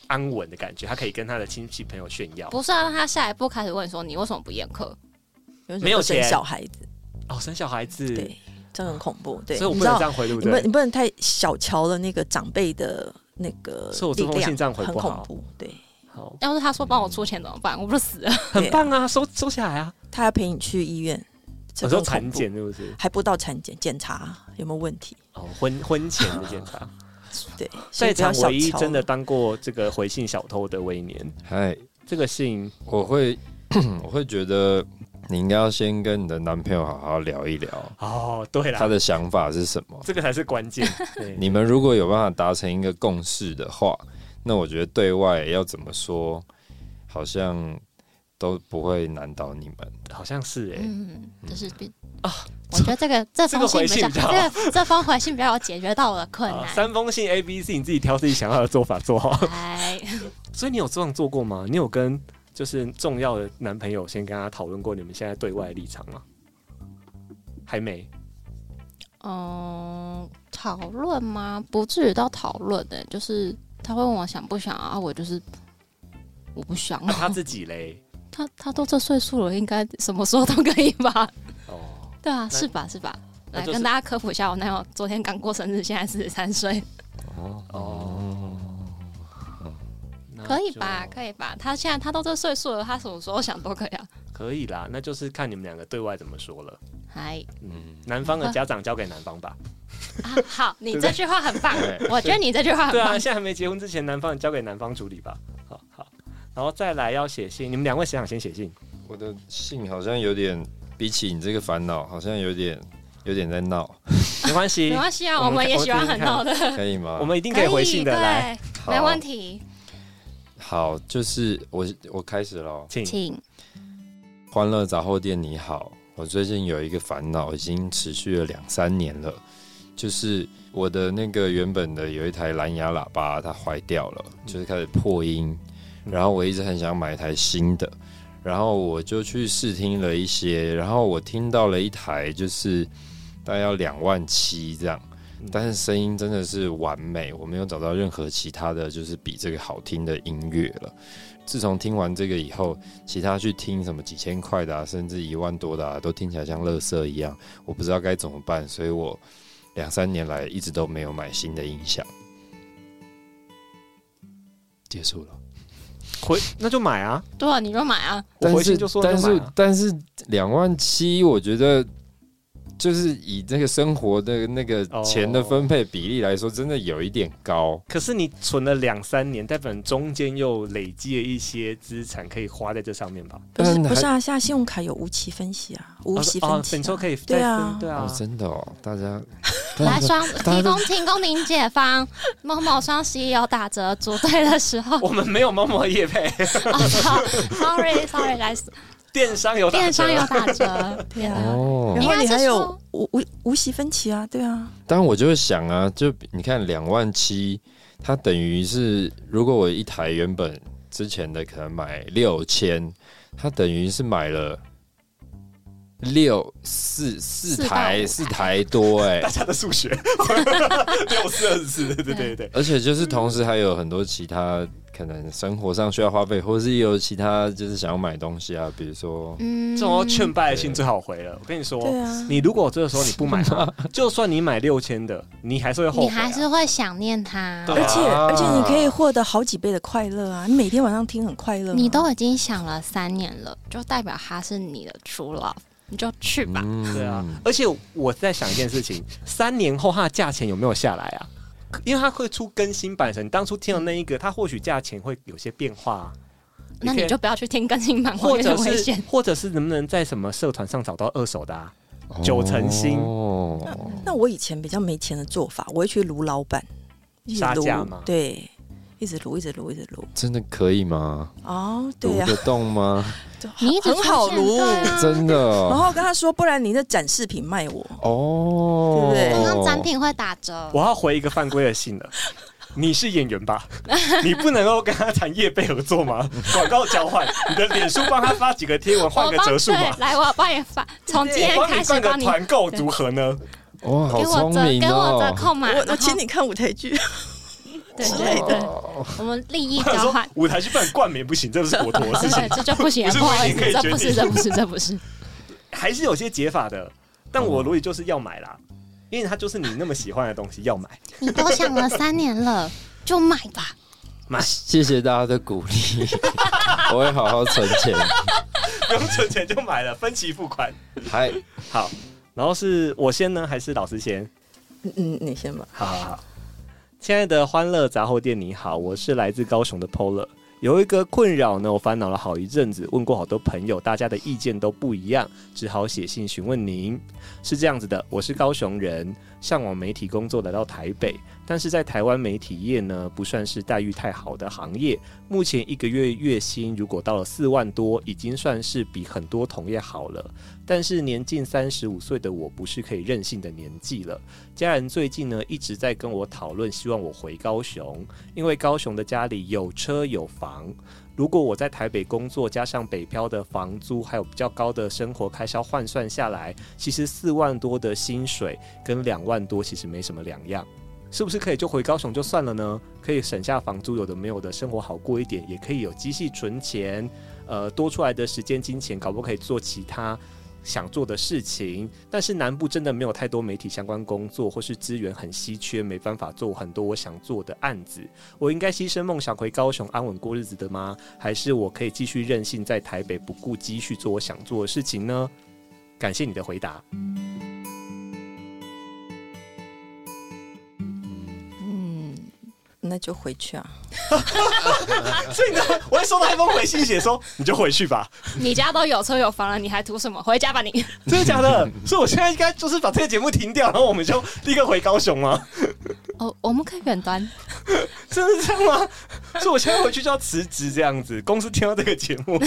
[SPEAKER 2] 安稳的感觉，他可以跟他的亲戚朋友炫耀。
[SPEAKER 3] 不是啊，让他下一步开始问说你为什么不宴客？
[SPEAKER 5] 有
[SPEAKER 2] 没有
[SPEAKER 5] 生
[SPEAKER 2] 钱
[SPEAKER 5] 小孩子，
[SPEAKER 2] 哦，生小孩子，
[SPEAKER 5] 对，这很恐怖。对，
[SPEAKER 2] 所以我
[SPEAKER 5] 你
[SPEAKER 2] 不
[SPEAKER 5] 知
[SPEAKER 2] 能
[SPEAKER 5] 道
[SPEAKER 2] 这样回，对不
[SPEAKER 5] 你不
[SPEAKER 2] 对
[SPEAKER 5] 你？不能太小瞧了那个长辈的那个
[SPEAKER 2] 所以我这
[SPEAKER 5] 力
[SPEAKER 2] 封信
[SPEAKER 5] 量，
[SPEAKER 2] 这样回
[SPEAKER 5] 很
[SPEAKER 2] 不
[SPEAKER 5] 恐
[SPEAKER 2] 好
[SPEAKER 5] 怖。对，
[SPEAKER 2] 好，
[SPEAKER 3] 要是他说帮我出钱怎么办？我不是死了？
[SPEAKER 2] 很棒啊，收收下来啊。
[SPEAKER 5] 他要陪你去医院，这
[SPEAKER 2] 我说
[SPEAKER 5] 更恐
[SPEAKER 2] 产
[SPEAKER 5] 怖
[SPEAKER 2] 检是不是？
[SPEAKER 5] 还不到产检检查有没有问题？
[SPEAKER 2] 哦，婚婚前的检查。
[SPEAKER 5] 对，所以
[SPEAKER 2] 在场
[SPEAKER 5] 不要小
[SPEAKER 2] 唯一
[SPEAKER 5] 瞧啊
[SPEAKER 2] 真的
[SPEAKER 5] 了
[SPEAKER 2] 当过这个回信小偷的威廉，
[SPEAKER 4] 嗨，
[SPEAKER 2] 这个信
[SPEAKER 4] 我会 我会觉得你应该要先跟你的男朋友好好聊一聊，
[SPEAKER 2] 哦，对
[SPEAKER 4] 他
[SPEAKER 2] 啦，
[SPEAKER 4] 的想法是什么。
[SPEAKER 2] 这个才是关 键。对
[SPEAKER 4] 你们如果有办法达成一个共识的话，那我觉得对外要怎么说，好像都不会难倒你们。
[SPEAKER 2] 好像是哎、
[SPEAKER 3] 嗯，就是比啊，我觉得这个这
[SPEAKER 2] 这
[SPEAKER 3] 封
[SPEAKER 2] 个
[SPEAKER 3] 信
[SPEAKER 2] 回
[SPEAKER 3] 比较
[SPEAKER 2] 信比较好
[SPEAKER 3] 这个这封回信比较有解决到我的困
[SPEAKER 2] 好
[SPEAKER 3] 难。
[SPEAKER 2] 啊三封信 A、B、C，你自己挑自己想要的做法做好。
[SPEAKER 3] 哎，
[SPEAKER 2] 所以你有这样做过吗？你有跟就是重要的男朋友先跟他讨论过你们现在对外的立场吗？还没。
[SPEAKER 3] 嗯，讨论吗？不至于到讨论的，就是他会问我想不想啊，我就是我不想
[SPEAKER 2] 那、
[SPEAKER 3] 啊。
[SPEAKER 2] 他自己嘞？
[SPEAKER 3] 他他都这岁数了，应该什么时候都可以吧？
[SPEAKER 2] 哦，
[SPEAKER 3] 对啊，是吧？是吧？
[SPEAKER 2] 那
[SPEAKER 3] 来
[SPEAKER 2] 就是
[SPEAKER 3] 跟大家科普一下，我男友昨天刚过生日，现在四十三岁，
[SPEAKER 2] 哦
[SPEAKER 3] 可以吧？可以吧？他现在他都这岁数了，他什么时候想都可以啊。
[SPEAKER 2] 可以啦，那就是看你们两个对外怎么说了。
[SPEAKER 3] 嗨
[SPEAKER 2] 嗯，男方的家长交给男方吧。
[SPEAKER 3] 啊，好，你
[SPEAKER 2] 对不
[SPEAKER 3] 这
[SPEAKER 2] 对
[SPEAKER 3] 句话很棒
[SPEAKER 4] 对，
[SPEAKER 3] 我觉得你这句话很
[SPEAKER 2] 对啊，
[SPEAKER 3] 棒。
[SPEAKER 2] 现在还没结婚之前，男方交给男方处理吧。好好，然后再来要写信，你们两位谁想先写信？
[SPEAKER 4] 我的信好像有点，比起你这个烦恼，好像有点有点在闹，
[SPEAKER 2] 没关系
[SPEAKER 3] 没，关系啊，
[SPEAKER 2] 我
[SPEAKER 3] 我
[SPEAKER 2] 们
[SPEAKER 3] 们也喜欢很闹的，
[SPEAKER 4] 可 以吗？
[SPEAKER 2] 我们一定可以回信的。来，
[SPEAKER 3] 对
[SPEAKER 4] 好
[SPEAKER 3] 没问。题，
[SPEAKER 4] 好，就是我我开始喽。
[SPEAKER 2] 请
[SPEAKER 3] 请
[SPEAKER 4] 欢乐杂货店，你好。我最近有一个烦恼，已经持续了两三年了，就是我的那个原本的有一台蓝牙喇叭，它坏掉了，就是开始破音。
[SPEAKER 2] 嗯
[SPEAKER 4] 然后我一直很想买一台新的，然后我就去试听了一些，然后我听到了一台就是大概要两万七这样
[SPEAKER 2] 嗯，
[SPEAKER 4] 但是声音真的是完美，我没有找到任何其他的就是比这个好听的音乐了。自从听完这个以后，其他去听什么几千块的、啊，甚至一万多的、啊，都听起来像垃圾一样，我不知道该怎么办，所以我两三年来一直都没有买新的音响。结束了。
[SPEAKER 2] 回，那就买啊。
[SPEAKER 3] 对啊，你就买啊，
[SPEAKER 2] 我
[SPEAKER 4] 但
[SPEAKER 2] 回
[SPEAKER 4] 是
[SPEAKER 2] 信就说
[SPEAKER 4] 但
[SPEAKER 2] 就买
[SPEAKER 4] 是
[SPEAKER 2] 啊
[SPEAKER 4] 但是两万七，我觉得就是以那个生活的那个
[SPEAKER 2] 哦
[SPEAKER 4] 钱的分配比例来说，真的有一点高。
[SPEAKER 2] 可是你存了两三年，代表你中间又累积了一些资产，可以花在这上面吧？
[SPEAKER 5] 不是
[SPEAKER 4] 但
[SPEAKER 5] 不是
[SPEAKER 4] 还
[SPEAKER 5] 啊，现在信用卡有无息分期啊，无息分
[SPEAKER 2] 哦，
[SPEAKER 5] 期、
[SPEAKER 2] 本周
[SPEAKER 5] 啊。
[SPEAKER 2] 可以再
[SPEAKER 5] 对啊
[SPEAKER 2] 分，对啊
[SPEAKER 4] 哦，，真的哦，大家
[SPEAKER 3] 来
[SPEAKER 4] 啊大
[SPEAKER 3] 双
[SPEAKER 4] 家
[SPEAKER 3] 提供提供您解 方，某某双十一有打折，组队的时候，
[SPEAKER 2] 我们没有某某业配，
[SPEAKER 3] 哦好，sorry sorry，来
[SPEAKER 2] 电商有打折
[SPEAKER 3] 电商有打折，
[SPEAKER 5] 对啊，
[SPEAKER 4] 哦
[SPEAKER 3] 应
[SPEAKER 5] 然，后你
[SPEAKER 3] 该
[SPEAKER 5] 还
[SPEAKER 3] 是
[SPEAKER 5] 有
[SPEAKER 3] 说
[SPEAKER 5] 无无无息分期啊，对啊，
[SPEAKER 4] 但我就会想啊，就你看两万七，它等于是如果我一台原本之前的可能买六千，它等于是买了。六四四
[SPEAKER 3] 四到五
[SPEAKER 4] 台
[SPEAKER 3] 台
[SPEAKER 4] 四台多 哎、
[SPEAKER 2] 大家的数学六四二四，对对对对，
[SPEAKER 4] 而且就是同时还有很多其他可能生活上需要花费，或是有其他就是想要买东西啊，比如说
[SPEAKER 3] 嗯，
[SPEAKER 2] 这种劝败的信最好回了。我跟你说，
[SPEAKER 5] 对啊，
[SPEAKER 2] 你如果这个时候你不买 它，就算你买六千的，你还是会后悔、
[SPEAKER 3] 你
[SPEAKER 2] 啊。
[SPEAKER 3] 还是会想念他，
[SPEAKER 2] 对
[SPEAKER 5] 而且
[SPEAKER 4] 啊
[SPEAKER 5] 而且你可以获得好几倍的快乐啊，你每天晚上听很快乐啊、
[SPEAKER 3] 你都已经想了三年了，就代表他是你的 true love，你就去吧。
[SPEAKER 4] 嗯
[SPEAKER 2] 对啊，而且我在想一件事情，三年后它的价钱有没有下来啊？因为它会出更新版本，你当初听的那一个，它或许价钱会有些变化啊、
[SPEAKER 3] 那
[SPEAKER 2] 可
[SPEAKER 3] 你
[SPEAKER 2] 以
[SPEAKER 3] 就不要去听更新版，我
[SPEAKER 2] 或
[SPEAKER 3] 有点
[SPEAKER 2] 者
[SPEAKER 3] 危
[SPEAKER 2] 是
[SPEAKER 3] 险。
[SPEAKER 2] 或者是能不能在什么社团上找到二手的、啊？九成新
[SPEAKER 4] 哦，
[SPEAKER 5] 那我以前比较没钱的做法，我会去撸老板，一直
[SPEAKER 2] 杀
[SPEAKER 5] 撸
[SPEAKER 2] 价吗，
[SPEAKER 5] 对，一直撸，一直撸，一直撸。
[SPEAKER 4] 真的可以吗？
[SPEAKER 5] 哦，
[SPEAKER 4] 读
[SPEAKER 5] 对呀、
[SPEAKER 4] 得动吗？
[SPEAKER 5] 就
[SPEAKER 3] 你一直
[SPEAKER 5] 很好
[SPEAKER 3] 出现
[SPEAKER 5] 撸，
[SPEAKER 3] 对啊
[SPEAKER 4] 真的
[SPEAKER 5] 然
[SPEAKER 4] 哦
[SPEAKER 5] 后跟他说，不然你那展示品卖我。
[SPEAKER 4] 哦，
[SPEAKER 5] 对
[SPEAKER 3] 刚刚展品会打折，
[SPEAKER 2] 我要回一个犯规的信了。你是演员 吧？你不能够跟他谈业备合作吗？广告交换，你的脸书帮他发几个贴文，换
[SPEAKER 3] 我
[SPEAKER 2] 个
[SPEAKER 3] 帮
[SPEAKER 2] 折数
[SPEAKER 3] 对
[SPEAKER 2] 嘛？
[SPEAKER 3] 来，我帮你发，从今天
[SPEAKER 2] 我帮
[SPEAKER 3] 开
[SPEAKER 2] 你
[SPEAKER 3] 始
[SPEAKER 2] 办个
[SPEAKER 3] 帮你
[SPEAKER 2] 团购如何呢？
[SPEAKER 4] 哇，哦好
[SPEAKER 3] 给我
[SPEAKER 4] 聪明
[SPEAKER 3] 折，给我折
[SPEAKER 4] 哦！
[SPEAKER 3] 扣码，
[SPEAKER 5] 我我
[SPEAKER 3] 然后
[SPEAKER 5] 请你看舞台剧，
[SPEAKER 3] 对
[SPEAKER 5] 之
[SPEAKER 3] 对
[SPEAKER 5] 类
[SPEAKER 3] 对
[SPEAKER 5] 的，
[SPEAKER 3] 我们利益
[SPEAKER 2] 我想
[SPEAKER 3] 交
[SPEAKER 2] 说
[SPEAKER 3] 换。
[SPEAKER 2] 舞台剧不能冠冕不行，这是佛陀 的事情
[SPEAKER 3] 对，，这就不行，
[SPEAKER 2] 不是
[SPEAKER 3] 不好意
[SPEAKER 2] 我也
[SPEAKER 3] 思，
[SPEAKER 2] 可以
[SPEAKER 3] 这
[SPEAKER 2] 决
[SPEAKER 3] 不是，
[SPEAKER 2] 定
[SPEAKER 3] 这不是，这不是。
[SPEAKER 2] 还是有些解法的。但我的逻辑就是要买啦，因为它就是你那么喜欢的东西，要买。
[SPEAKER 3] 你都想了三年了，就买 吧。
[SPEAKER 4] 谢谢大家的鼓 励，我会好好存钱。
[SPEAKER 2] 不用存钱就买了，分期付款。
[SPEAKER 4] 嗨，
[SPEAKER 2] 好，然后是我先呢，还是老师先？
[SPEAKER 5] 嗯嗯，你先吧。
[SPEAKER 2] 好好好，亲爱的欢乐杂货店，你好，我是来自高雄的 Polar。有一个困扰呢，我烦恼了好一阵子，问过好多朋友，大家的意见都不一样，只好写信询问您。是这样子的，我是高雄人，向往媒体工作来到台北，但是在台湾媒体业呢，不算是待遇太好的行业。目前一个月月薪如果到了四万多，已经算是比很多同业好了。但是年近三十五岁的我，不是可以任性的年纪了。家人最近呢一直在跟我讨论，希望我回高雄，因为高雄的家里有车有房。如果我在台北工作，加上北漂的房租，还有比较高的生活开销换算下来，其实四万多的薪水跟两万多其实没什么两样。是不是可以就回高雄就算了呢？可以省下房租，有的没有的，生活好过一点，也可以有积蓄存钱。呃，多出来的时间、金钱，搞不好可以做其他想做的事情。但是南部真的没有太多媒体相关工作，或是资源很稀缺，没办法做很多我想做的案子。我应该牺牲梦想回高雄安稳过日子的吗？还是我可以继续任性在台北不顾积蓄做我想做的事情呢？感谢你的回答。
[SPEAKER 5] 嗯，那就回去啊。
[SPEAKER 2] 所以呢，我会收到一封回信，写说你就回去吧，
[SPEAKER 3] 你家都有车有房了，你还图什么？回家吧你。
[SPEAKER 2] 真的假的？所以我现在应该就是把这个节目停掉，然后我们就立刻回高雄吗？
[SPEAKER 3] 哦，我们可以远端。
[SPEAKER 2] 真的这样吗？所以我现在回去就要辞职这样子。公司听到这个节目，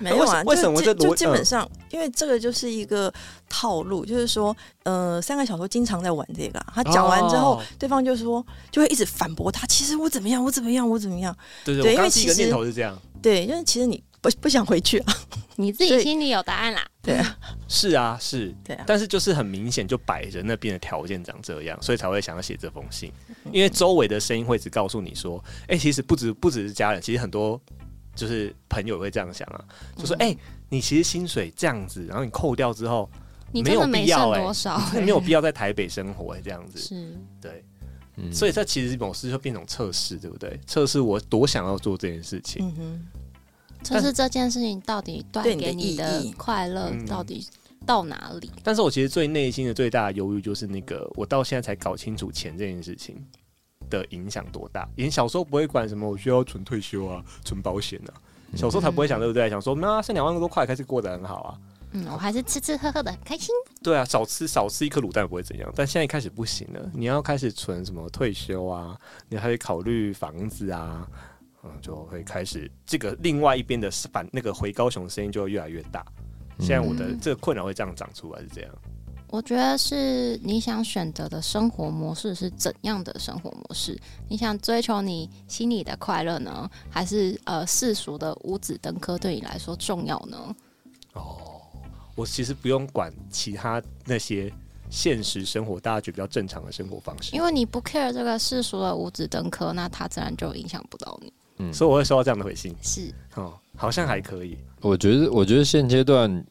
[SPEAKER 5] 没有啊，
[SPEAKER 2] 哎为什
[SPEAKER 5] 就
[SPEAKER 2] 为什么
[SPEAKER 5] 就
[SPEAKER 2] 这逻嗯
[SPEAKER 5] 就基本上，因为这个就是一个套路，就是说，呃，三个小说经常在玩这个啊、他讲完之后，
[SPEAKER 2] 哦
[SPEAKER 5] 对方就说，就会一直反驳他，其实我怎么样，我怎么样，我怎么样，
[SPEAKER 2] 对
[SPEAKER 5] 对
[SPEAKER 2] 我
[SPEAKER 5] 因
[SPEAKER 2] 刚
[SPEAKER 5] 为
[SPEAKER 2] 第一
[SPEAKER 5] 其
[SPEAKER 2] 个
[SPEAKER 5] 实
[SPEAKER 2] 念头是这样。
[SPEAKER 5] 对，因为其实你不不想回去啊，
[SPEAKER 3] 你自
[SPEAKER 5] 所
[SPEAKER 3] 己
[SPEAKER 5] 以
[SPEAKER 3] 心里有答案啦。
[SPEAKER 5] 对啊，
[SPEAKER 2] 是啊，是，
[SPEAKER 5] 对啊
[SPEAKER 2] 但是就是很明显就摆着那边的条件长这样，所以才会想要写这封信，因为周围的声音会只告诉你说，哎、其实不止不只是家人，其实很多就是朋友也会这样想啊， 就
[SPEAKER 3] 嗯
[SPEAKER 2] 说，哎、你其实薪水这样子，然后你扣掉之后，
[SPEAKER 3] 你真的
[SPEAKER 2] 没有
[SPEAKER 3] 没
[SPEAKER 2] 必要
[SPEAKER 3] 剩
[SPEAKER 2] 欸
[SPEAKER 3] 多少、
[SPEAKER 2] 真的没有必要在台北生活、哎，这样子，
[SPEAKER 3] 是，
[SPEAKER 2] 对，
[SPEAKER 4] 嗯
[SPEAKER 2] 所以这其实某事就变成测试，对不对？测试我多想要做这件事情，
[SPEAKER 5] 嗯哼，
[SPEAKER 3] 就是这件事情到底带
[SPEAKER 5] 对你的
[SPEAKER 3] 给你的
[SPEAKER 5] 意义
[SPEAKER 3] 快乐
[SPEAKER 2] 嗯
[SPEAKER 3] 到底到哪里？
[SPEAKER 2] 但是我其实最内心的最大的忧虑就是那个，我到现在才搞清楚钱这件事情的影响多大。以前小时候不会管什么，我需要存退休啊，存保险啊，小时候才不会想，对不对？想说，妈，剩两万多块开始过得很好啊。
[SPEAKER 3] 嗯，我还是吃吃喝喝的很开心。
[SPEAKER 2] 对啊，少吃少吃一颗卤蛋不会怎样，但现在开始不行了。你要开始存什么退休啊，你还得考虑房子啊，嗯，就会开始这个另外一边的反那个回高雄声音就会越来越大。现在我的
[SPEAKER 3] 嗯
[SPEAKER 2] 这个困扰会这样长出来，是这样。
[SPEAKER 3] 我觉得是你想选择的生活模式是怎样的生活模式？你想追求你心里的快乐呢，还是呃世俗的五子登科对你来说重要呢？
[SPEAKER 2] 哦，我其实不用管其他那些现实生活大家觉得比较正常的生活方式，
[SPEAKER 3] 因为你不 care 这个世俗的五子登科，那它自然就影响不到你。
[SPEAKER 2] 所以我会收到这样的回信。
[SPEAKER 3] 是，
[SPEAKER 2] 哦，好像还可以。
[SPEAKER 4] 我觉得，我觉得现阶段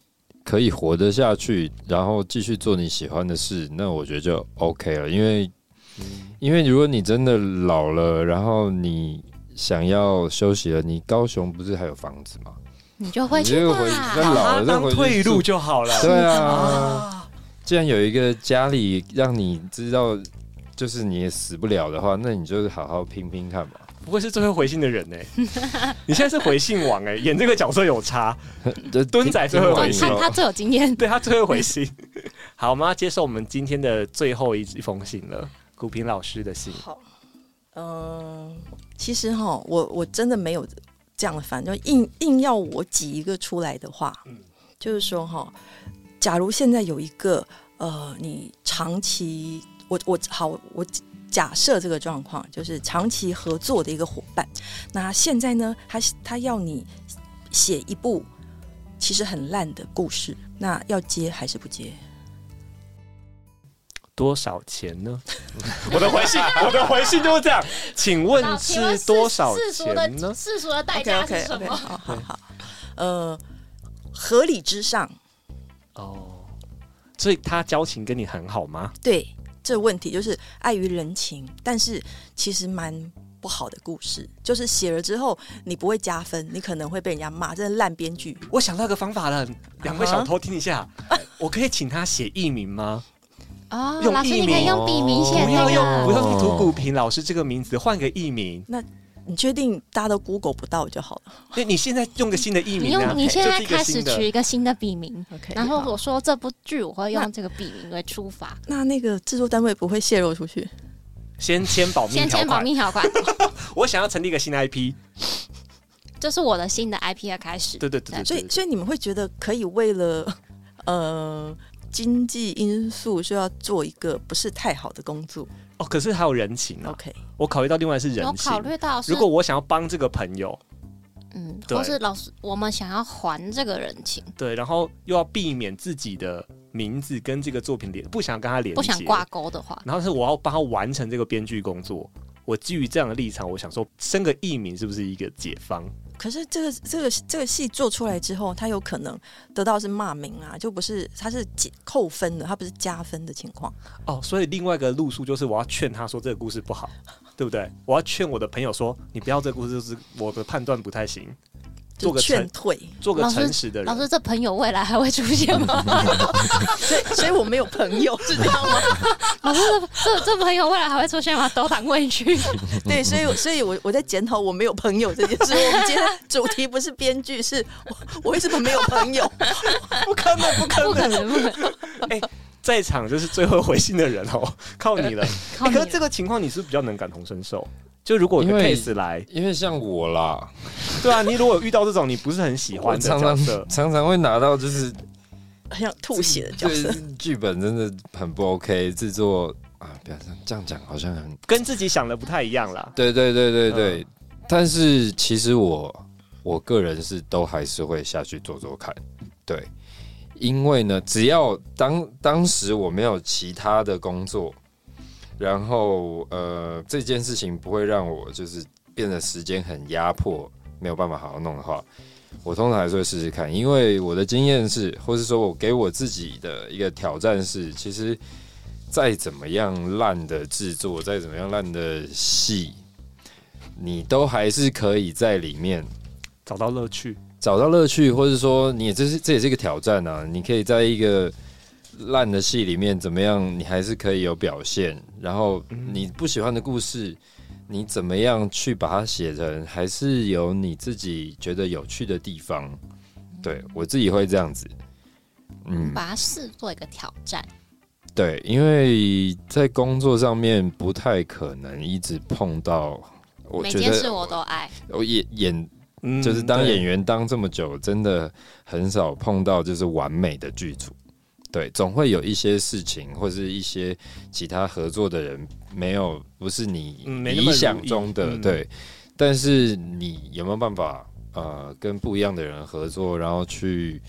[SPEAKER 4] 可以活得下去，然后继续做你喜欢的事，那我觉得就 OK 了。因为，
[SPEAKER 2] 嗯
[SPEAKER 4] 因为如果你真的老了，然后你想要休息了，你高雄不是还有房子吗？
[SPEAKER 3] 你就会去
[SPEAKER 4] 你就回那
[SPEAKER 3] 吧。
[SPEAKER 4] 老了再回去住
[SPEAKER 2] 就好了
[SPEAKER 4] 对啊，既然有一个家里让你知道，就是你也死不了的话，那你就好好拼拼看吧。
[SPEAKER 2] 不会是最会回信的人呢、 你现在是回信王哎、演这个角色有差。
[SPEAKER 4] 这
[SPEAKER 2] 蹲仔最后
[SPEAKER 3] 对
[SPEAKER 2] 回
[SPEAKER 4] 回
[SPEAKER 2] 去
[SPEAKER 3] 看他最有经验。
[SPEAKER 2] 对他最会回信。好，我们要接受我们今天的最后一一封信了，古平老师的信。
[SPEAKER 5] 好，嗯、其实哈，我我真的没有这样的烦，就硬硬要我挤一个出来的话，就是说哈，假如现在有一个呃，你长期，我我好，我假设这个状况就是长期合作的一个伙伴，那现在呢，他他要你写一部其实很烂的故事，那要接还是不接？
[SPEAKER 2] 多少钱呢？ 我的回信，我的回信就是这样。请 问是多少钱呢？
[SPEAKER 3] 世俗的代
[SPEAKER 5] OK OK OK，好好好，呃，合理之上，
[SPEAKER 2] 哦，所以他交情跟你很好吗？
[SPEAKER 5] 对这问题就是碍于人情，但是其实蛮不好的故事，就是写了之后你不会加分，你可能会被人家骂，这是烂编剧。
[SPEAKER 2] 我想到一个方法了，两位小偷听一下，啊 我可以请他写艺名 吗？
[SPEAKER 3] 哦，
[SPEAKER 2] 用
[SPEAKER 3] 老师，
[SPEAKER 2] 艺
[SPEAKER 3] 你可以
[SPEAKER 2] 名
[SPEAKER 3] 用笔名写
[SPEAKER 2] 不
[SPEAKER 3] 那
[SPEAKER 2] 要用，不
[SPEAKER 3] 个。
[SPEAKER 2] 要用涂古平老师这个名字，换个艺名。
[SPEAKER 5] 那你确定大家都 Google 不到就好了
[SPEAKER 2] 对，你现在用个新的艺
[SPEAKER 3] 你
[SPEAKER 2] 名啊，
[SPEAKER 3] 用你现
[SPEAKER 2] 就是
[SPEAKER 3] 在
[SPEAKER 2] 一个
[SPEAKER 3] 开
[SPEAKER 2] 新
[SPEAKER 3] 始
[SPEAKER 2] 的
[SPEAKER 3] 取一个新的笔名，
[SPEAKER 5] ？OK
[SPEAKER 3] 然后
[SPEAKER 5] 好
[SPEAKER 3] 我说这部剧我会
[SPEAKER 5] 那
[SPEAKER 3] 用这个笔名为出发，
[SPEAKER 5] 那那个制作单位不会泄露出去？
[SPEAKER 2] 先签保密
[SPEAKER 3] 先
[SPEAKER 2] 条
[SPEAKER 3] 签保
[SPEAKER 2] 款。
[SPEAKER 3] 密条款，
[SPEAKER 2] 我想要成立一个新的 IP，
[SPEAKER 3] 这是我的新的 IP 的开始。
[SPEAKER 2] 对对对对
[SPEAKER 5] 所
[SPEAKER 2] 对
[SPEAKER 5] 以，所以你们会觉得可以为了呃经济因素，就要做一个不是太好的工作。
[SPEAKER 2] 哦，可是还有人情啊，
[SPEAKER 5] OK，
[SPEAKER 2] 我考虑到另外是
[SPEAKER 3] 哦我
[SPEAKER 2] 人
[SPEAKER 3] 考
[SPEAKER 2] 情。
[SPEAKER 3] 虑到是
[SPEAKER 2] 如果我想要帮这个朋友，
[SPEAKER 3] 嗯，
[SPEAKER 2] 对
[SPEAKER 3] 或是老师，我们想要还这个人情，
[SPEAKER 2] 对，然后又要避免自己的名字跟这个作品连，不想跟他连接，
[SPEAKER 3] 不想挂钩的话，
[SPEAKER 2] 然后是我要帮他完成这个编剧工作。我基于这样的立场，我想说，生个艺名是不是一个解放？
[SPEAKER 5] 可是这个这个这个戏做出来之后，他有可能得到是骂名啊，就不是他是减扣分的，他不是加分的情况。
[SPEAKER 2] 哦，所以另外一个路数就是我要劝他说这个故事不好，对不对？我要劝我的朋友说，你不要这个故事，就是我的判断不太行，做
[SPEAKER 5] 就
[SPEAKER 2] 个
[SPEAKER 5] 劝
[SPEAKER 2] 诚
[SPEAKER 5] 退，
[SPEAKER 2] 做个
[SPEAKER 3] 老师
[SPEAKER 2] 诚实的
[SPEAKER 3] 老
[SPEAKER 2] 人。
[SPEAKER 3] 师，这朋友未来还会出现吗？
[SPEAKER 5] 所以所以我没有朋友，是这样吗？
[SPEAKER 3] 老师，这这这朋友未来还会出现吗？斗胆问一 句，
[SPEAKER 5] 对，所以我所以我我在检讨我没有朋友这件事。我们今天主题不是编剧，是 我我为什么没有朋友？
[SPEAKER 2] 不可能，不可
[SPEAKER 3] 不可
[SPEAKER 2] 能！
[SPEAKER 3] 能，不可能，
[SPEAKER 2] 哎在场就是最会回信的人哦，靠你了。
[SPEAKER 3] 呃靠
[SPEAKER 2] 欸
[SPEAKER 3] 你
[SPEAKER 2] 可
[SPEAKER 3] 了
[SPEAKER 2] 是这个情况你是不是比较能感同身受。就如果有
[SPEAKER 4] 因
[SPEAKER 2] 个
[SPEAKER 4] 为
[SPEAKER 2] case 来，
[SPEAKER 4] 因为像我啦，
[SPEAKER 2] 对啊，你如果有遇到这种你不是很喜
[SPEAKER 4] 我
[SPEAKER 2] 欢的
[SPEAKER 4] 常
[SPEAKER 2] 角
[SPEAKER 4] 常
[SPEAKER 2] 色，
[SPEAKER 4] 常常会拿到就是
[SPEAKER 5] 很想吐血的角色
[SPEAKER 4] 对。剧本真的很不 OK，制作啊，不要这样这样讲，好像很
[SPEAKER 2] 跟自己想的不太一样啦。
[SPEAKER 4] 对对对对
[SPEAKER 2] 嗯
[SPEAKER 4] 对。但是其实我我个人是都还是会下去做做看，对，因为呢，只要当当时我没有其他的工作，然后呃这件事情不会让我就是变得时间很压迫，没有办法好好弄的话。我通常还是会试试看，因为我的经验是，或是说我给我自己的一个挑战是，其实再怎么样烂的制作，再怎么样烂的戏，你都还是可以在里面
[SPEAKER 2] 找到乐趣，
[SPEAKER 4] 找到乐趣，或者说你也这是这也是一个挑战啊！你可以在一个烂的戏里面怎么样，你还是可以有表现。然后你不喜欢的故事，你怎么样去把它写成，还是有你自己觉得有趣的地方。对我自己会这样子，嗯，
[SPEAKER 3] 把它视作一个挑战。
[SPEAKER 4] 对，因为在工作上面不太可能一直碰到，我
[SPEAKER 3] 每
[SPEAKER 4] 觉
[SPEAKER 3] 件事
[SPEAKER 4] 得
[SPEAKER 3] 我都爱，
[SPEAKER 4] 我演演
[SPEAKER 2] 嗯
[SPEAKER 4] 就是当
[SPEAKER 2] 对
[SPEAKER 4] 演员当这么久，真的很少碰到就是完美的剧组。对，总会有一些事情或是一些其他合作的人没有，不是你
[SPEAKER 2] 嗯没那么
[SPEAKER 4] 理想
[SPEAKER 2] 如意
[SPEAKER 4] 中的、
[SPEAKER 2] 嗯
[SPEAKER 4] 对，但是你有没有办法呃跟不一样的人合作，然后去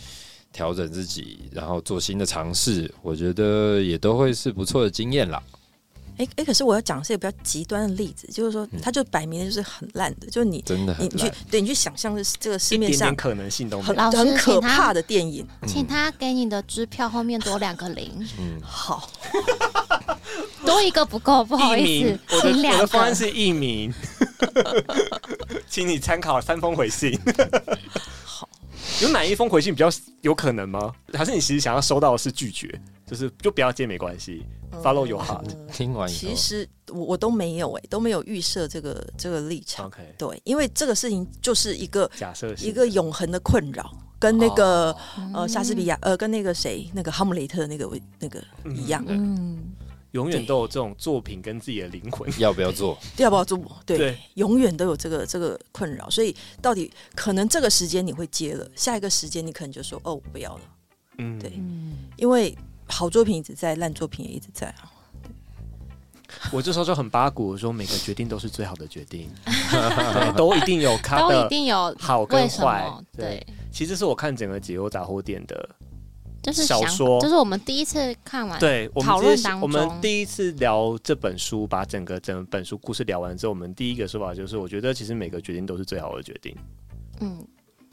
[SPEAKER 4] 调整自己，然后做新的尝试，我觉得也都会是不错的经验啦。
[SPEAKER 5] 哎哎、诶可是我要讲是一个比较极端的例子，就是说，
[SPEAKER 2] 嗯
[SPEAKER 5] 他就摆明的就是很烂的，就是你
[SPEAKER 4] 真的很
[SPEAKER 5] 你你去
[SPEAKER 4] 烂，
[SPEAKER 5] 对你去想象是这个市
[SPEAKER 2] 一
[SPEAKER 5] 面
[SPEAKER 2] 点
[SPEAKER 5] 上
[SPEAKER 2] 点可能性都没
[SPEAKER 5] 很
[SPEAKER 2] 有。
[SPEAKER 3] 老师
[SPEAKER 5] 很可
[SPEAKER 3] 请他
[SPEAKER 5] 怕的电影。
[SPEAKER 2] 嗯
[SPEAKER 3] 请他给你的支票后面多两个零，
[SPEAKER 4] 嗯，
[SPEAKER 5] 好，
[SPEAKER 3] 多一个不够，不好
[SPEAKER 2] 艺
[SPEAKER 3] 意
[SPEAKER 2] 名
[SPEAKER 3] 思，，
[SPEAKER 2] 我
[SPEAKER 3] 请
[SPEAKER 2] 的我
[SPEAKER 3] 两
[SPEAKER 2] 的方案
[SPEAKER 3] 个。
[SPEAKER 2] 是艺名， 请你参考三封回信。
[SPEAKER 5] 好，
[SPEAKER 2] 有哪一封回信比较有可能吗？还是你其实想要收到的是拒绝，就是就不要接没关系，follow
[SPEAKER 3] 嗯
[SPEAKER 2] your heart。
[SPEAKER 4] 听完以
[SPEAKER 5] 呃其
[SPEAKER 2] 哦
[SPEAKER 4] 后，
[SPEAKER 5] 实我我都没有哎、诶都没有预设这个这个立
[SPEAKER 3] 嗯
[SPEAKER 5] 场。
[SPEAKER 2] OK，
[SPEAKER 5] 对，因为这个事情就是一个
[SPEAKER 2] 假哦设性
[SPEAKER 5] 一个永恒的困扰，跟那个、呃莎士比亚呃跟那个谁那个哈姆雷特那个那个
[SPEAKER 2] 嗯
[SPEAKER 5] 一样，
[SPEAKER 3] 嗯，
[SPEAKER 2] 永远都有这种作品跟自己的灵魂。
[SPEAKER 4] 要不要做？
[SPEAKER 5] 要不要做？对，
[SPEAKER 2] 对
[SPEAKER 5] 永远都有这个这个困扰，所以到底可能这个时间你会接了，下一个时间你可能就说哦，我不要了，
[SPEAKER 2] 嗯，
[SPEAKER 5] 对
[SPEAKER 3] 嗯，
[SPEAKER 5] 因为好作品一直在，烂作品也一直在啊。
[SPEAKER 2] 我这时候就很八股，我说每个决定都是最好的决定， 对都一定有它
[SPEAKER 3] 都一
[SPEAKER 2] 的
[SPEAKER 3] 定有
[SPEAKER 2] 好跟
[SPEAKER 3] 为什
[SPEAKER 2] 坏
[SPEAKER 3] 么。？
[SPEAKER 2] 对
[SPEAKER 3] 对，，
[SPEAKER 2] 其实是我看整个《解忧杂货店》的
[SPEAKER 3] 就是
[SPEAKER 2] 小
[SPEAKER 3] 想法
[SPEAKER 2] 说
[SPEAKER 3] 就是我们第一次看完，
[SPEAKER 2] 对，我们
[SPEAKER 3] 讨论
[SPEAKER 2] 之前
[SPEAKER 3] 当
[SPEAKER 2] 我们
[SPEAKER 3] 中
[SPEAKER 2] 第一次聊这本书，把整个整本书故事聊完之后，我们第一个说法就是，我觉得其实每个决定都是最好的决定，
[SPEAKER 3] 嗯，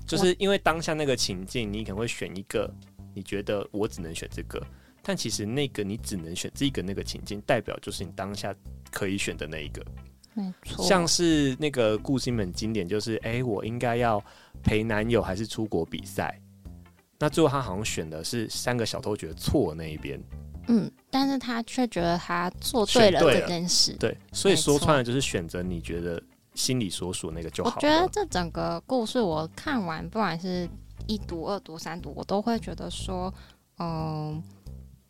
[SPEAKER 2] 就是因为当下那个情境，你可能会选一个，你觉得我只能选这个，但其实那个你只能选这个那个情境，代表就是你当下可以选的那一个。
[SPEAKER 3] 没错，
[SPEAKER 2] 像是那个顾星们经典，就是哎、诶我应该要陪男友还是出国比赛？那最后他好像选的是三个小偷觉得错的那一边。
[SPEAKER 3] 嗯，但是他却觉得他做对了
[SPEAKER 2] 选对
[SPEAKER 3] 这
[SPEAKER 2] 了
[SPEAKER 3] 件事，
[SPEAKER 2] 对，所以
[SPEAKER 3] 没
[SPEAKER 2] 说
[SPEAKER 3] 错
[SPEAKER 2] 穿了就是选择你觉得心里所属那个就
[SPEAKER 3] 我
[SPEAKER 2] 好
[SPEAKER 3] 觉得
[SPEAKER 2] 了。
[SPEAKER 3] 这整个故事我看完，不管是一读、二读、三读，我都会觉得说，嗯，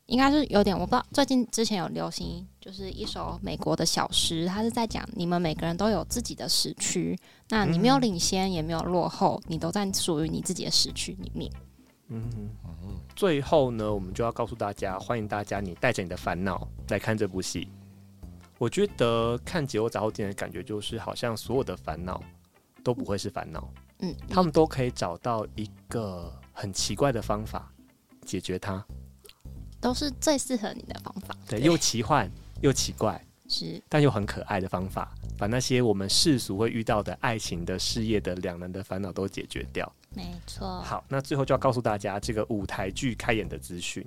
[SPEAKER 3] 应该是有点我不知道。最近之前有流行，就是一首美国的小诗，它是在讲你们每个人都有自己的时区，那你
[SPEAKER 2] 嗯
[SPEAKER 3] 没有领先，也没有落后，你都在属于你自己的时区里面。
[SPEAKER 2] 嗯哼，最后呢，我们就要告诉大家，欢迎大家你带着你的烦恼来看这部戏。我觉得看《解忧杂货店》的感觉就是，好像所有的烦恼都不会是烦恼，
[SPEAKER 3] 嗯，
[SPEAKER 2] 他们都可以找到一个很奇怪的方法解决它。
[SPEAKER 3] 都是最适合你的方法，
[SPEAKER 2] 对，又奇幻又奇怪，
[SPEAKER 3] 是
[SPEAKER 2] 但又很可爱的方法，把那些我们世俗会遇到的爱情的、事业的两难的烦恼都解决掉。
[SPEAKER 3] 没错。
[SPEAKER 2] 好，那最后就要告诉大家这个舞台剧开演的资讯。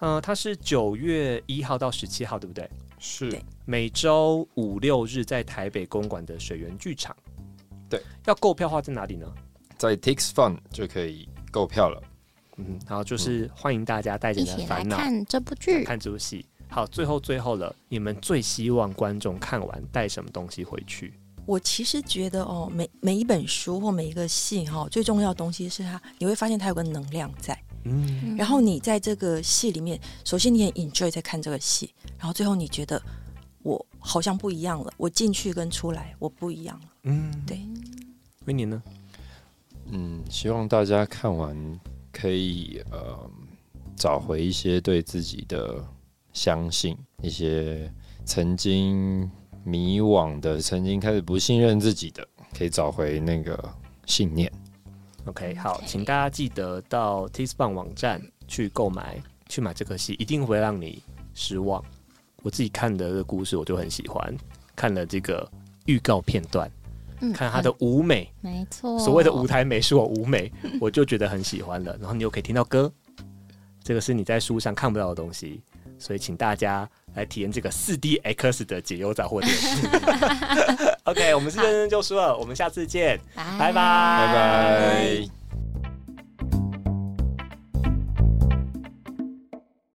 [SPEAKER 2] 呃，它是九月一号到十七号，对不对？
[SPEAKER 4] 是
[SPEAKER 5] 对
[SPEAKER 2] 每周五六日在台北公馆的水源剧场。
[SPEAKER 4] 对，
[SPEAKER 2] 要购票的话在哪里呢？
[SPEAKER 4] 在 Tix Fun 就可以购票了。
[SPEAKER 2] 嗯，然后就是欢迎大家带着
[SPEAKER 3] 一
[SPEAKER 2] 你的
[SPEAKER 3] 起来
[SPEAKER 2] 烦恼
[SPEAKER 3] 看这部剧，
[SPEAKER 2] 看这部戏。好，最后最后了，你们最希望观众看完带什么东西回去？
[SPEAKER 5] 我其实觉得哦，每每一本书或每一个戏哈、最重要的东西是它，你会发现它有个能量在。
[SPEAKER 2] 嗯，
[SPEAKER 3] 嗯
[SPEAKER 5] 然后你在这个戏里面，首先你很 enjoy 在看这个戏，然后最后你觉得我好像不一样了，我进去跟出来我不一样了。
[SPEAKER 2] 嗯，
[SPEAKER 5] 对。
[SPEAKER 2] 维尼呢？
[SPEAKER 4] 嗯，希望大家看完可以呃找回一些对自己的相信，一些曾经迷惘的、曾经开始不信任自己的，可以找回那个信念。
[SPEAKER 2] OK，好
[SPEAKER 3] OK
[SPEAKER 2] 请大家记得到 t i s b o n 网站去购买，去买这颗戏，一定会让你失望。我自己看的这个故事，我就很喜欢，看了这个预告片段，
[SPEAKER 3] 嗯
[SPEAKER 2] 看它的舞美，
[SPEAKER 3] 没错，
[SPEAKER 2] 所谓的舞台美是我舞美，嗯哦 我就觉得很喜欢了。然后你又可以听到歌，这个是你在书上看不到的东西，所以请大家来体验这个四 D X 的解忧杂货 店。OK，我们是认真就输了，我们下次见，
[SPEAKER 3] 拜
[SPEAKER 2] 拜拜，
[SPEAKER 4] 拜拜。